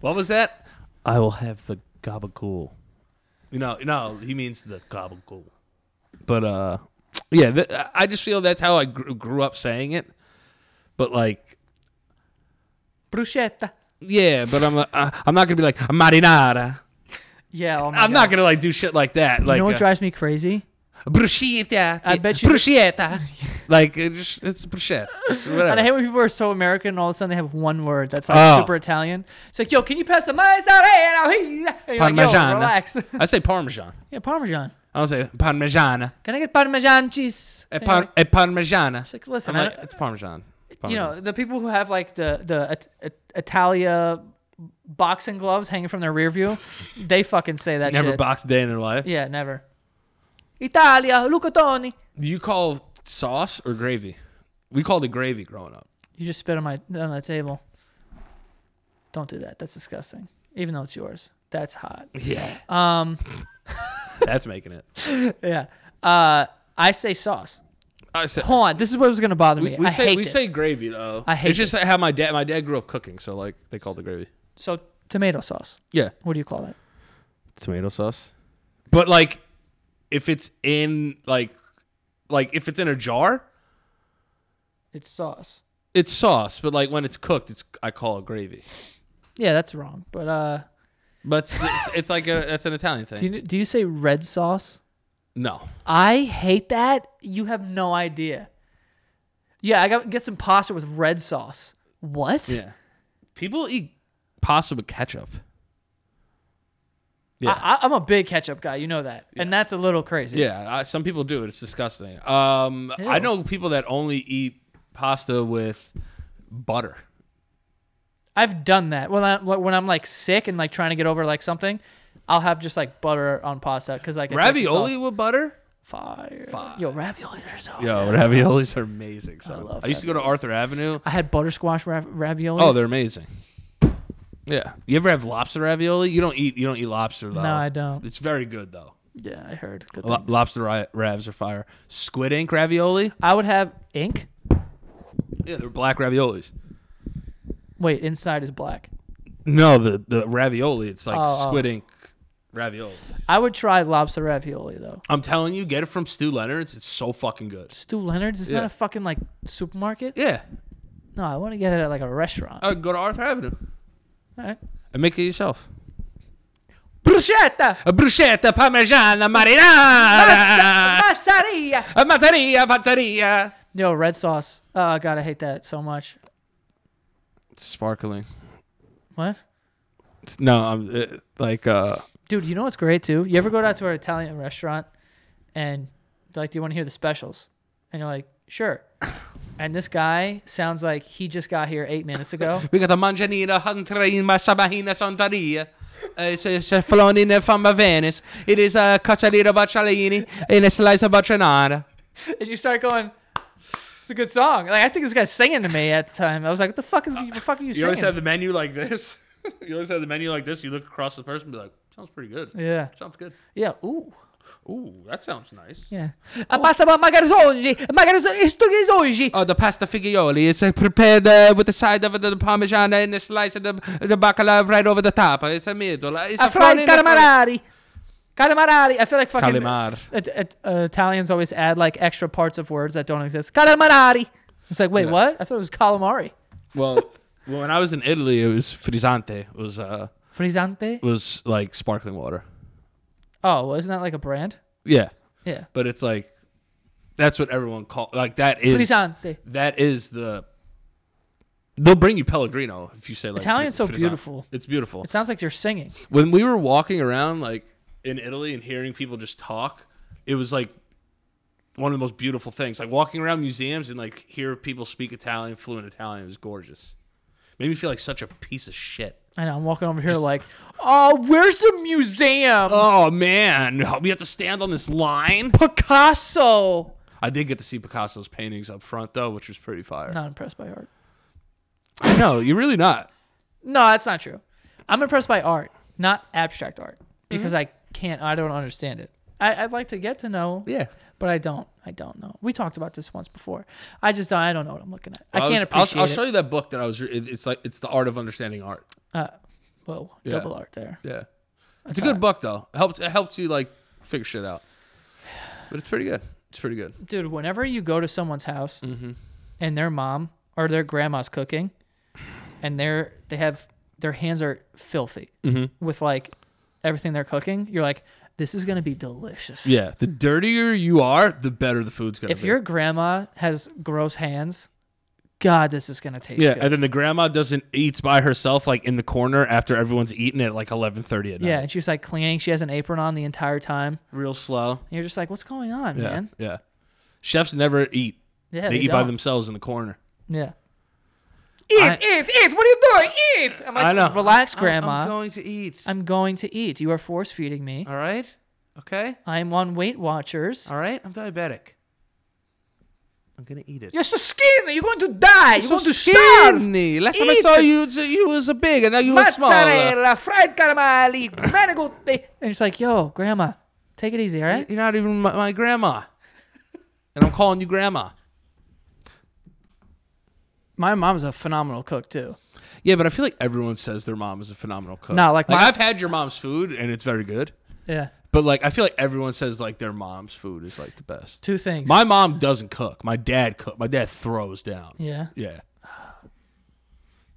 Speaker 2: what was that? I will have the gabagool. You know, no, he means the gabagool. But uh yeah, th- I just feel that's how I grew, grew up saying it. But like
Speaker 1: Bruschetta.
Speaker 2: yeah, but I'm uh, I'm not going to be like marinara.
Speaker 1: Yeah, oh my
Speaker 2: I'm
Speaker 1: God.
Speaker 2: not going to like do shit like that. Like
Speaker 1: you know what
Speaker 2: uh,
Speaker 1: drives me crazy?
Speaker 2: bruschetta.
Speaker 1: I bet you-
Speaker 2: *laughs* bruschetta. like it just, it's *laughs* bruschetta. It's
Speaker 1: And I
Speaker 2: whatever.
Speaker 1: hate when people are so American and all of a sudden they have one word that's like
Speaker 2: Oh.
Speaker 1: super Italian. It's like, yo, can you pass the mozzarella? here?" And you're like, yo,
Speaker 2: Parmesan.
Speaker 1: relax. *laughs*
Speaker 2: I say parmesan.
Speaker 1: yeah, Parmesan.
Speaker 2: I don't say parmigiana.
Speaker 1: Can I get Parmesan cheese?
Speaker 2: E,
Speaker 1: And you're
Speaker 2: par-
Speaker 1: like-
Speaker 2: e parmigiana.
Speaker 1: it's like, listen,
Speaker 2: I'm
Speaker 1: I
Speaker 2: like,
Speaker 1: don't-
Speaker 2: it's parmesan. It's
Speaker 1: you
Speaker 2: parmesan.
Speaker 1: know, the people who have like the, the it- it- Italia boxing gloves hanging from their rear view, they fucking say that
Speaker 2: never
Speaker 1: shit.
Speaker 2: boxed a day in their life.
Speaker 1: yeah, never. Italia, Luca Toni.
Speaker 2: Do you call sauce or gravy? We called it gravy growing up.
Speaker 1: You just spit on my on the table. Don't do that. That's disgusting. Even though it's yours. That's
Speaker 2: *laughs*
Speaker 1: hot.
Speaker 2: Yeah,
Speaker 1: Um
Speaker 2: that's making it.
Speaker 1: yeah. Uh I say sauce.
Speaker 2: I said,
Speaker 1: Hold on, this is what was gonna bother
Speaker 2: we,
Speaker 1: me.
Speaker 2: we
Speaker 1: I
Speaker 2: say
Speaker 1: hate
Speaker 2: we
Speaker 1: this.
Speaker 2: say gravy though.
Speaker 1: I hate
Speaker 2: It's just how my dad my dad grew up cooking, so like they called it gravy.
Speaker 1: so tomato sauce.
Speaker 2: Yeah,
Speaker 1: What do you call that?
Speaker 2: tomato sauce. But like, if it's in like, like if it's in a jar,
Speaker 1: It's sauce.
Speaker 2: it's sauce. But like when it's cooked, it's I call it gravy.
Speaker 1: Yeah, that's wrong. But uh,
Speaker 2: But it's, it's, it's like a that's an Italian thing.
Speaker 1: do you do you say red sauce?
Speaker 2: no,
Speaker 1: I hate that. You have no idea. Yeah, I got get some pasta with red sauce. What?
Speaker 2: yeah, people eat pasta with ketchup. Yeah.
Speaker 1: I, I, I'm a big ketchup guy. You know that, and that's a little crazy.
Speaker 2: Yeah, I, some people do it. It's disgusting. Um, I
Speaker 1: Ew.
Speaker 2: know people that only eat pasta with butter.
Speaker 1: I've done that. When I when I'm like sick and like trying to get over like something, I'll have just like butter on pasta because like it's, like, the
Speaker 2: ravioli
Speaker 1: sauce.
Speaker 2: with butter?
Speaker 1: fire. Yo, ravioli are so.
Speaker 2: Yo, raviolis are amazing. son. I,
Speaker 1: love
Speaker 2: used to go to Arthur Avenue.
Speaker 1: I had butter squash rav- raviolis.
Speaker 2: Oh, they're amazing. Yeah. You ever have lobster ravioli? You don't eat you don't eat lobster though.
Speaker 1: No, I don't.
Speaker 2: It's very good though.
Speaker 1: yeah, I heard. Good
Speaker 2: Lo-
Speaker 1: things.
Speaker 2: lobster ri- ravs are fire. Squid ink ravioli?
Speaker 1: I would have ink.
Speaker 2: Yeah, they're black raviolis.
Speaker 1: Wait, inside is black.
Speaker 2: No, the the ravioli, it's like
Speaker 1: Oh, oh.
Speaker 2: squid ink raviolis.
Speaker 1: I would try lobster ravioli though.
Speaker 2: I'm telling you, get it from Stu Leonard's. It's so fucking good.
Speaker 1: Stu Leonard's is
Speaker 2: Yeah.
Speaker 1: not a fucking like supermarket.
Speaker 2: Yeah.
Speaker 1: No, I want to get it at like a restaurant.
Speaker 2: I would Uh, go to Arthur Avenue
Speaker 1: All right.
Speaker 2: and make it yourself.
Speaker 1: Bruschetta,
Speaker 2: A bruschetta parmigiana marinara.
Speaker 1: mazzaria.
Speaker 2: A mazzaria, pazzaria.
Speaker 1: Yo, red sauce. Oh god, I hate that so much.
Speaker 2: It's sparkling.
Speaker 1: What?
Speaker 2: It's- no, I'm uh, like uh
Speaker 1: Dude, you know what's great too? You ever go out to an Italian restaurant and they're like, do you want to hear the specials? And you're like, sure. And this guy sounds like he just got here eight minutes
Speaker 2: *laughs*
Speaker 1: ago.
Speaker 2: we got a mangianina huntrina sabahina santaria. Uh, it's a cefalonina from e Venice. It is eh, a cacciarina bacciolini and a slice of bacchanara.
Speaker 1: and you start going, it's a good song. Like, I think this guy's singing to me at the time. I was like, what the fuck is what the fuck are you,
Speaker 2: You
Speaker 1: singing?
Speaker 2: always have the menu like this. *laughs* you always have the menu like this. You look across the person and be like, sounds pretty good.
Speaker 1: yeah.
Speaker 2: Sounds good.
Speaker 1: Yeah. Ooh.
Speaker 2: Ooh, that sounds nice.
Speaker 1: Yeah. A pasta ma magarzongi, magarzongi, stugizongi.
Speaker 2: Oh, the pasta figlioli is uh, prepared uh, with the side of the parmesan and a slice of the, the bacala right over the top. It's a middle. It's
Speaker 1: A fried
Speaker 2: flan in the fr-
Speaker 1: caramarari. Caramarari. I feel like fucking
Speaker 2: Calamar.
Speaker 1: it, it, uh, Italians always add like extra parts of words that don't exist. Calamarari. It's like, wait,
Speaker 2: Yeah.
Speaker 1: what? I thought it was calamari.
Speaker 2: Well, well, when I was in Italy, it was frizzante. It was uh,
Speaker 1: Frizzante.
Speaker 2: it was like sparkling water.
Speaker 1: Oh, well, isn't that like a brand?
Speaker 2: Yeah,
Speaker 1: Yeah.
Speaker 2: but it's like that's what everyone call like that is
Speaker 1: Frizzante.
Speaker 2: that is the. They'll bring you Pellegrino if you say like
Speaker 1: Italian's so
Speaker 2: frizzante.
Speaker 1: beautiful.
Speaker 2: It's beautiful.
Speaker 1: It sounds like you're singing.
Speaker 2: when we were walking around like in Italy and hearing people just talk, it was like one of the most beautiful things. Like walking around museums and like hear people speak Italian, fluent Italian, it was gorgeous. Made me feel like such a piece of shit.
Speaker 1: I know. I'm walking over here like, oh, where's the museum?
Speaker 2: Oh man, we have to stand on this line.
Speaker 1: Picasso.
Speaker 2: I did get to see Picasso's paintings up front though, which was pretty fire.
Speaker 1: Not impressed by art.
Speaker 2: No, you're really not.
Speaker 1: No, that's not true. I'm impressed by art, not abstract art, because
Speaker 2: Mm-hmm.
Speaker 1: I can't. I don't understand it. I, I'd like to get to know.
Speaker 2: Yeah.
Speaker 1: But I don't. I don't know. We talked about this once before. I just don't. I don't know what I'm looking at. I
Speaker 2: was-
Speaker 1: can't appreciate
Speaker 2: I'll, I'll
Speaker 1: it.
Speaker 2: show you that book that I was. Re- it- it's like it's the art of understanding art.
Speaker 1: Uh, whoa, double art there.
Speaker 2: Yeah, it's a good book though. It helps. It helps you like figure shit out. But it's pretty good. It's pretty good.
Speaker 1: Dude, whenever you go to someone's house
Speaker 2: Mm-hmm.
Speaker 1: and their mom or their grandma's cooking and they're they have their hands are filthy
Speaker 2: Mm-hmm.
Speaker 1: with like everything they're cooking, you're like, this is gonna be delicious.
Speaker 2: Yeah, the dirtier you are, the better the food's gonna
Speaker 1: If
Speaker 2: be.
Speaker 1: your grandma has gross hands, God, this is gonna taste
Speaker 2: yeah,
Speaker 1: good.
Speaker 2: and then the grandma doesn't eats by herself like in the corner after everyone's eaten at like eleven thirty at night.
Speaker 1: yeah, and she's like cleaning. She has an apron on the entire time.
Speaker 2: real slow.
Speaker 1: And you're just like, what's going on,
Speaker 2: Yeah,
Speaker 1: man?
Speaker 2: yeah. Chefs never eat.
Speaker 1: Yeah,
Speaker 2: they, eat by
Speaker 1: don't.
Speaker 2: themselves in the corner.
Speaker 1: Yeah. Eat,
Speaker 2: I-
Speaker 1: eat, eat. What are you doing? Eat. I'm like,
Speaker 2: I know.
Speaker 1: relax,
Speaker 2: I'm-
Speaker 1: Grandma.
Speaker 2: I'm going to eat.
Speaker 1: I'm going to eat. You are force feeding me.
Speaker 2: All right. Okay.
Speaker 1: I'm on Weight Watchers.
Speaker 2: All right. I'm diabetic. I'm gonna eat it.
Speaker 1: You're so skinny. You're going to die. You're, going to starve.
Speaker 2: skinny. Last
Speaker 1: Eat the-
Speaker 2: you, you was a big, and now you uh,
Speaker 1: Mozzarella, fried calamari, manigotti. And it's like, yo, Grandma, take it easy, all right?
Speaker 2: You're not even my, my grandma. and I'm calling you grandma.
Speaker 1: My mom's a phenomenal cook too.
Speaker 2: Yeah, but I feel like everyone says their mom is a phenomenal cook.
Speaker 1: No, like my-
Speaker 2: I've had your mom's food and it's very good.
Speaker 1: Yeah.
Speaker 2: But like I feel like everyone says like their mom's food is like the best.
Speaker 1: Two things.
Speaker 2: My mom doesn't cook. My dad cook. My dad throws down.
Speaker 1: yeah.
Speaker 2: Yeah.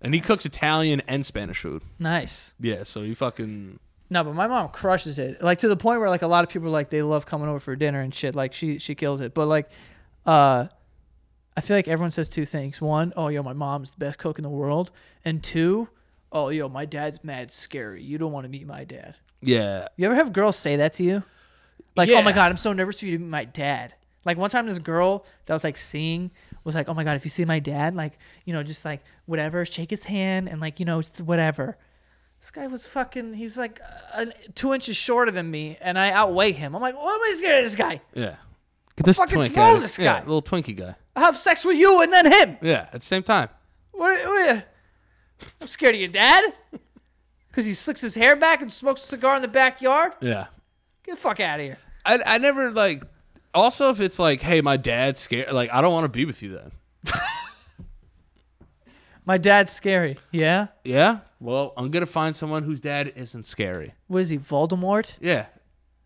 Speaker 2: And he cooks Italian and Spanish food.
Speaker 1: Nice.
Speaker 2: Yeah, so he fucking
Speaker 1: No, but my mom crushes it. Like to the point where like a lot of people like they love coming over for dinner and shit. Like she she kills it. But like uh I feel like everyone says two things. One, oh yo, my mom's the best cook in the world. And two, oh yo, my dad's mad scary. You don't want to meet my dad.
Speaker 2: yeah.
Speaker 1: You ever have girls say that to you? Like, oh my
Speaker 2: Yeah.
Speaker 1: god, I'm so nervous for you to meet my dad. Like one time, this girl that was like seeing was like, oh my god, if you see my dad, like you know, just like whatever, shake his hand and like you know, just whatever. This guy was fucking. He was like uh, an- two inches shorter than me, and I outweigh him. I'm like, what am I scared of this guy?
Speaker 2: Yeah. Get this
Speaker 1: Fucking
Speaker 2: twink
Speaker 1: throw
Speaker 2: out of-
Speaker 1: this
Speaker 2: Yeah,
Speaker 1: guy.
Speaker 2: little Twinkie guy.
Speaker 1: I'll have sex with you and then him.
Speaker 2: Yeah, at the same time.
Speaker 1: What? what I'm scared of your dad because he slicks his hair back and smokes a cigar in the backyard.
Speaker 2: Yeah.
Speaker 1: Get the fuck out of here.
Speaker 2: I I never like also if it's like, hey, my dad's scared like I don't want to be with you then.
Speaker 1: My dad's scary. Yeah.
Speaker 2: Yeah? Well, I'm gonna find someone whose dad isn't scary.
Speaker 1: What is he, Voldemort?
Speaker 2: Yeah.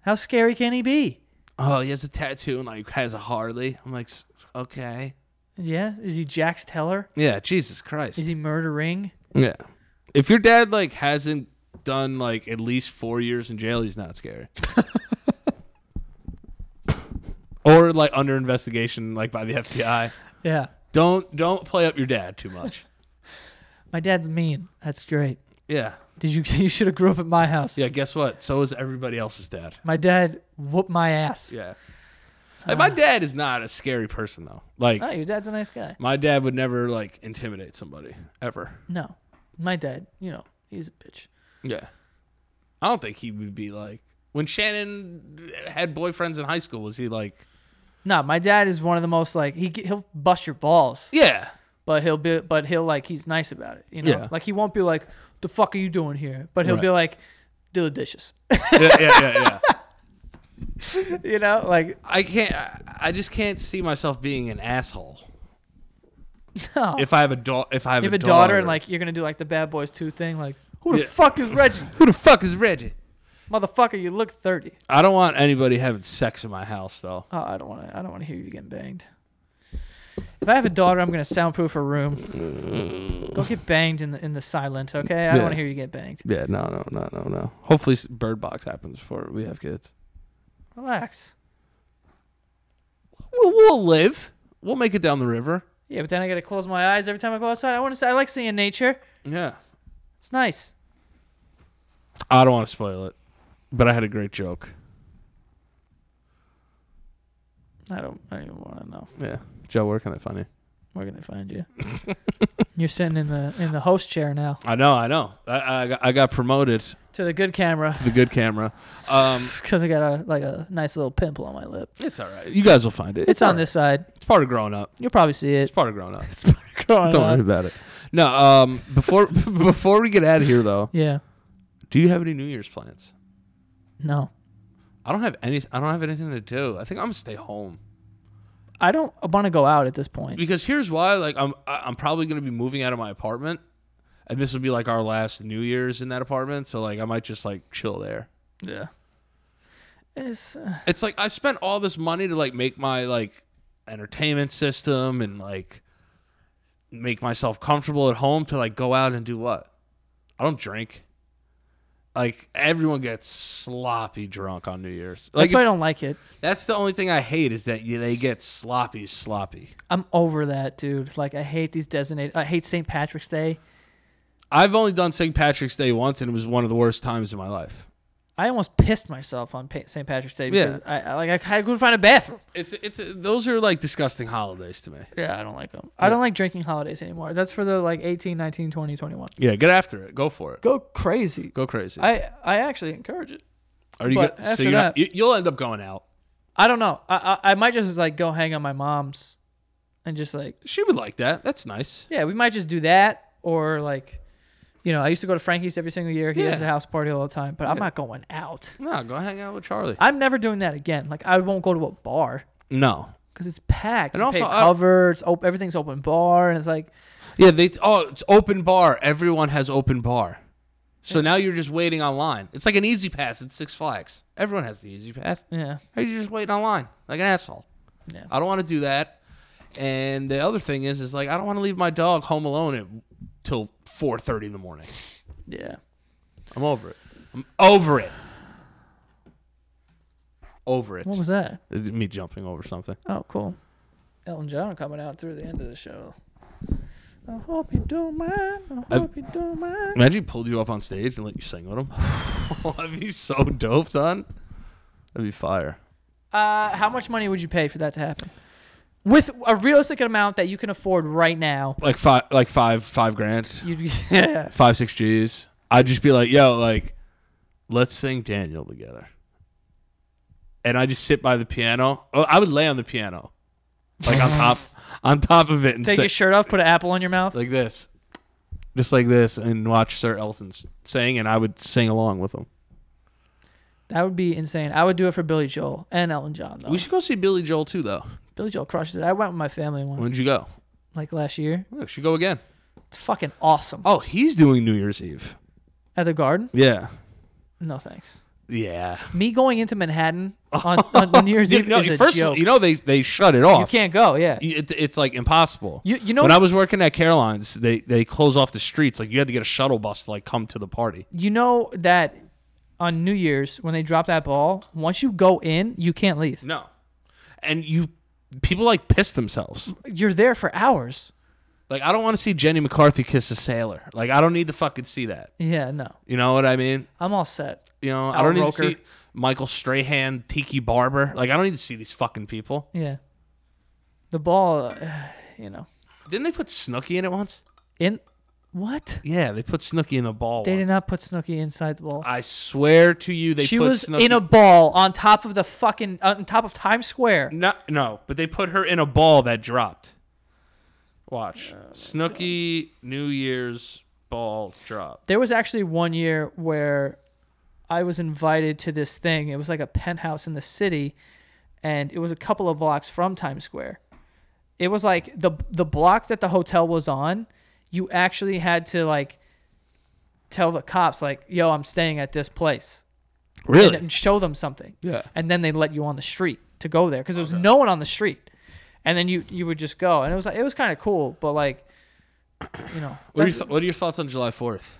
Speaker 1: How scary can he be?
Speaker 2: Oh, he has a tattoo and like has a Harley. I'm like, "S- okay.
Speaker 1: Yeah, is he Jax Teller?
Speaker 2: Yeah, Jesus Christ.
Speaker 1: Is he murdering?
Speaker 2: Yeah. If your dad like hasn't done like at least four years in jail, he's not *laughs* scary. or like under investigation, like by the FBI.
Speaker 1: Yeah,
Speaker 2: Don't don't play up your dad too much.
Speaker 1: my dad's mean. That's great.
Speaker 2: *laughs* Yeah.
Speaker 1: Did you? *laughs* You should have grew up at my house.
Speaker 2: Yeah, guess what? So is everybody else's dad.
Speaker 1: My dad whooped my ass.
Speaker 2: Yeah. Like my dad is not a scary person though. Like
Speaker 1: Oh, your dad's a nice guy.
Speaker 2: my dad would never like intimidate somebody ever.
Speaker 1: No, my dad. You know, he's a bitch.
Speaker 2: Yeah. I don't think he would be like when Shannon had boyfriends in high school, was he like
Speaker 1: No, my dad is one of the most like he he'll bust your balls,
Speaker 2: Yeah.
Speaker 1: but he'll be but he'll like he's nice about it. You know,
Speaker 2: Yeah.
Speaker 1: like he won't be like the fuck are you doing here, but he'll be like do the dishes. *laughs*
Speaker 2: yeah, yeah, yeah, yeah.
Speaker 1: you know, like
Speaker 2: *laughs* I can't. I- I just can't see myself being an asshole.
Speaker 1: No.
Speaker 2: If I have a daughter, if I have,
Speaker 1: you have a daughter and like you're gonna do like the Bad Boys Two thing, like who the
Speaker 2: Yeah.
Speaker 1: fuck is Reggie?
Speaker 2: who the fuck is Reggie?
Speaker 1: Motherfucker, you look thirty.
Speaker 2: I don't want anybody having sex in my house, though.
Speaker 1: Oh, I don't want to. I don't want to hear you getting banged. If I have a daughter, I'm gonna soundproof her room.
Speaker 2: *laughs*
Speaker 1: Go get banged in the in the silent, okay? I don't
Speaker 2: Yeah.
Speaker 1: want to hear you get banged.
Speaker 2: Yeah, no, no, no, no, no. Hopefully, s- Bird Box happens before we have kids.
Speaker 1: Relax.
Speaker 2: We'll, we'll live. We'll make it down the river.
Speaker 1: Yeah, but then I gotta close my eyes every time I go outside. I want to. see I like seeing nature.
Speaker 2: Yeah.
Speaker 1: It's nice.
Speaker 2: I don't want to spoil it, but I had a great joke.
Speaker 1: I don't. I don't even want to know.
Speaker 2: Yeah, Joe, where can they find you?
Speaker 1: Where can they find
Speaker 2: *laughs*
Speaker 1: you? You're sitting in the in the host chair now
Speaker 2: I know, I know. I I got, I got promoted to
Speaker 1: to the good camera
Speaker 2: the good camera.
Speaker 1: *laughs*
Speaker 2: Um,
Speaker 1: because I got a like a nice little pimple on my lip.
Speaker 2: it's all right. You guys will find it.
Speaker 1: It's
Speaker 2: all
Speaker 1: on
Speaker 2: right.
Speaker 1: this side.
Speaker 2: It's part of growing up.
Speaker 1: You'll probably see *laughs*
Speaker 2: It's
Speaker 1: it.
Speaker 2: part of growing up.
Speaker 1: Growing
Speaker 2: *laughs* Don't worry
Speaker 1: up.
Speaker 2: about it. No, um, before *laughs* before we get out of here though,
Speaker 1: Yeah.
Speaker 2: do you have any New Year's plans?
Speaker 1: No.
Speaker 2: I don't have any. I don't have anything to do. I think I'm gonna stay home
Speaker 1: I don't want to go out at this point.
Speaker 2: because here's why. Like I'm I- I'm probably gonna be moving out of my apartment, and this will be like our last New Year's in that apartment. So like I might just like chill there.
Speaker 1: Yeah. It's, uh,
Speaker 2: It's like I spent all this money to like make my like entertainment system and like make myself comfortable at home to like go out and do what? I don't drink. Like everyone gets sloppy drunk on New Year's. Like
Speaker 1: that's why I
Speaker 2: if-
Speaker 1: don't like it.
Speaker 2: that's the only thing I hate is that you, they get sloppy, sloppy.
Speaker 1: I'm over that, dude. Like I hate these designated. I hate St. Patrick's Day.
Speaker 2: I've only done St. Patrick's Day once, and it was one of the worst times in my life.
Speaker 1: I almost pissed myself on pa- St. Patrick's Day
Speaker 2: Yeah.
Speaker 1: because I, I like I, I couldn't find a bathroom.
Speaker 2: It's it's those are like disgusting holidays to me.
Speaker 1: Yeah, I don't like them. I don't like drinking holidays anymore. That's for the like 18, 19, 20, 21.
Speaker 2: Yeah, get after it. Go for it.
Speaker 1: Go crazy.
Speaker 2: Go crazy.
Speaker 1: I I actually encourage it.
Speaker 2: are you?
Speaker 1: but
Speaker 2: go- so
Speaker 1: after
Speaker 2: you're not,
Speaker 1: that-
Speaker 2: you, you'll end up going out.
Speaker 1: I don't know. I, I I might just like go hang on my mom's, and just like
Speaker 2: She would like that. That's nice.
Speaker 1: Yeah, we might just do that or like, you know, I used to go to Frankie's every single year. He has
Speaker 2: Yeah.
Speaker 1: a house party all the time, but I'm not going out.
Speaker 2: No, go hang out with Charlie.
Speaker 1: I'm never doing that again. Like I won't go to a bar.
Speaker 2: No.
Speaker 1: because it's packed.
Speaker 2: And
Speaker 1: you
Speaker 2: also,
Speaker 1: pay
Speaker 2: I-
Speaker 1: cover. It's op- everything's open bar, and it's like
Speaker 2: Yeah, they oh, it's open bar. Everyone has open bar. So now you're just waiting online. It's like an easy pass at Six Flags. Everyone has the easy pass.
Speaker 1: yeah,
Speaker 2: How you just waiting online like an asshole?
Speaker 1: Yeah.
Speaker 2: I don't want to do that. And the other thing is, is like I don't want to leave my dog home alone at till four thirty in the morning.
Speaker 1: yeah.
Speaker 2: I'm over it. I'm over it. Over it.
Speaker 1: What was that?
Speaker 2: It's me jumping over something.
Speaker 1: Oh, cool. Elton John coming out through the end of the show. I hope you don't mind. I
Speaker 2: I-
Speaker 1: hope you don't mind.
Speaker 2: Imagine he pulled you up on stage and let you sing *sighs* with him. *laughs* That'd be so dope, son. That'd be fire.
Speaker 1: Uh, how much money would you pay for that to happen? With a realistic amount that you can afford right now,
Speaker 2: Like five, like five, five grand,
Speaker 1: you'd *laughs* yeah.
Speaker 2: five, six G's. I'd just be like, yo, like, let's sing Daniel together. And I just sit by the piano. Oh, I would lay on the piano, like on *laughs* top, on top of it, and
Speaker 1: Take
Speaker 2: sing.
Speaker 1: your shirt off, put an apple on your mouth.
Speaker 2: like this, just like this, and watch Sir Elton s- sing, and I would sing along with him.
Speaker 1: That would be insane. I would do it for Billy Joel and Elton John though.
Speaker 2: We should go see Billy Joel too, though.
Speaker 1: Billy Joel crushes it. I went with my family once,
Speaker 2: When'd you go?
Speaker 1: like last year.
Speaker 2: Oh, we should go again.
Speaker 1: It's fucking awesome.
Speaker 2: Oh, he's doing New Year's Eve.
Speaker 1: At the Garden?
Speaker 2: Yeah,
Speaker 1: No thanks.
Speaker 2: yeah.
Speaker 1: Me going into
Speaker 2: *laughs*
Speaker 1: Manhattan on, on New Year's Eve
Speaker 2: no,
Speaker 1: is a
Speaker 2: first, of all,
Speaker 1: joke.
Speaker 2: you know they they shut it
Speaker 1: you
Speaker 2: off.
Speaker 1: can't go. Yeah.
Speaker 2: It, it's like impossible.
Speaker 1: You you know
Speaker 2: when I was working at Caroline's, they they close off the streets. Like you had to get a shuttle bus to like come to the party.
Speaker 1: you know that on New Year's when they drop that ball, once you go in, you can't leave.
Speaker 2: No, and you people like piss themselves.
Speaker 1: You're there for hours.
Speaker 2: Like I don't want to see Jenny McCarthy kiss a sailor. Like I don't need to fucking see that.
Speaker 1: Yeah, no.
Speaker 2: You know what I mean?
Speaker 1: I'm all set.
Speaker 2: You know I
Speaker 1: Al
Speaker 2: don't need
Speaker 1: Roker.
Speaker 2: to see Michael Strahan, Tiki Barber. Like I don't need to see these fucking people.
Speaker 1: Yeah. The ball, uh, *sighs* you know.
Speaker 2: Didn't they put Snooky in it once?
Speaker 1: In what?
Speaker 2: Yeah, they put Snooky in the ball.
Speaker 1: They did
Speaker 2: once.
Speaker 1: not put Snooki inside the ball.
Speaker 2: I swear to you, they
Speaker 1: She
Speaker 2: put
Speaker 1: was
Speaker 2: Snooki
Speaker 1: in a ball on top of the fucking uh, on top of Times Square.
Speaker 2: No, no, but they put her in a ball that dropped. Watch. Snooky New Year's ball drop.
Speaker 1: There was actually one year where I was invited to this thing. It was like a penthouse in the city, and it was a couple of blocks from Times Square. It was like the the block that the hotel was on. You actually had to like tell the cops like, "Yo, I'm staying at this place," and, and show them something.
Speaker 2: Yeah.
Speaker 1: And then they let you on the street to go there because there was no one on the street, and then you you would just go, and it was like it was kind of cool, but like, you know,
Speaker 2: What are,
Speaker 1: that's-
Speaker 2: your th- what are your thoughts on July 4th?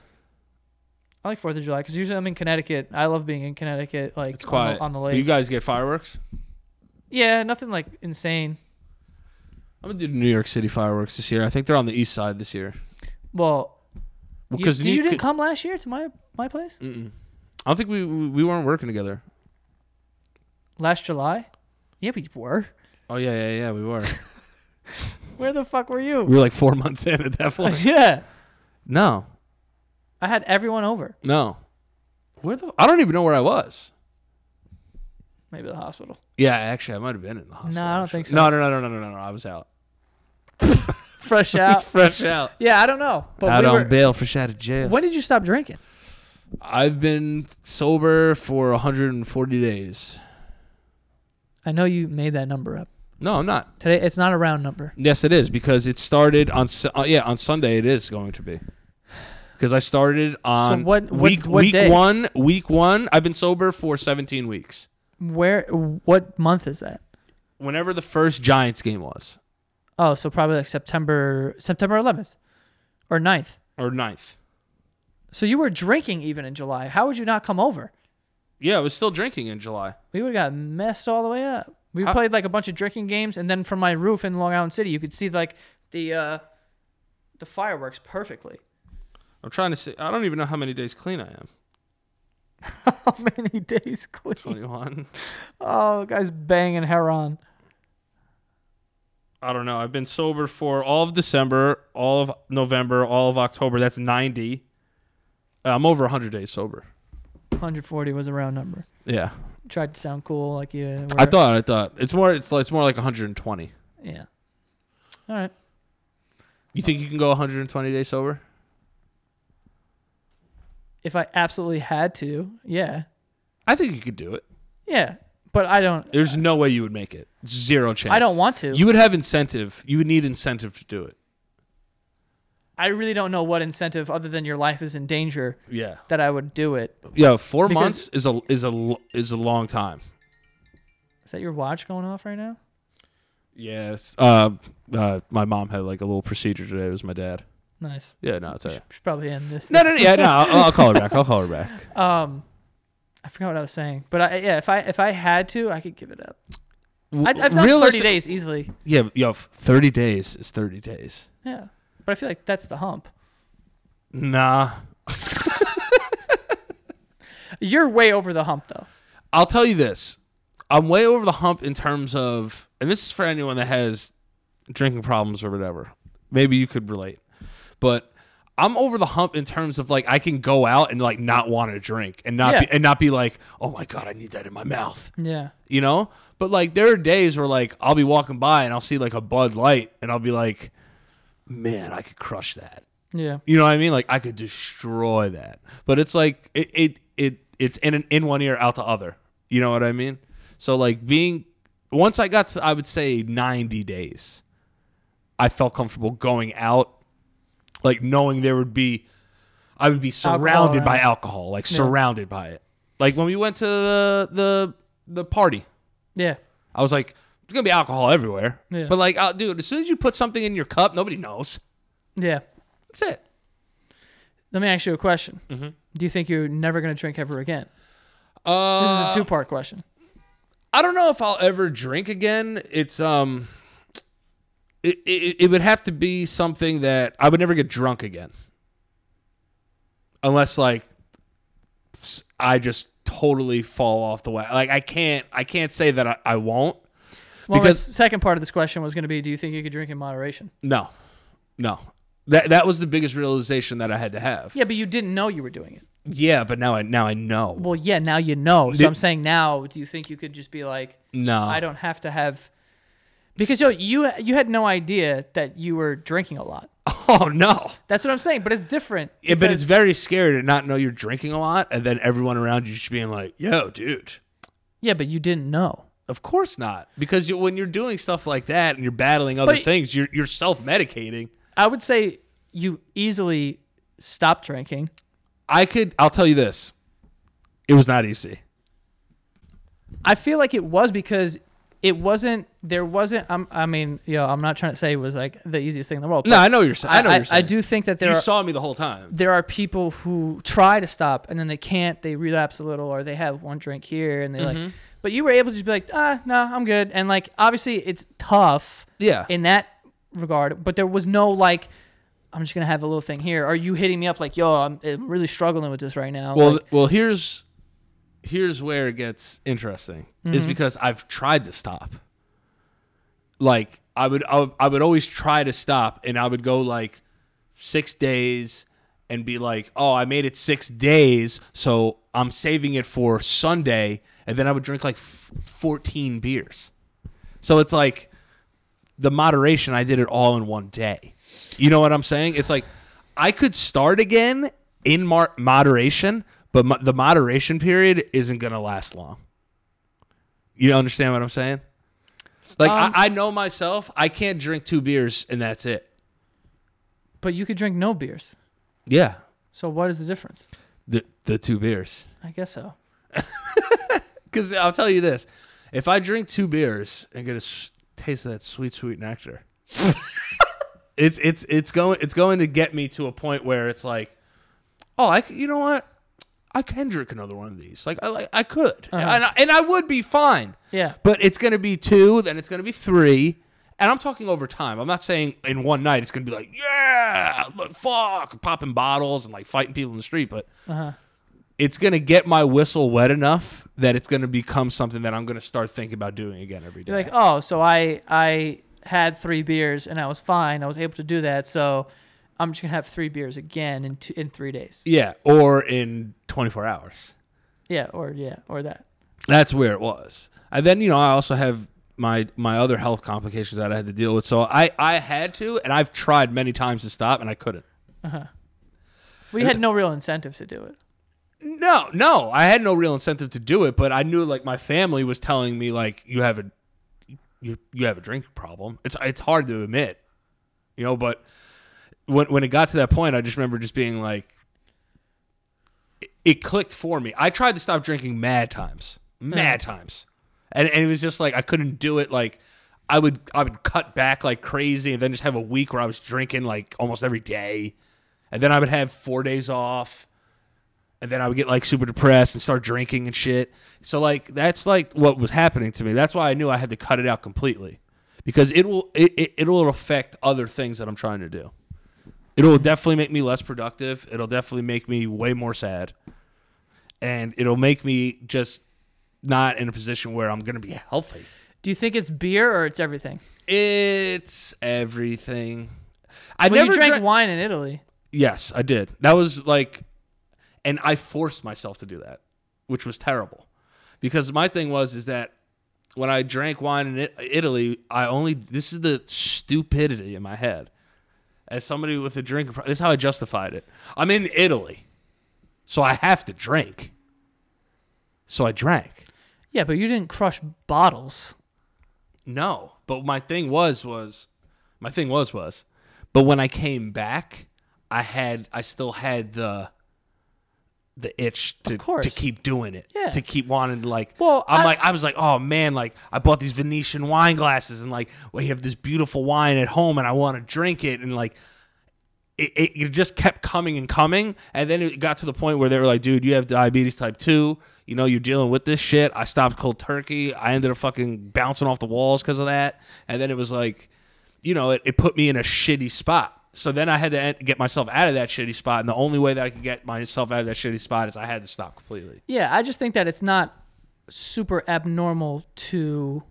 Speaker 1: I like Fourth of July because usually I'm in Connecticut. I love being in Connecticut, like
Speaker 2: It's quiet.
Speaker 1: on, the, on the
Speaker 2: Do you
Speaker 1: lake.
Speaker 2: guys get fireworks?
Speaker 1: yeah, nothing like insane.
Speaker 2: I'm going to do New York City fireworks this year. I think they're on the east side this year.
Speaker 1: Well,
Speaker 2: Well,
Speaker 1: you,
Speaker 2: 'cause
Speaker 1: did,
Speaker 2: you
Speaker 1: you didn't
Speaker 2: could-
Speaker 1: come last year to my my place
Speaker 2: I don't think we we we weren't working together.
Speaker 1: last July? Yeah, we were. *laughs*
Speaker 2: Oh, yeah, yeah, yeah, we were.
Speaker 1: Where the fuck were
Speaker 2: *laughs* we
Speaker 1: you?
Speaker 2: were like four months in at that *laughs*
Speaker 1: *laughs*
Speaker 2: point.
Speaker 1: yeah,
Speaker 2: No,
Speaker 1: I had everyone over.
Speaker 2: no. Where the? I don't even know where I was.
Speaker 1: Maybe the hospital.
Speaker 2: Yeah, actually, I might have been in the hospital.
Speaker 1: I don't
Speaker 2: actually.
Speaker 1: think so.
Speaker 2: No, no, no, no, no, no, no. I was out. *laughs*
Speaker 1: Fresh out.
Speaker 2: Fresh out.
Speaker 1: yeah, I don't know. But
Speaker 2: out
Speaker 1: we
Speaker 2: on
Speaker 1: were,
Speaker 2: bail, fresh out of jail.
Speaker 1: when did you stop drinking?
Speaker 2: I've been sober for 140 days.
Speaker 1: I know you made that number up
Speaker 2: No, I'm not.
Speaker 1: today. It's not a round number.
Speaker 2: Yes, it is because it started on Su- uh, yeah on Sunday. It is going to be because I started on
Speaker 1: what- what-
Speaker 2: week
Speaker 1: what
Speaker 2: week
Speaker 1: day?
Speaker 2: one week one. I've been sober for 17 weeks.
Speaker 1: Where? What month is that?
Speaker 2: Whenever the first Giants game was
Speaker 1: Oh, so probably like September September 11th or 9th.
Speaker 2: or 9th.
Speaker 1: So you were drinking even in July. How would you not come over?
Speaker 2: Yeah, I was still drinking in July.
Speaker 1: We would have got messed all the way up. We
Speaker 2: How-
Speaker 1: played like a bunch of drinking games, and then from my roof in Long Island City, you could see like the uh, the fireworks perfectly.
Speaker 2: I'm trying to see. I don't even know how many days clean I am.
Speaker 1: *laughs* How many days clean?
Speaker 2: 21.
Speaker 1: Oh, guys, banging heron.
Speaker 2: I don't know. I've been sober for all of December, all of November, all of October. That's 90. Uh, I'm over 100 days sober.
Speaker 1: 140 was a round number.
Speaker 2: Yeah.
Speaker 1: Tried to sound cool, like you. Were,
Speaker 2: I thought I thought it's more it's like, it's more like 120.
Speaker 1: Yeah. All right.
Speaker 2: You think you can go 120 days sober?
Speaker 1: If I absolutely had to, yeah,
Speaker 2: I think you could do it.
Speaker 1: yeah. But I don't.
Speaker 2: There's no way you would make it. Zero chance.
Speaker 1: I don't want to.
Speaker 2: You would have incentive. You would need incentive to do it.
Speaker 1: I really don't know what incentive other than your life is in danger
Speaker 2: Yeah.
Speaker 1: that I would do it.
Speaker 2: Yeah. Four
Speaker 1: Because-
Speaker 2: months is a is a l- is a long time.
Speaker 1: Is that your watch going off right now?
Speaker 2: Yes. Uh, uh, my mom had like a little procedure today. It was my dad.
Speaker 1: Nice.
Speaker 2: Yeah. No, it's all right.
Speaker 1: Should probably end this.
Speaker 2: Uh, No, no, no, yeah, no. I'll, *laughs* I'll call her back. I'll call her back.
Speaker 1: Um, I forgot what I was saying, but I, yeah, if I if I had to, I could give it up. I, I've done thirty
Speaker 2: Realistic-
Speaker 1: days easily.
Speaker 2: Yeah, but, yo, thirty days is thirty days.
Speaker 1: Yeah, but I feel like that's the hump.
Speaker 2: Nah,
Speaker 1: You're way over the hump though.
Speaker 2: I'll tell you this. I'm way over the hump in terms of, and this is for anyone that has drinking problems or whatever. Maybe you could relate, but I'm over the hump in terms of like I can go out and like not want to drink and not
Speaker 1: Yeah.
Speaker 2: be, and not be like, oh my god, I need that in my mouth.
Speaker 1: Yeah.
Speaker 2: you know but like there are days where like i'll be walking by and i'll see like a bud light and i'll be like man i could crush that
Speaker 1: Yeah.
Speaker 2: you know what i mean like i could destroy that but it's like it it, it it's in an, in one ear out the other you know what i mean so like being once i got to i would say 90 days i felt comfortable going out like knowing there would be i would be
Speaker 1: Alcohol
Speaker 2: surrounded by
Speaker 1: around.
Speaker 2: alcohol like surrounded by it like when we went to the the, the party
Speaker 1: Yeah.
Speaker 2: I was like, there's gonna be alcohol everywhere.
Speaker 1: Yeah.
Speaker 2: But like, uh, dude, as soon as you put something in your cup, nobody knows.
Speaker 1: Yeah.
Speaker 2: That's it.
Speaker 1: Let me ask you a question.
Speaker 2: Mm-hmm.
Speaker 1: Do you think you're never gonna drink ever again? This
Speaker 2: Uh,
Speaker 1: is a two part question.
Speaker 2: I don't know if I'll ever drink again. It's um, it, it it would have to be something that I would never get drunk again, unless like s- I just totally fall off the way. Like I can't I can't say that I, I won't.
Speaker 1: Well,
Speaker 2: because-
Speaker 1: the second part of this question was gonna be, do you think you could drink in moderation?
Speaker 2: No, no. That that was the biggest realization that I had to have.
Speaker 1: Yeah, but you didn't know you were doing it.
Speaker 2: Yeah, but now I now I know.
Speaker 1: Well, yeah, now you know. So
Speaker 2: Did-
Speaker 1: I'm saying now, do you think you could just be like,
Speaker 2: No,
Speaker 1: I don't have to have because yo, you you had no idea that you were drinking a lot.
Speaker 2: *laughs* Oh no!
Speaker 1: That's what I'm saying. But it's different.
Speaker 2: Yeah, but
Speaker 1: because-
Speaker 2: it's very scary to not know you're drinking a lot, and then everyone around you just being like, "Yo, dude,
Speaker 1: yeah, but you didn't know.
Speaker 2: of course not," because you, when you're doing stuff like that and you're battling other
Speaker 1: But-
Speaker 2: things, you're you're self medicating.
Speaker 1: I would say you easily stopped drinking.
Speaker 2: I could, I'll tell you this, it was not easy.
Speaker 1: I feel like it was because it wasn't. There wasn't. I'm, I mean, yo, I'm not trying to say it was like the easiest thing in the world.
Speaker 2: No,
Speaker 1: but
Speaker 2: I know you're. sa- I know
Speaker 1: I,
Speaker 2: you're saying.
Speaker 1: I do think that there
Speaker 2: You
Speaker 1: are
Speaker 2: saw me the whole time.
Speaker 1: there are people who try to stop and then they can't. They relapse a little, or they have one drink here and they
Speaker 2: Mm-hmm.
Speaker 1: like. But you were able to just be like, ah, no, I'm good. And like, obviously, it's tough.
Speaker 2: Yeah.
Speaker 1: in that regard. But there was no like, I'm just gonna have a little thing here. Are you hitting me up like, yo, I'm, I'm really struggling with this right now?
Speaker 2: well,
Speaker 1: Like,
Speaker 2: well, here's here's where it gets interesting. Is because I've tried to stop. Like I would, I would, I would always try to stop, and I would go like six days and be like, "Oh, I made it six days, so I'm saving it for Sunday," and then I would drink like f- fourteen beers. So it's like the moderation. I did it all in one day. You know what I'm saying? It's like I could start again in mar- moderation, but mo- the moderation period isn't gonna last long. You understand what I'm saying? Like
Speaker 1: Um,
Speaker 2: I, I know myself. I can't drink two beers and that's it.
Speaker 1: but you could drink no beers.
Speaker 2: Yeah,
Speaker 1: So what is the difference?
Speaker 2: the the two beers.
Speaker 1: I guess so.
Speaker 2: Because I'll tell you this: if I drink two beers and get a s- taste of that sweet, sweet nectar, *laughs* it's it's it's going it's going to get me to a point where it's like, oh, I c- you know what, I can drink another one of these. Like I like I could, and, I, and I would be fine.
Speaker 1: Yeah.
Speaker 2: But it's going to be two, then it's going to be three. And I'm talking over time. I'm not saying in one night it's going to be like, yeah, look, fuck, popping bottles and like fighting people in the street. But it's going to get my whistle wet enough that it's going to become something that I'm going to start thinking about doing again every day.
Speaker 1: You're like, oh, so I I had three beers and I was fine. I was able to do that. So I'm just gonna have three beers again in two, in three days.
Speaker 2: yeah. Or in 24 hours.
Speaker 1: Yeah, or yeah, or that.
Speaker 2: That's where it was. And then you know I also have my my other health complications that I had to deal with. So I I had to, and I've tried many times to stop, and I couldn't.
Speaker 1: We had no real incentive to do it.
Speaker 2: No, no, I had no real incentive to do it, but I knew like my family was telling me like you have a you, you have a drinking problem. It's it's hard to admit, you know. But when when it got to that point, I just remember just being like, it, it clicked for me. I tried to stop drinking mad times, mad times, and and it was just like I couldn't do it. Like I would I would cut back like crazy, and then just have a week where I was drinking like almost every day, and then I would have four days off and then I would get like super depressed and start drinking and shit. So like that's like what was happening to me. That's why I knew I had to cut it out completely because it will it, it it'll affect other things that I'm trying to do. It'll definitely make me less productive. It'll definitely make me way more sad. And it'll make me just not in a position where I'm going to be healthy.
Speaker 1: Do you think it's beer or it's everything?
Speaker 2: It's everything. I
Speaker 1: When
Speaker 2: never
Speaker 1: you drank
Speaker 2: drank-
Speaker 1: wine in Italy,
Speaker 2: Yes, I did. That was like, and I forced myself to do that, which was terrible, because my thing was is that when I drank wine in It- Italy, I only this is the stupidity in my head. As somebody with a drink, pro- this is how I justified it. I'm in Italy, so I have to drink. So I drank.
Speaker 1: yeah, but you didn't crush bottles.
Speaker 2: No, but my thing was was my thing was was, but when I came back, I had I still had the the itch to
Speaker 1: course.
Speaker 2: to keep doing it.
Speaker 1: Yeah.
Speaker 2: To keep wanting to like
Speaker 1: Well,
Speaker 2: I'm
Speaker 1: I-
Speaker 2: like I was like, "Oh man, like I bought these Venetian wine glasses and like we have this beautiful wine at home and I want to drink it and like it, it, it just kept coming and coming. And then it got to the point where they were like, dude, you have diabetes type 2. You know, you're dealing with this shit. I stopped cold turkey. I ended up fucking bouncing off the walls because of that. And then it was like, you know, it, it put me in a shitty spot. So then I had to en- get myself out of that shitty spot. And the only way that I could get myself out of that shitty spot is I had to stop completely.
Speaker 1: Yeah, I just think that it's not super abnormal to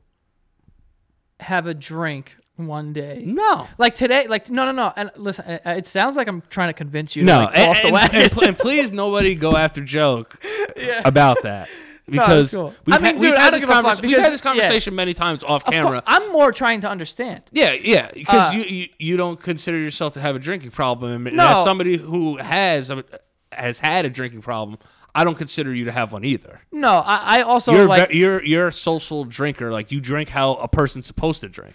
Speaker 1: have a drink one day.
Speaker 2: No.
Speaker 1: Like today, like no, no, no. And listen, I- I- it sounds like I'm trying to convince you.
Speaker 2: No.
Speaker 1: to like, fall
Speaker 2: and,
Speaker 1: off the
Speaker 2: and-
Speaker 1: wagon.
Speaker 2: and pl- and please, nobody go after joke
Speaker 1: *laughs*
Speaker 2: about that.
Speaker 1: that's
Speaker 2: Because
Speaker 1: cool.
Speaker 2: we've
Speaker 1: I mean,
Speaker 2: had-
Speaker 1: dude,
Speaker 2: we've
Speaker 1: I
Speaker 2: had
Speaker 1: don't
Speaker 2: this
Speaker 1: give a fuck
Speaker 2: convers- we've
Speaker 1: because-
Speaker 2: had this
Speaker 1: yeah.
Speaker 2: conversation many times off
Speaker 1: Of course,
Speaker 2: camera.
Speaker 1: *laughs* I'm more trying to understand.
Speaker 2: Yeah, yeah, because
Speaker 1: Uh,
Speaker 2: you, you you don't consider yourself to have a drinking problem, and
Speaker 1: No.
Speaker 2: as somebody who has a, has had a drinking problem, I don't consider you to have one either.
Speaker 1: No, I, I also
Speaker 2: You're
Speaker 1: like
Speaker 2: ve- you're you're a social drinker, like you drink how a person's supposed to drink.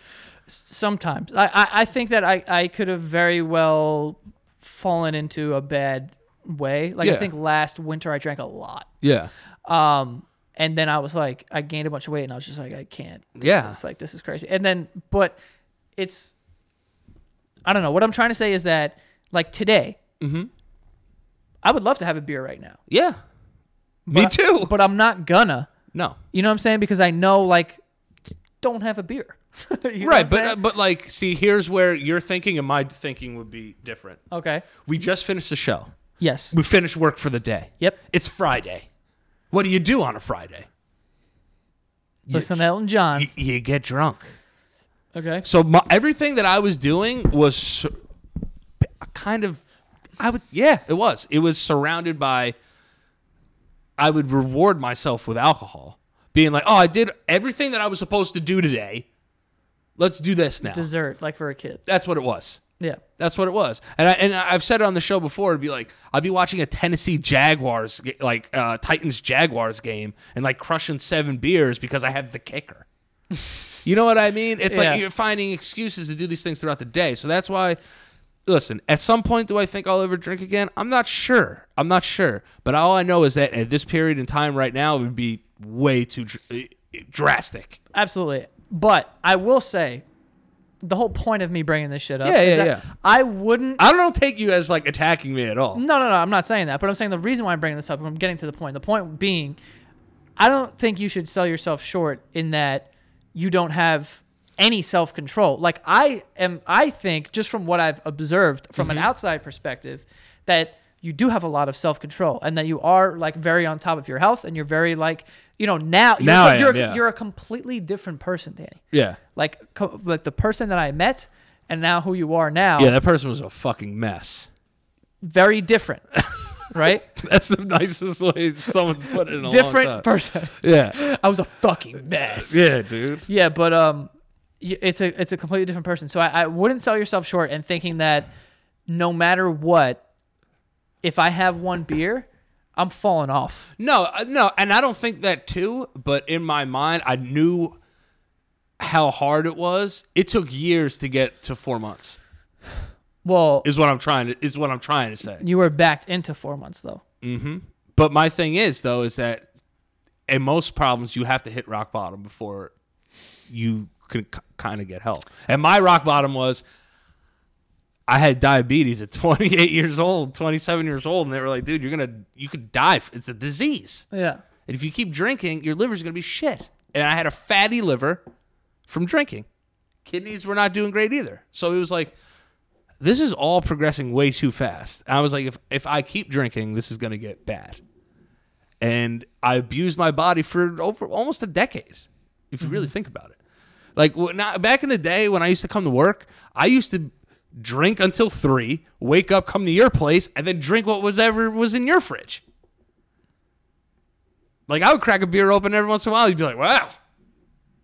Speaker 1: sometimes. I, I, I think that I, I could have very well fallen into a bad way. Like I
Speaker 2: Yeah.
Speaker 1: think last winter I drank a lot.
Speaker 2: Yeah,
Speaker 1: Um, and then I was like, I gained a bunch of weight, and I was just like, I can't. do
Speaker 2: Yeah.
Speaker 1: this. like this is crazy. And then, but it's, I don't know. What I'm trying to say is that, like today,
Speaker 2: Mm-hmm.
Speaker 1: I would love to have a beer right now,
Speaker 2: yeah, me
Speaker 1: But-
Speaker 2: too.
Speaker 1: but I'm not gonna.
Speaker 2: no,
Speaker 1: You know what I'm saying? Because I know, like, just don't have a beer. *laughs* You know what
Speaker 2: right,
Speaker 1: I'm
Speaker 2: but uh,
Speaker 1: saying?
Speaker 2: but like, see, here's where your thinking and my thinking would be different.
Speaker 1: okay.
Speaker 2: We just finished the show.
Speaker 1: Yes.
Speaker 2: We finished work for the day.
Speaker 1: Yep.
Speaker 2: It's Friday. What do you do on a Friday?
Speaker 1: Listen to Elton John.
Speaker 2: Y- you get drunk.
Speaker 1: Okay.
Speaker 2: So my, everything that I was doing was sur- kind of, I would, yeah, it was. It was surrounded by. I would reward myself with alcohol, being like, "Oh, I did everything that I was supposed to do today. Let's do this now."
Speaker 1: Dessert, like for a kid.
Speaker 2: That's what it was.
Speaker 1: Yeah.
Speaker 2: That's what it was. And I and I've said it on the show before. It'd be like I'd be watching a Tennessee Jaguars ga- like uh, Titans Jaguars game and like crushing seven beers because I have the kicker. you know what I mean? It's
Speaker 1: Yeah.
Speaker 2: like you're finding excuses to do these things throughout the day. So that's why. Listen, at some point, do I think I'll ever drink again? I'm not sure. I'm not sure. But all I know is that at this period in time right now, it would be way too dr- eh, drastic.
Speaker 1: Absolutely. But I will say, the whole point of me bringing this shit up
Speaker 2: Yeah,
Speaker 1: is
Speaker 2: yeah,
Speaker 1: that
Speaker 2: yeah.
Speaker 1: I wouldn't.
Speaker 2: I don't take you as like attacking me at all.
Speaker 1: No, no, no. I'm not saying that. But I'm saying the reason why I'm bringing this up, I'm getting to the point. The point being, I don't think you should sell yourself short in that you don't have any self control. Like, I am, I think, just from what I've observed from an
Speaker 2: Mm-hmm.
Speaker 1: outside perspective, that you do have a lot of self control and that you are like very on top of your health and you're very like, you know, now, you're,
Speaker 2: Now I am,
Speaker 1: you're,
Speaker 2: yeah.
Speaker 1: you're a completely different person, Danny.
Speaker 2: Yeah.
Speaker 1: like co- like the person that I met and now who you are now
Speaker 2: Yeah, that person was a fucking mess.
Speaker 1: very different *laughs* right
Speaker 2: *laughs* That's the nicest way someone's put it in a long
Speaker 1: different
Speaker 2: time.
Speaker 1: person *laughs*
Speaker 2: *laughs* yeah.
Speaker 1: I was a fucking mess
Speaker 2: Yeah, dude.
Speaker 1: yeah but um y- it's a it's a completely different person so I, I wouldn't sell yourself short and thinking that no matter what if I have one beer I'm falling off.
Speaker 2: No, uh, no, and I don't think that too. But in my mind, I knew how hard it was. It took years to get to four months.
Speaker 1: Well,
Speaker 2: Is what I'm trying to is what I'm trying to say.
Speaker 1: you were backed into four months though.
Speaker 2: But my thing is though is that in most problems you have to hit rock bottom before you can k- kind of get help. And my rock bottom was I had diabetes at *laughs* 28 years old, 27 years old, and they were like, "Dude, you're gonna you could die. It's a disease."
Speaker 1: Yeah.
Speaker 2: And if you keep drinking, your liver's going to be shit. And I had a fatty liver from drinking. Kidneys were not doing great either. So it was like, this is all progressing way too fast. And I was like, if, if I keep drinking, this is going to get bad. And I abused my body for over almost a decade, if you really think about it. Like wh- not, back in the day when I used to come to work, I used to drink until three, wake up, come to your place, and then drink what was ever was in your fridge. Like I would crack a beer open every once in a while. You'd be like, "Wow,"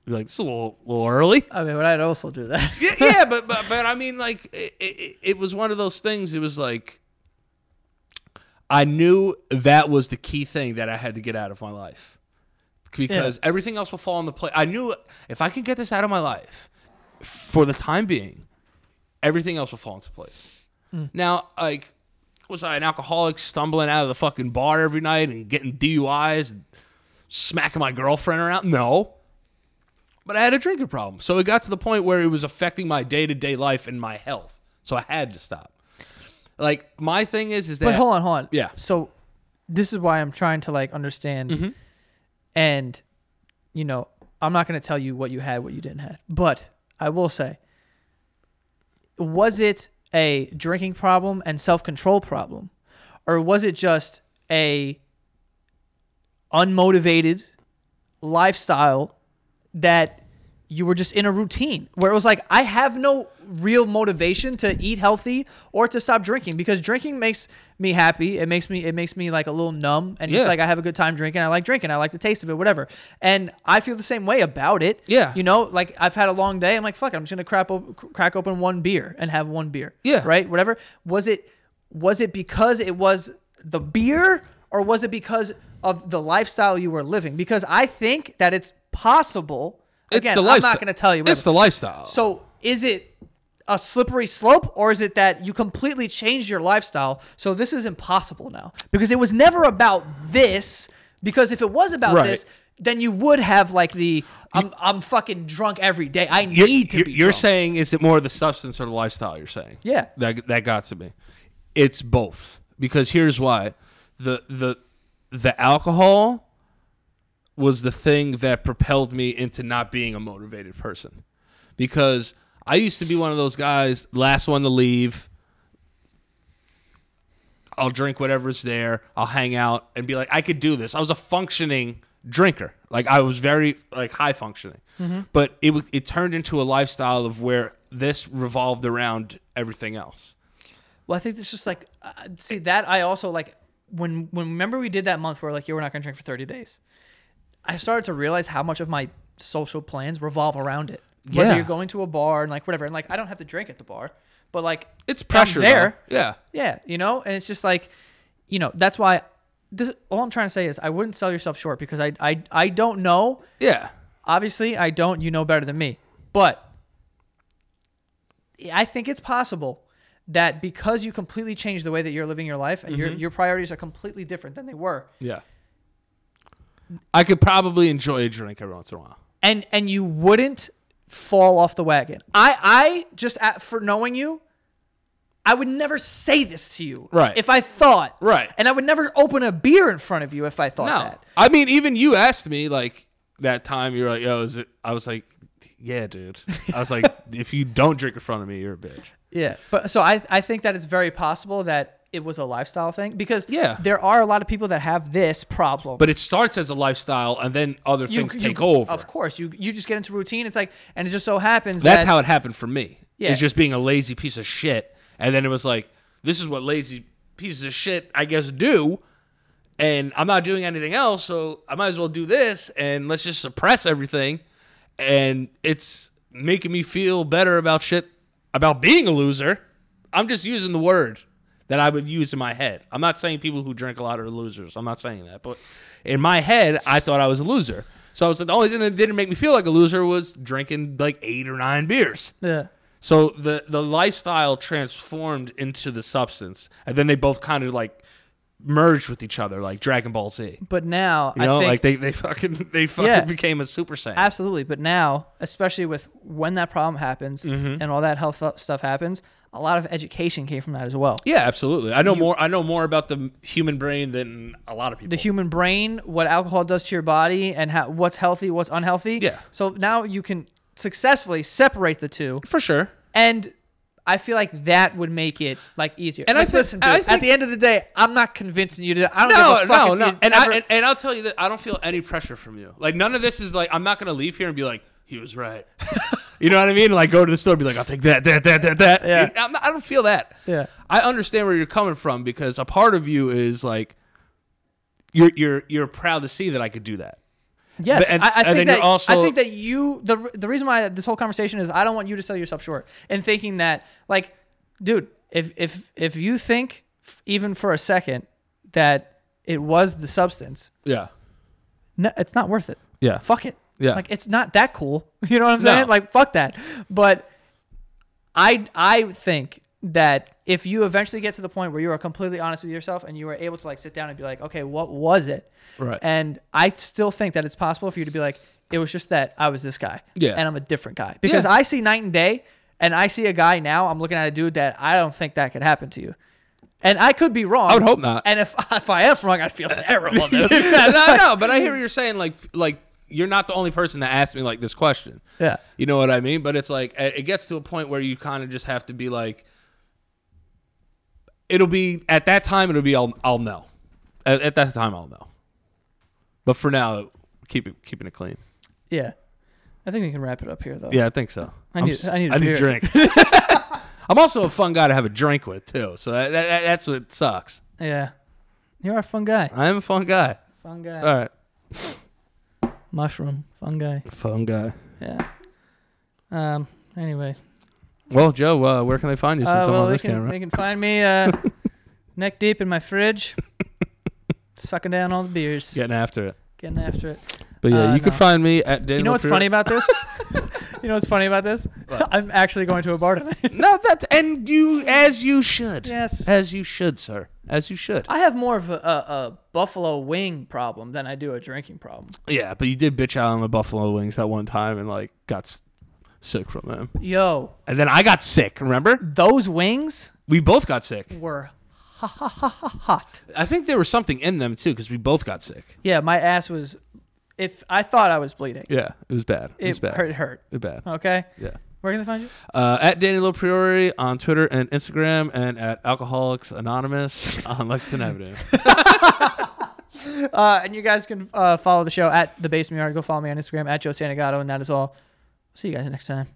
Speaker 2: you'd be like, "This is a little, little early."
Speaker 1: I mean, but I'd also do that.
Speaker 2: yeah, yeah, but, but but I mean, like, it, it, it was one of those things. It was like I knew that was the key thing that I had to get out of my life because everything else will fall in the place. I knew if I could get this out of my life for the time being, everything else will fall into place. Now, like, was I an alcoholic stumbling out of the fucking bar every night and getting DUIs and smacking my girlfriend around? No. But I had a drinking problem. So it got to the point where it was affecting my day to day life and my health. So I had to stop. Like, my thing is, is that.
Speaker 1: But hold on, hold on.
Speaker 2: Yeah. Mm-hmm.
Speaker 1: So this is why I'm trying to like understand and you know, I'm not gonna tell you what you had, what you didn't have. But I will say was it a drinking problem and self control problem? Or was it just a unmotivated lifestyle that you were just in a routine where it was like I have no real motivation to eat healthy or to stop drinking because drinking makes me happy. It makes me it makes me like a little numb and
Speaker 2: Yeah.
Speaker 1: just like I have a good time drinking. I like drinking. I like the taste of it, whatever. And I feel the same way about it.
Speaker 2: Yeah.
Speaker 1: you know, like I've had a long day. I'm like fuck. It, I'm just gonna crap op- crack open one beer and have one beer.
Speaker 2: Yeah.
Speaker 1: right. Whatever. Was it was it because it was the beer or was it because of the lifestyle you were living? Because I think that it's possible.
Speaker 2: it's
Speaker 1: Again,
Speaker 2: the
Speaker 1: I'm
Speaker 2: lifestyle.
Speaker 1: not going to tell you.
Speaker 2: It's
Speaker 1: whatever.
Speaker 2: the lifestyle.
Speaker 1: so is it a slippery slope or is it that you completely changed your lifestyle? So this is impossible now because it was never about this. Because if it was about
Speaker 2: Right.
Speaker 1: this, then you would have like the I'm I'm fucking drunk every day. I
Speaker 2: You're,
Speaker 1: need to
Speaker 2: you're-
Speaker 1: be.
Speaker 2: you're
Speaker 1: drunk.
Speaker 2: saying is it more the substance or the lifestyle? You're saying
Speaker 1: Yeah.
Speaker 2: that that got to me. It's both because here's why the the the alcohol was the thing that propelled me into not being a motivated person because I used to be one of those guys last one to leave. I'll drink whatever's there. I'll hang out and be like, I could do this. I was a functioning drinker. Like I was very like high functioning, but it w- it turned into a lifestyle of where this revolved around everything else.
Speaker 1: Well, I think it's just like uh, see that I also like when when remember we did that month where like you were not gonna drink for thirty days. I started to realize how much of my social plans revolve around it. Whether
Speaker 2: Yeah.
Speaker 1: you're going to a bar and like whatever, and like I don't have to drink at the bar, but like
Speaker 2: It's
Speaker 1: I'm
Speaker 2: pressure
Speaker 1: there.
Speaker 2: though. Yeah.
Speaker 1: Yeah, you know, and it's just like, you know, that's why. This all I'm trying to say is I wouldn't sell yourself short because I I I don't know.
Speaker 2: Yeah.
Speaker 1: Obviously, I don't. You know better than me. But I think it's possible that because you completely changed the way that you're living your life and your, your priorities are completely different than they were,
Speaker 2: Yeah. I could probably enjoy a drink every once in a while.
Speaker 1: and and you wouldn't fall off the wagon. I I just at, for knowing you, I would never say this to you,
Speaker 2: Right.
Speaker 1: If I thought,
Speaker 2: Right.
Speaker 1: and I would never open a beer in front of you if I thought
Speaker 2: No.
Speaker 1: that.
Speaker 2: I mean, even you asked me like that time. You were like, "Yo, is it?" I was like, "Yeah, dude." I was like, "If you don't drink in front of me, you're a bitch."
Speaker 1: Yeah. But so I I think that it's very possible that it was a lifestyle thing because
Speaker 2: Yeah.
Speaker 1: there are a lot of people that have this problem.
Speaker 2: But it starts as a lifestyle, and then other
Speaker 1: You-
Speaker 2: things
Speaker 1: you-
Speaker 2: take over.
Speaker 1: Of course, you you just get into routine. It's like, and it just so happens
Speaker 2: That's
Speaker 1: that
Speaker 2: how it happened for me.
Speaker 1: Yeah.
Speaker 2: It's just being a lazy piece of shit, and then it was like, "This is what lazy pieces of shit, I guess, do." And I'm not doing anything else, so I might as well do this, and let's just suppress everything. And it's making me feel better about shit, about being a loser. I'm just using the word that I would use in my head. I'm not saying people who drink a lot are losers. I'm not saying that, but in my head, I thought I was a loser. So I was like, the only thing that didn't make me feel like a loser was drinking like eight or nine beers.
Speaker 1: Yeah.
Speaker 2: So the the lifestyle transformed into the substance, and then they both kind of like merged with each other, like Dragon Ball Z.
Speaker 1: But now
Speaker 2: You know,
Speaker 1: I think
Speaker 2: like they, they fucking they fucking
Speaker 1: Yeah.
Speaker 2: became a Super Saiyan.
Speaker 1: absolutely. But now, especially with when that problem happens
Speaker 2: Mm-hmm.
Speaker 1: and all that health stuff happens, a lot of education came from that as well.
Speaker 2: yeah, absolutely. I know more. I know more about the human brain than a lot of people.
Speaker 1: the human brain, what alcohol does to your body, and how, what's healthy, what's unhealthy.
Speaker 2: Yeah.
Speaker 1: So now you can successfully separate the two,
Speaker 2: For sure.
Speaker 1: and I feel like that would make it like easier.
Speaker 2: And I
Speaker 1: Like,
Speaker 2: think-
Speaker 1: listen to
Speaker 2: I
Speaker 1: it. at
Speaker 2: think-
Speaker 1: the end of the day, I'm not convincing you to. I don't
Speaker 2: No,
Speaker 1: give a fuck
Speaker 2: no,
Speaker 1: if
Speaker 2: no.
Speaker 1: you
Speaker 2: And,
Speaker 1: ever-
Speaker 2: I, and and I'll tell you that I don't feel any pressure from you. Like none of this is like I'm not gonna leave here and be like he was right. *laughs* you know what I mean? Like go to the store and be like I'll take that, that, that, that, that.
Speaker 1: Yeah.
Speaker 2: I'm not, I don't feel that.
Speaker 1: Yeah.
Speaker 2: I understand where you're coming from because a part of you is like you're you're you're proud to see that I could do that.
Speaker 1: Yes,
Speaker 2: But- and-
Speaker 1: I, I
Speaker 2: and
Speaker 1: think
Speaker 2: then
Speaker 1: that
Speaker 2: you're also-
Speaker 1: I think that you the the reason why this whole conversation is I don't want you to sell yourself short and thinking that like, dude, if if if you think f- even for a second that it was the substance,
Speaker 2: Yeah.
Speaker 1: no, it's not worth it.
Speaker 2: Yeah.
Speaker 1: Fuck it.
Speaker 2: Yeah.
Speaker 1: Like it's not that cool. *laughs* You know what I'm
Speaker 2: No.
Speaker 1: saying? Like fuck that. But I I think that if you eventually get to the point where you are completely honest with yourself and you are able to like sit down and be like, okay, what was it?
Speaker 2: Right.
Speaker 1: And I still think that it's possible for you to be like, it was just that I was this guy.
Speaker 2: Yeah.
Speaker 1: And I'm a different guy. Because
Speaker 2: Yeah.
Speaker 1: I see night and day and I see a guy now, I'm looking at a dude that I don't think that could happen to you. And I could be wrong. I
Speaker 2: would hope not.
Speaker 1: And if, *laughs* if I am wrong, I'd
Speaker 2: *laughs*
Speaker 1: feel terrible. dude. *laughs*
Speaker 2: yeah, *laughs* no, no, but I hear what you're saying. Like, like you're not the only person that asked me like this question.
Speaker 1: Yeah.
Speaker 2: you know what I mean. But it's like it it gets to a point where you kind of just have to be like, it'll be at that time. It'll be I'll I'll know. At, at that time, I'll know. But for now, keep it keeping it clean.
Speaker 1: Yeah. I think we can wrap it up here though.
Speaker 2: Yeah, I think so.
Speaker 1: I
Speaker 2: I'm
Speaker 1: need-
Speaker 2: s-
Speaker 1: I need a
Speaker 2: I need a
Speaker 1: beer. *laughs*
Speaker 2: drink. I'm also a fun guy to have a drink with too. So that, that, that's what sucks.
Speaker 1: Yeah. You're a fun guy.
Speaker 2: I am a fun guy.
Speaker 1: Fun guy.
Speaker 2: All right,
Speaker 1: Mushroom. Fun guy.
Speaker 2: fun guy.
Speaker 1: Yeah. Um. Anyway.
Speaker 2: Well, Joe, uh, where can they find you since
Speaker 1: Uh,
Speaker 2: I'm
Speaker 1: well,
Speaker 2: on
Speaker 1: they
Speaker 2: this
Speaker 1: can,
Speaker 2: camera?
Speaker 1: they can find me
Speaker 2: *laughs*
Speaker 1: uh, neck deep in my fridge, sucking down all the beers,
Speaker 2: Getting after it.
Speaker 1: getting after it.
Speaker 2: But yeah,
Speaker 1: Uh,
Speaker 2: you could
Speaker 1: no.
Speaker 2: find me at Daniel.
Speaker 1: you know what's
Speaker 2: Trier-
Speaker 1: funny about
Speaker 2: *laughs*
Speaker 1: this? you know what's funny about this? *laughs* I'm actually going to a bar tonight.
Speaker 2: No, that's and you as you should.
Speaker 1: yes.
Speaker 2: As you should, sir. As you should.
Speaker 1: I have more of a, a, a buffalo wing problem than I do a drinking problem.
Speaker 2: Yeah, but you did bitch out on the Buffalo Wings that one time and like got s- sick from them.
Speaker 1: Yo,
Speaker 2: And then I got sick, remember?
Speaker 1: those wings
Speaker 2: We both got sick.
Speaker 1: were ha ha ha ha hot.
Speaker 2: I think there was something in them too cuz we both got sick.
Speaker 1: Yeah, my ass was. If I thought I was bleeding,
Speaker 2: Yeah, it was bad. It, was
Speaker 1: it
Speaker 2: bad.
Speaker 1: hurt. Hurt.
Speaker 2: It was bad.
Speaker 1: Okay.
Speaker 2: Yeah.
Speaker 1: Where can they find you?
Speaker 2: Uh, at Danny Lopriori on Twitter and Instagram and at Alcoholics Anonymous on Lexington Avenue.
Speaker 1: Uh, and you guys can uh, follow the show at the Basement Yard. Go follow me on Instagram at Joe Santagato, and that is all. See you guys next time.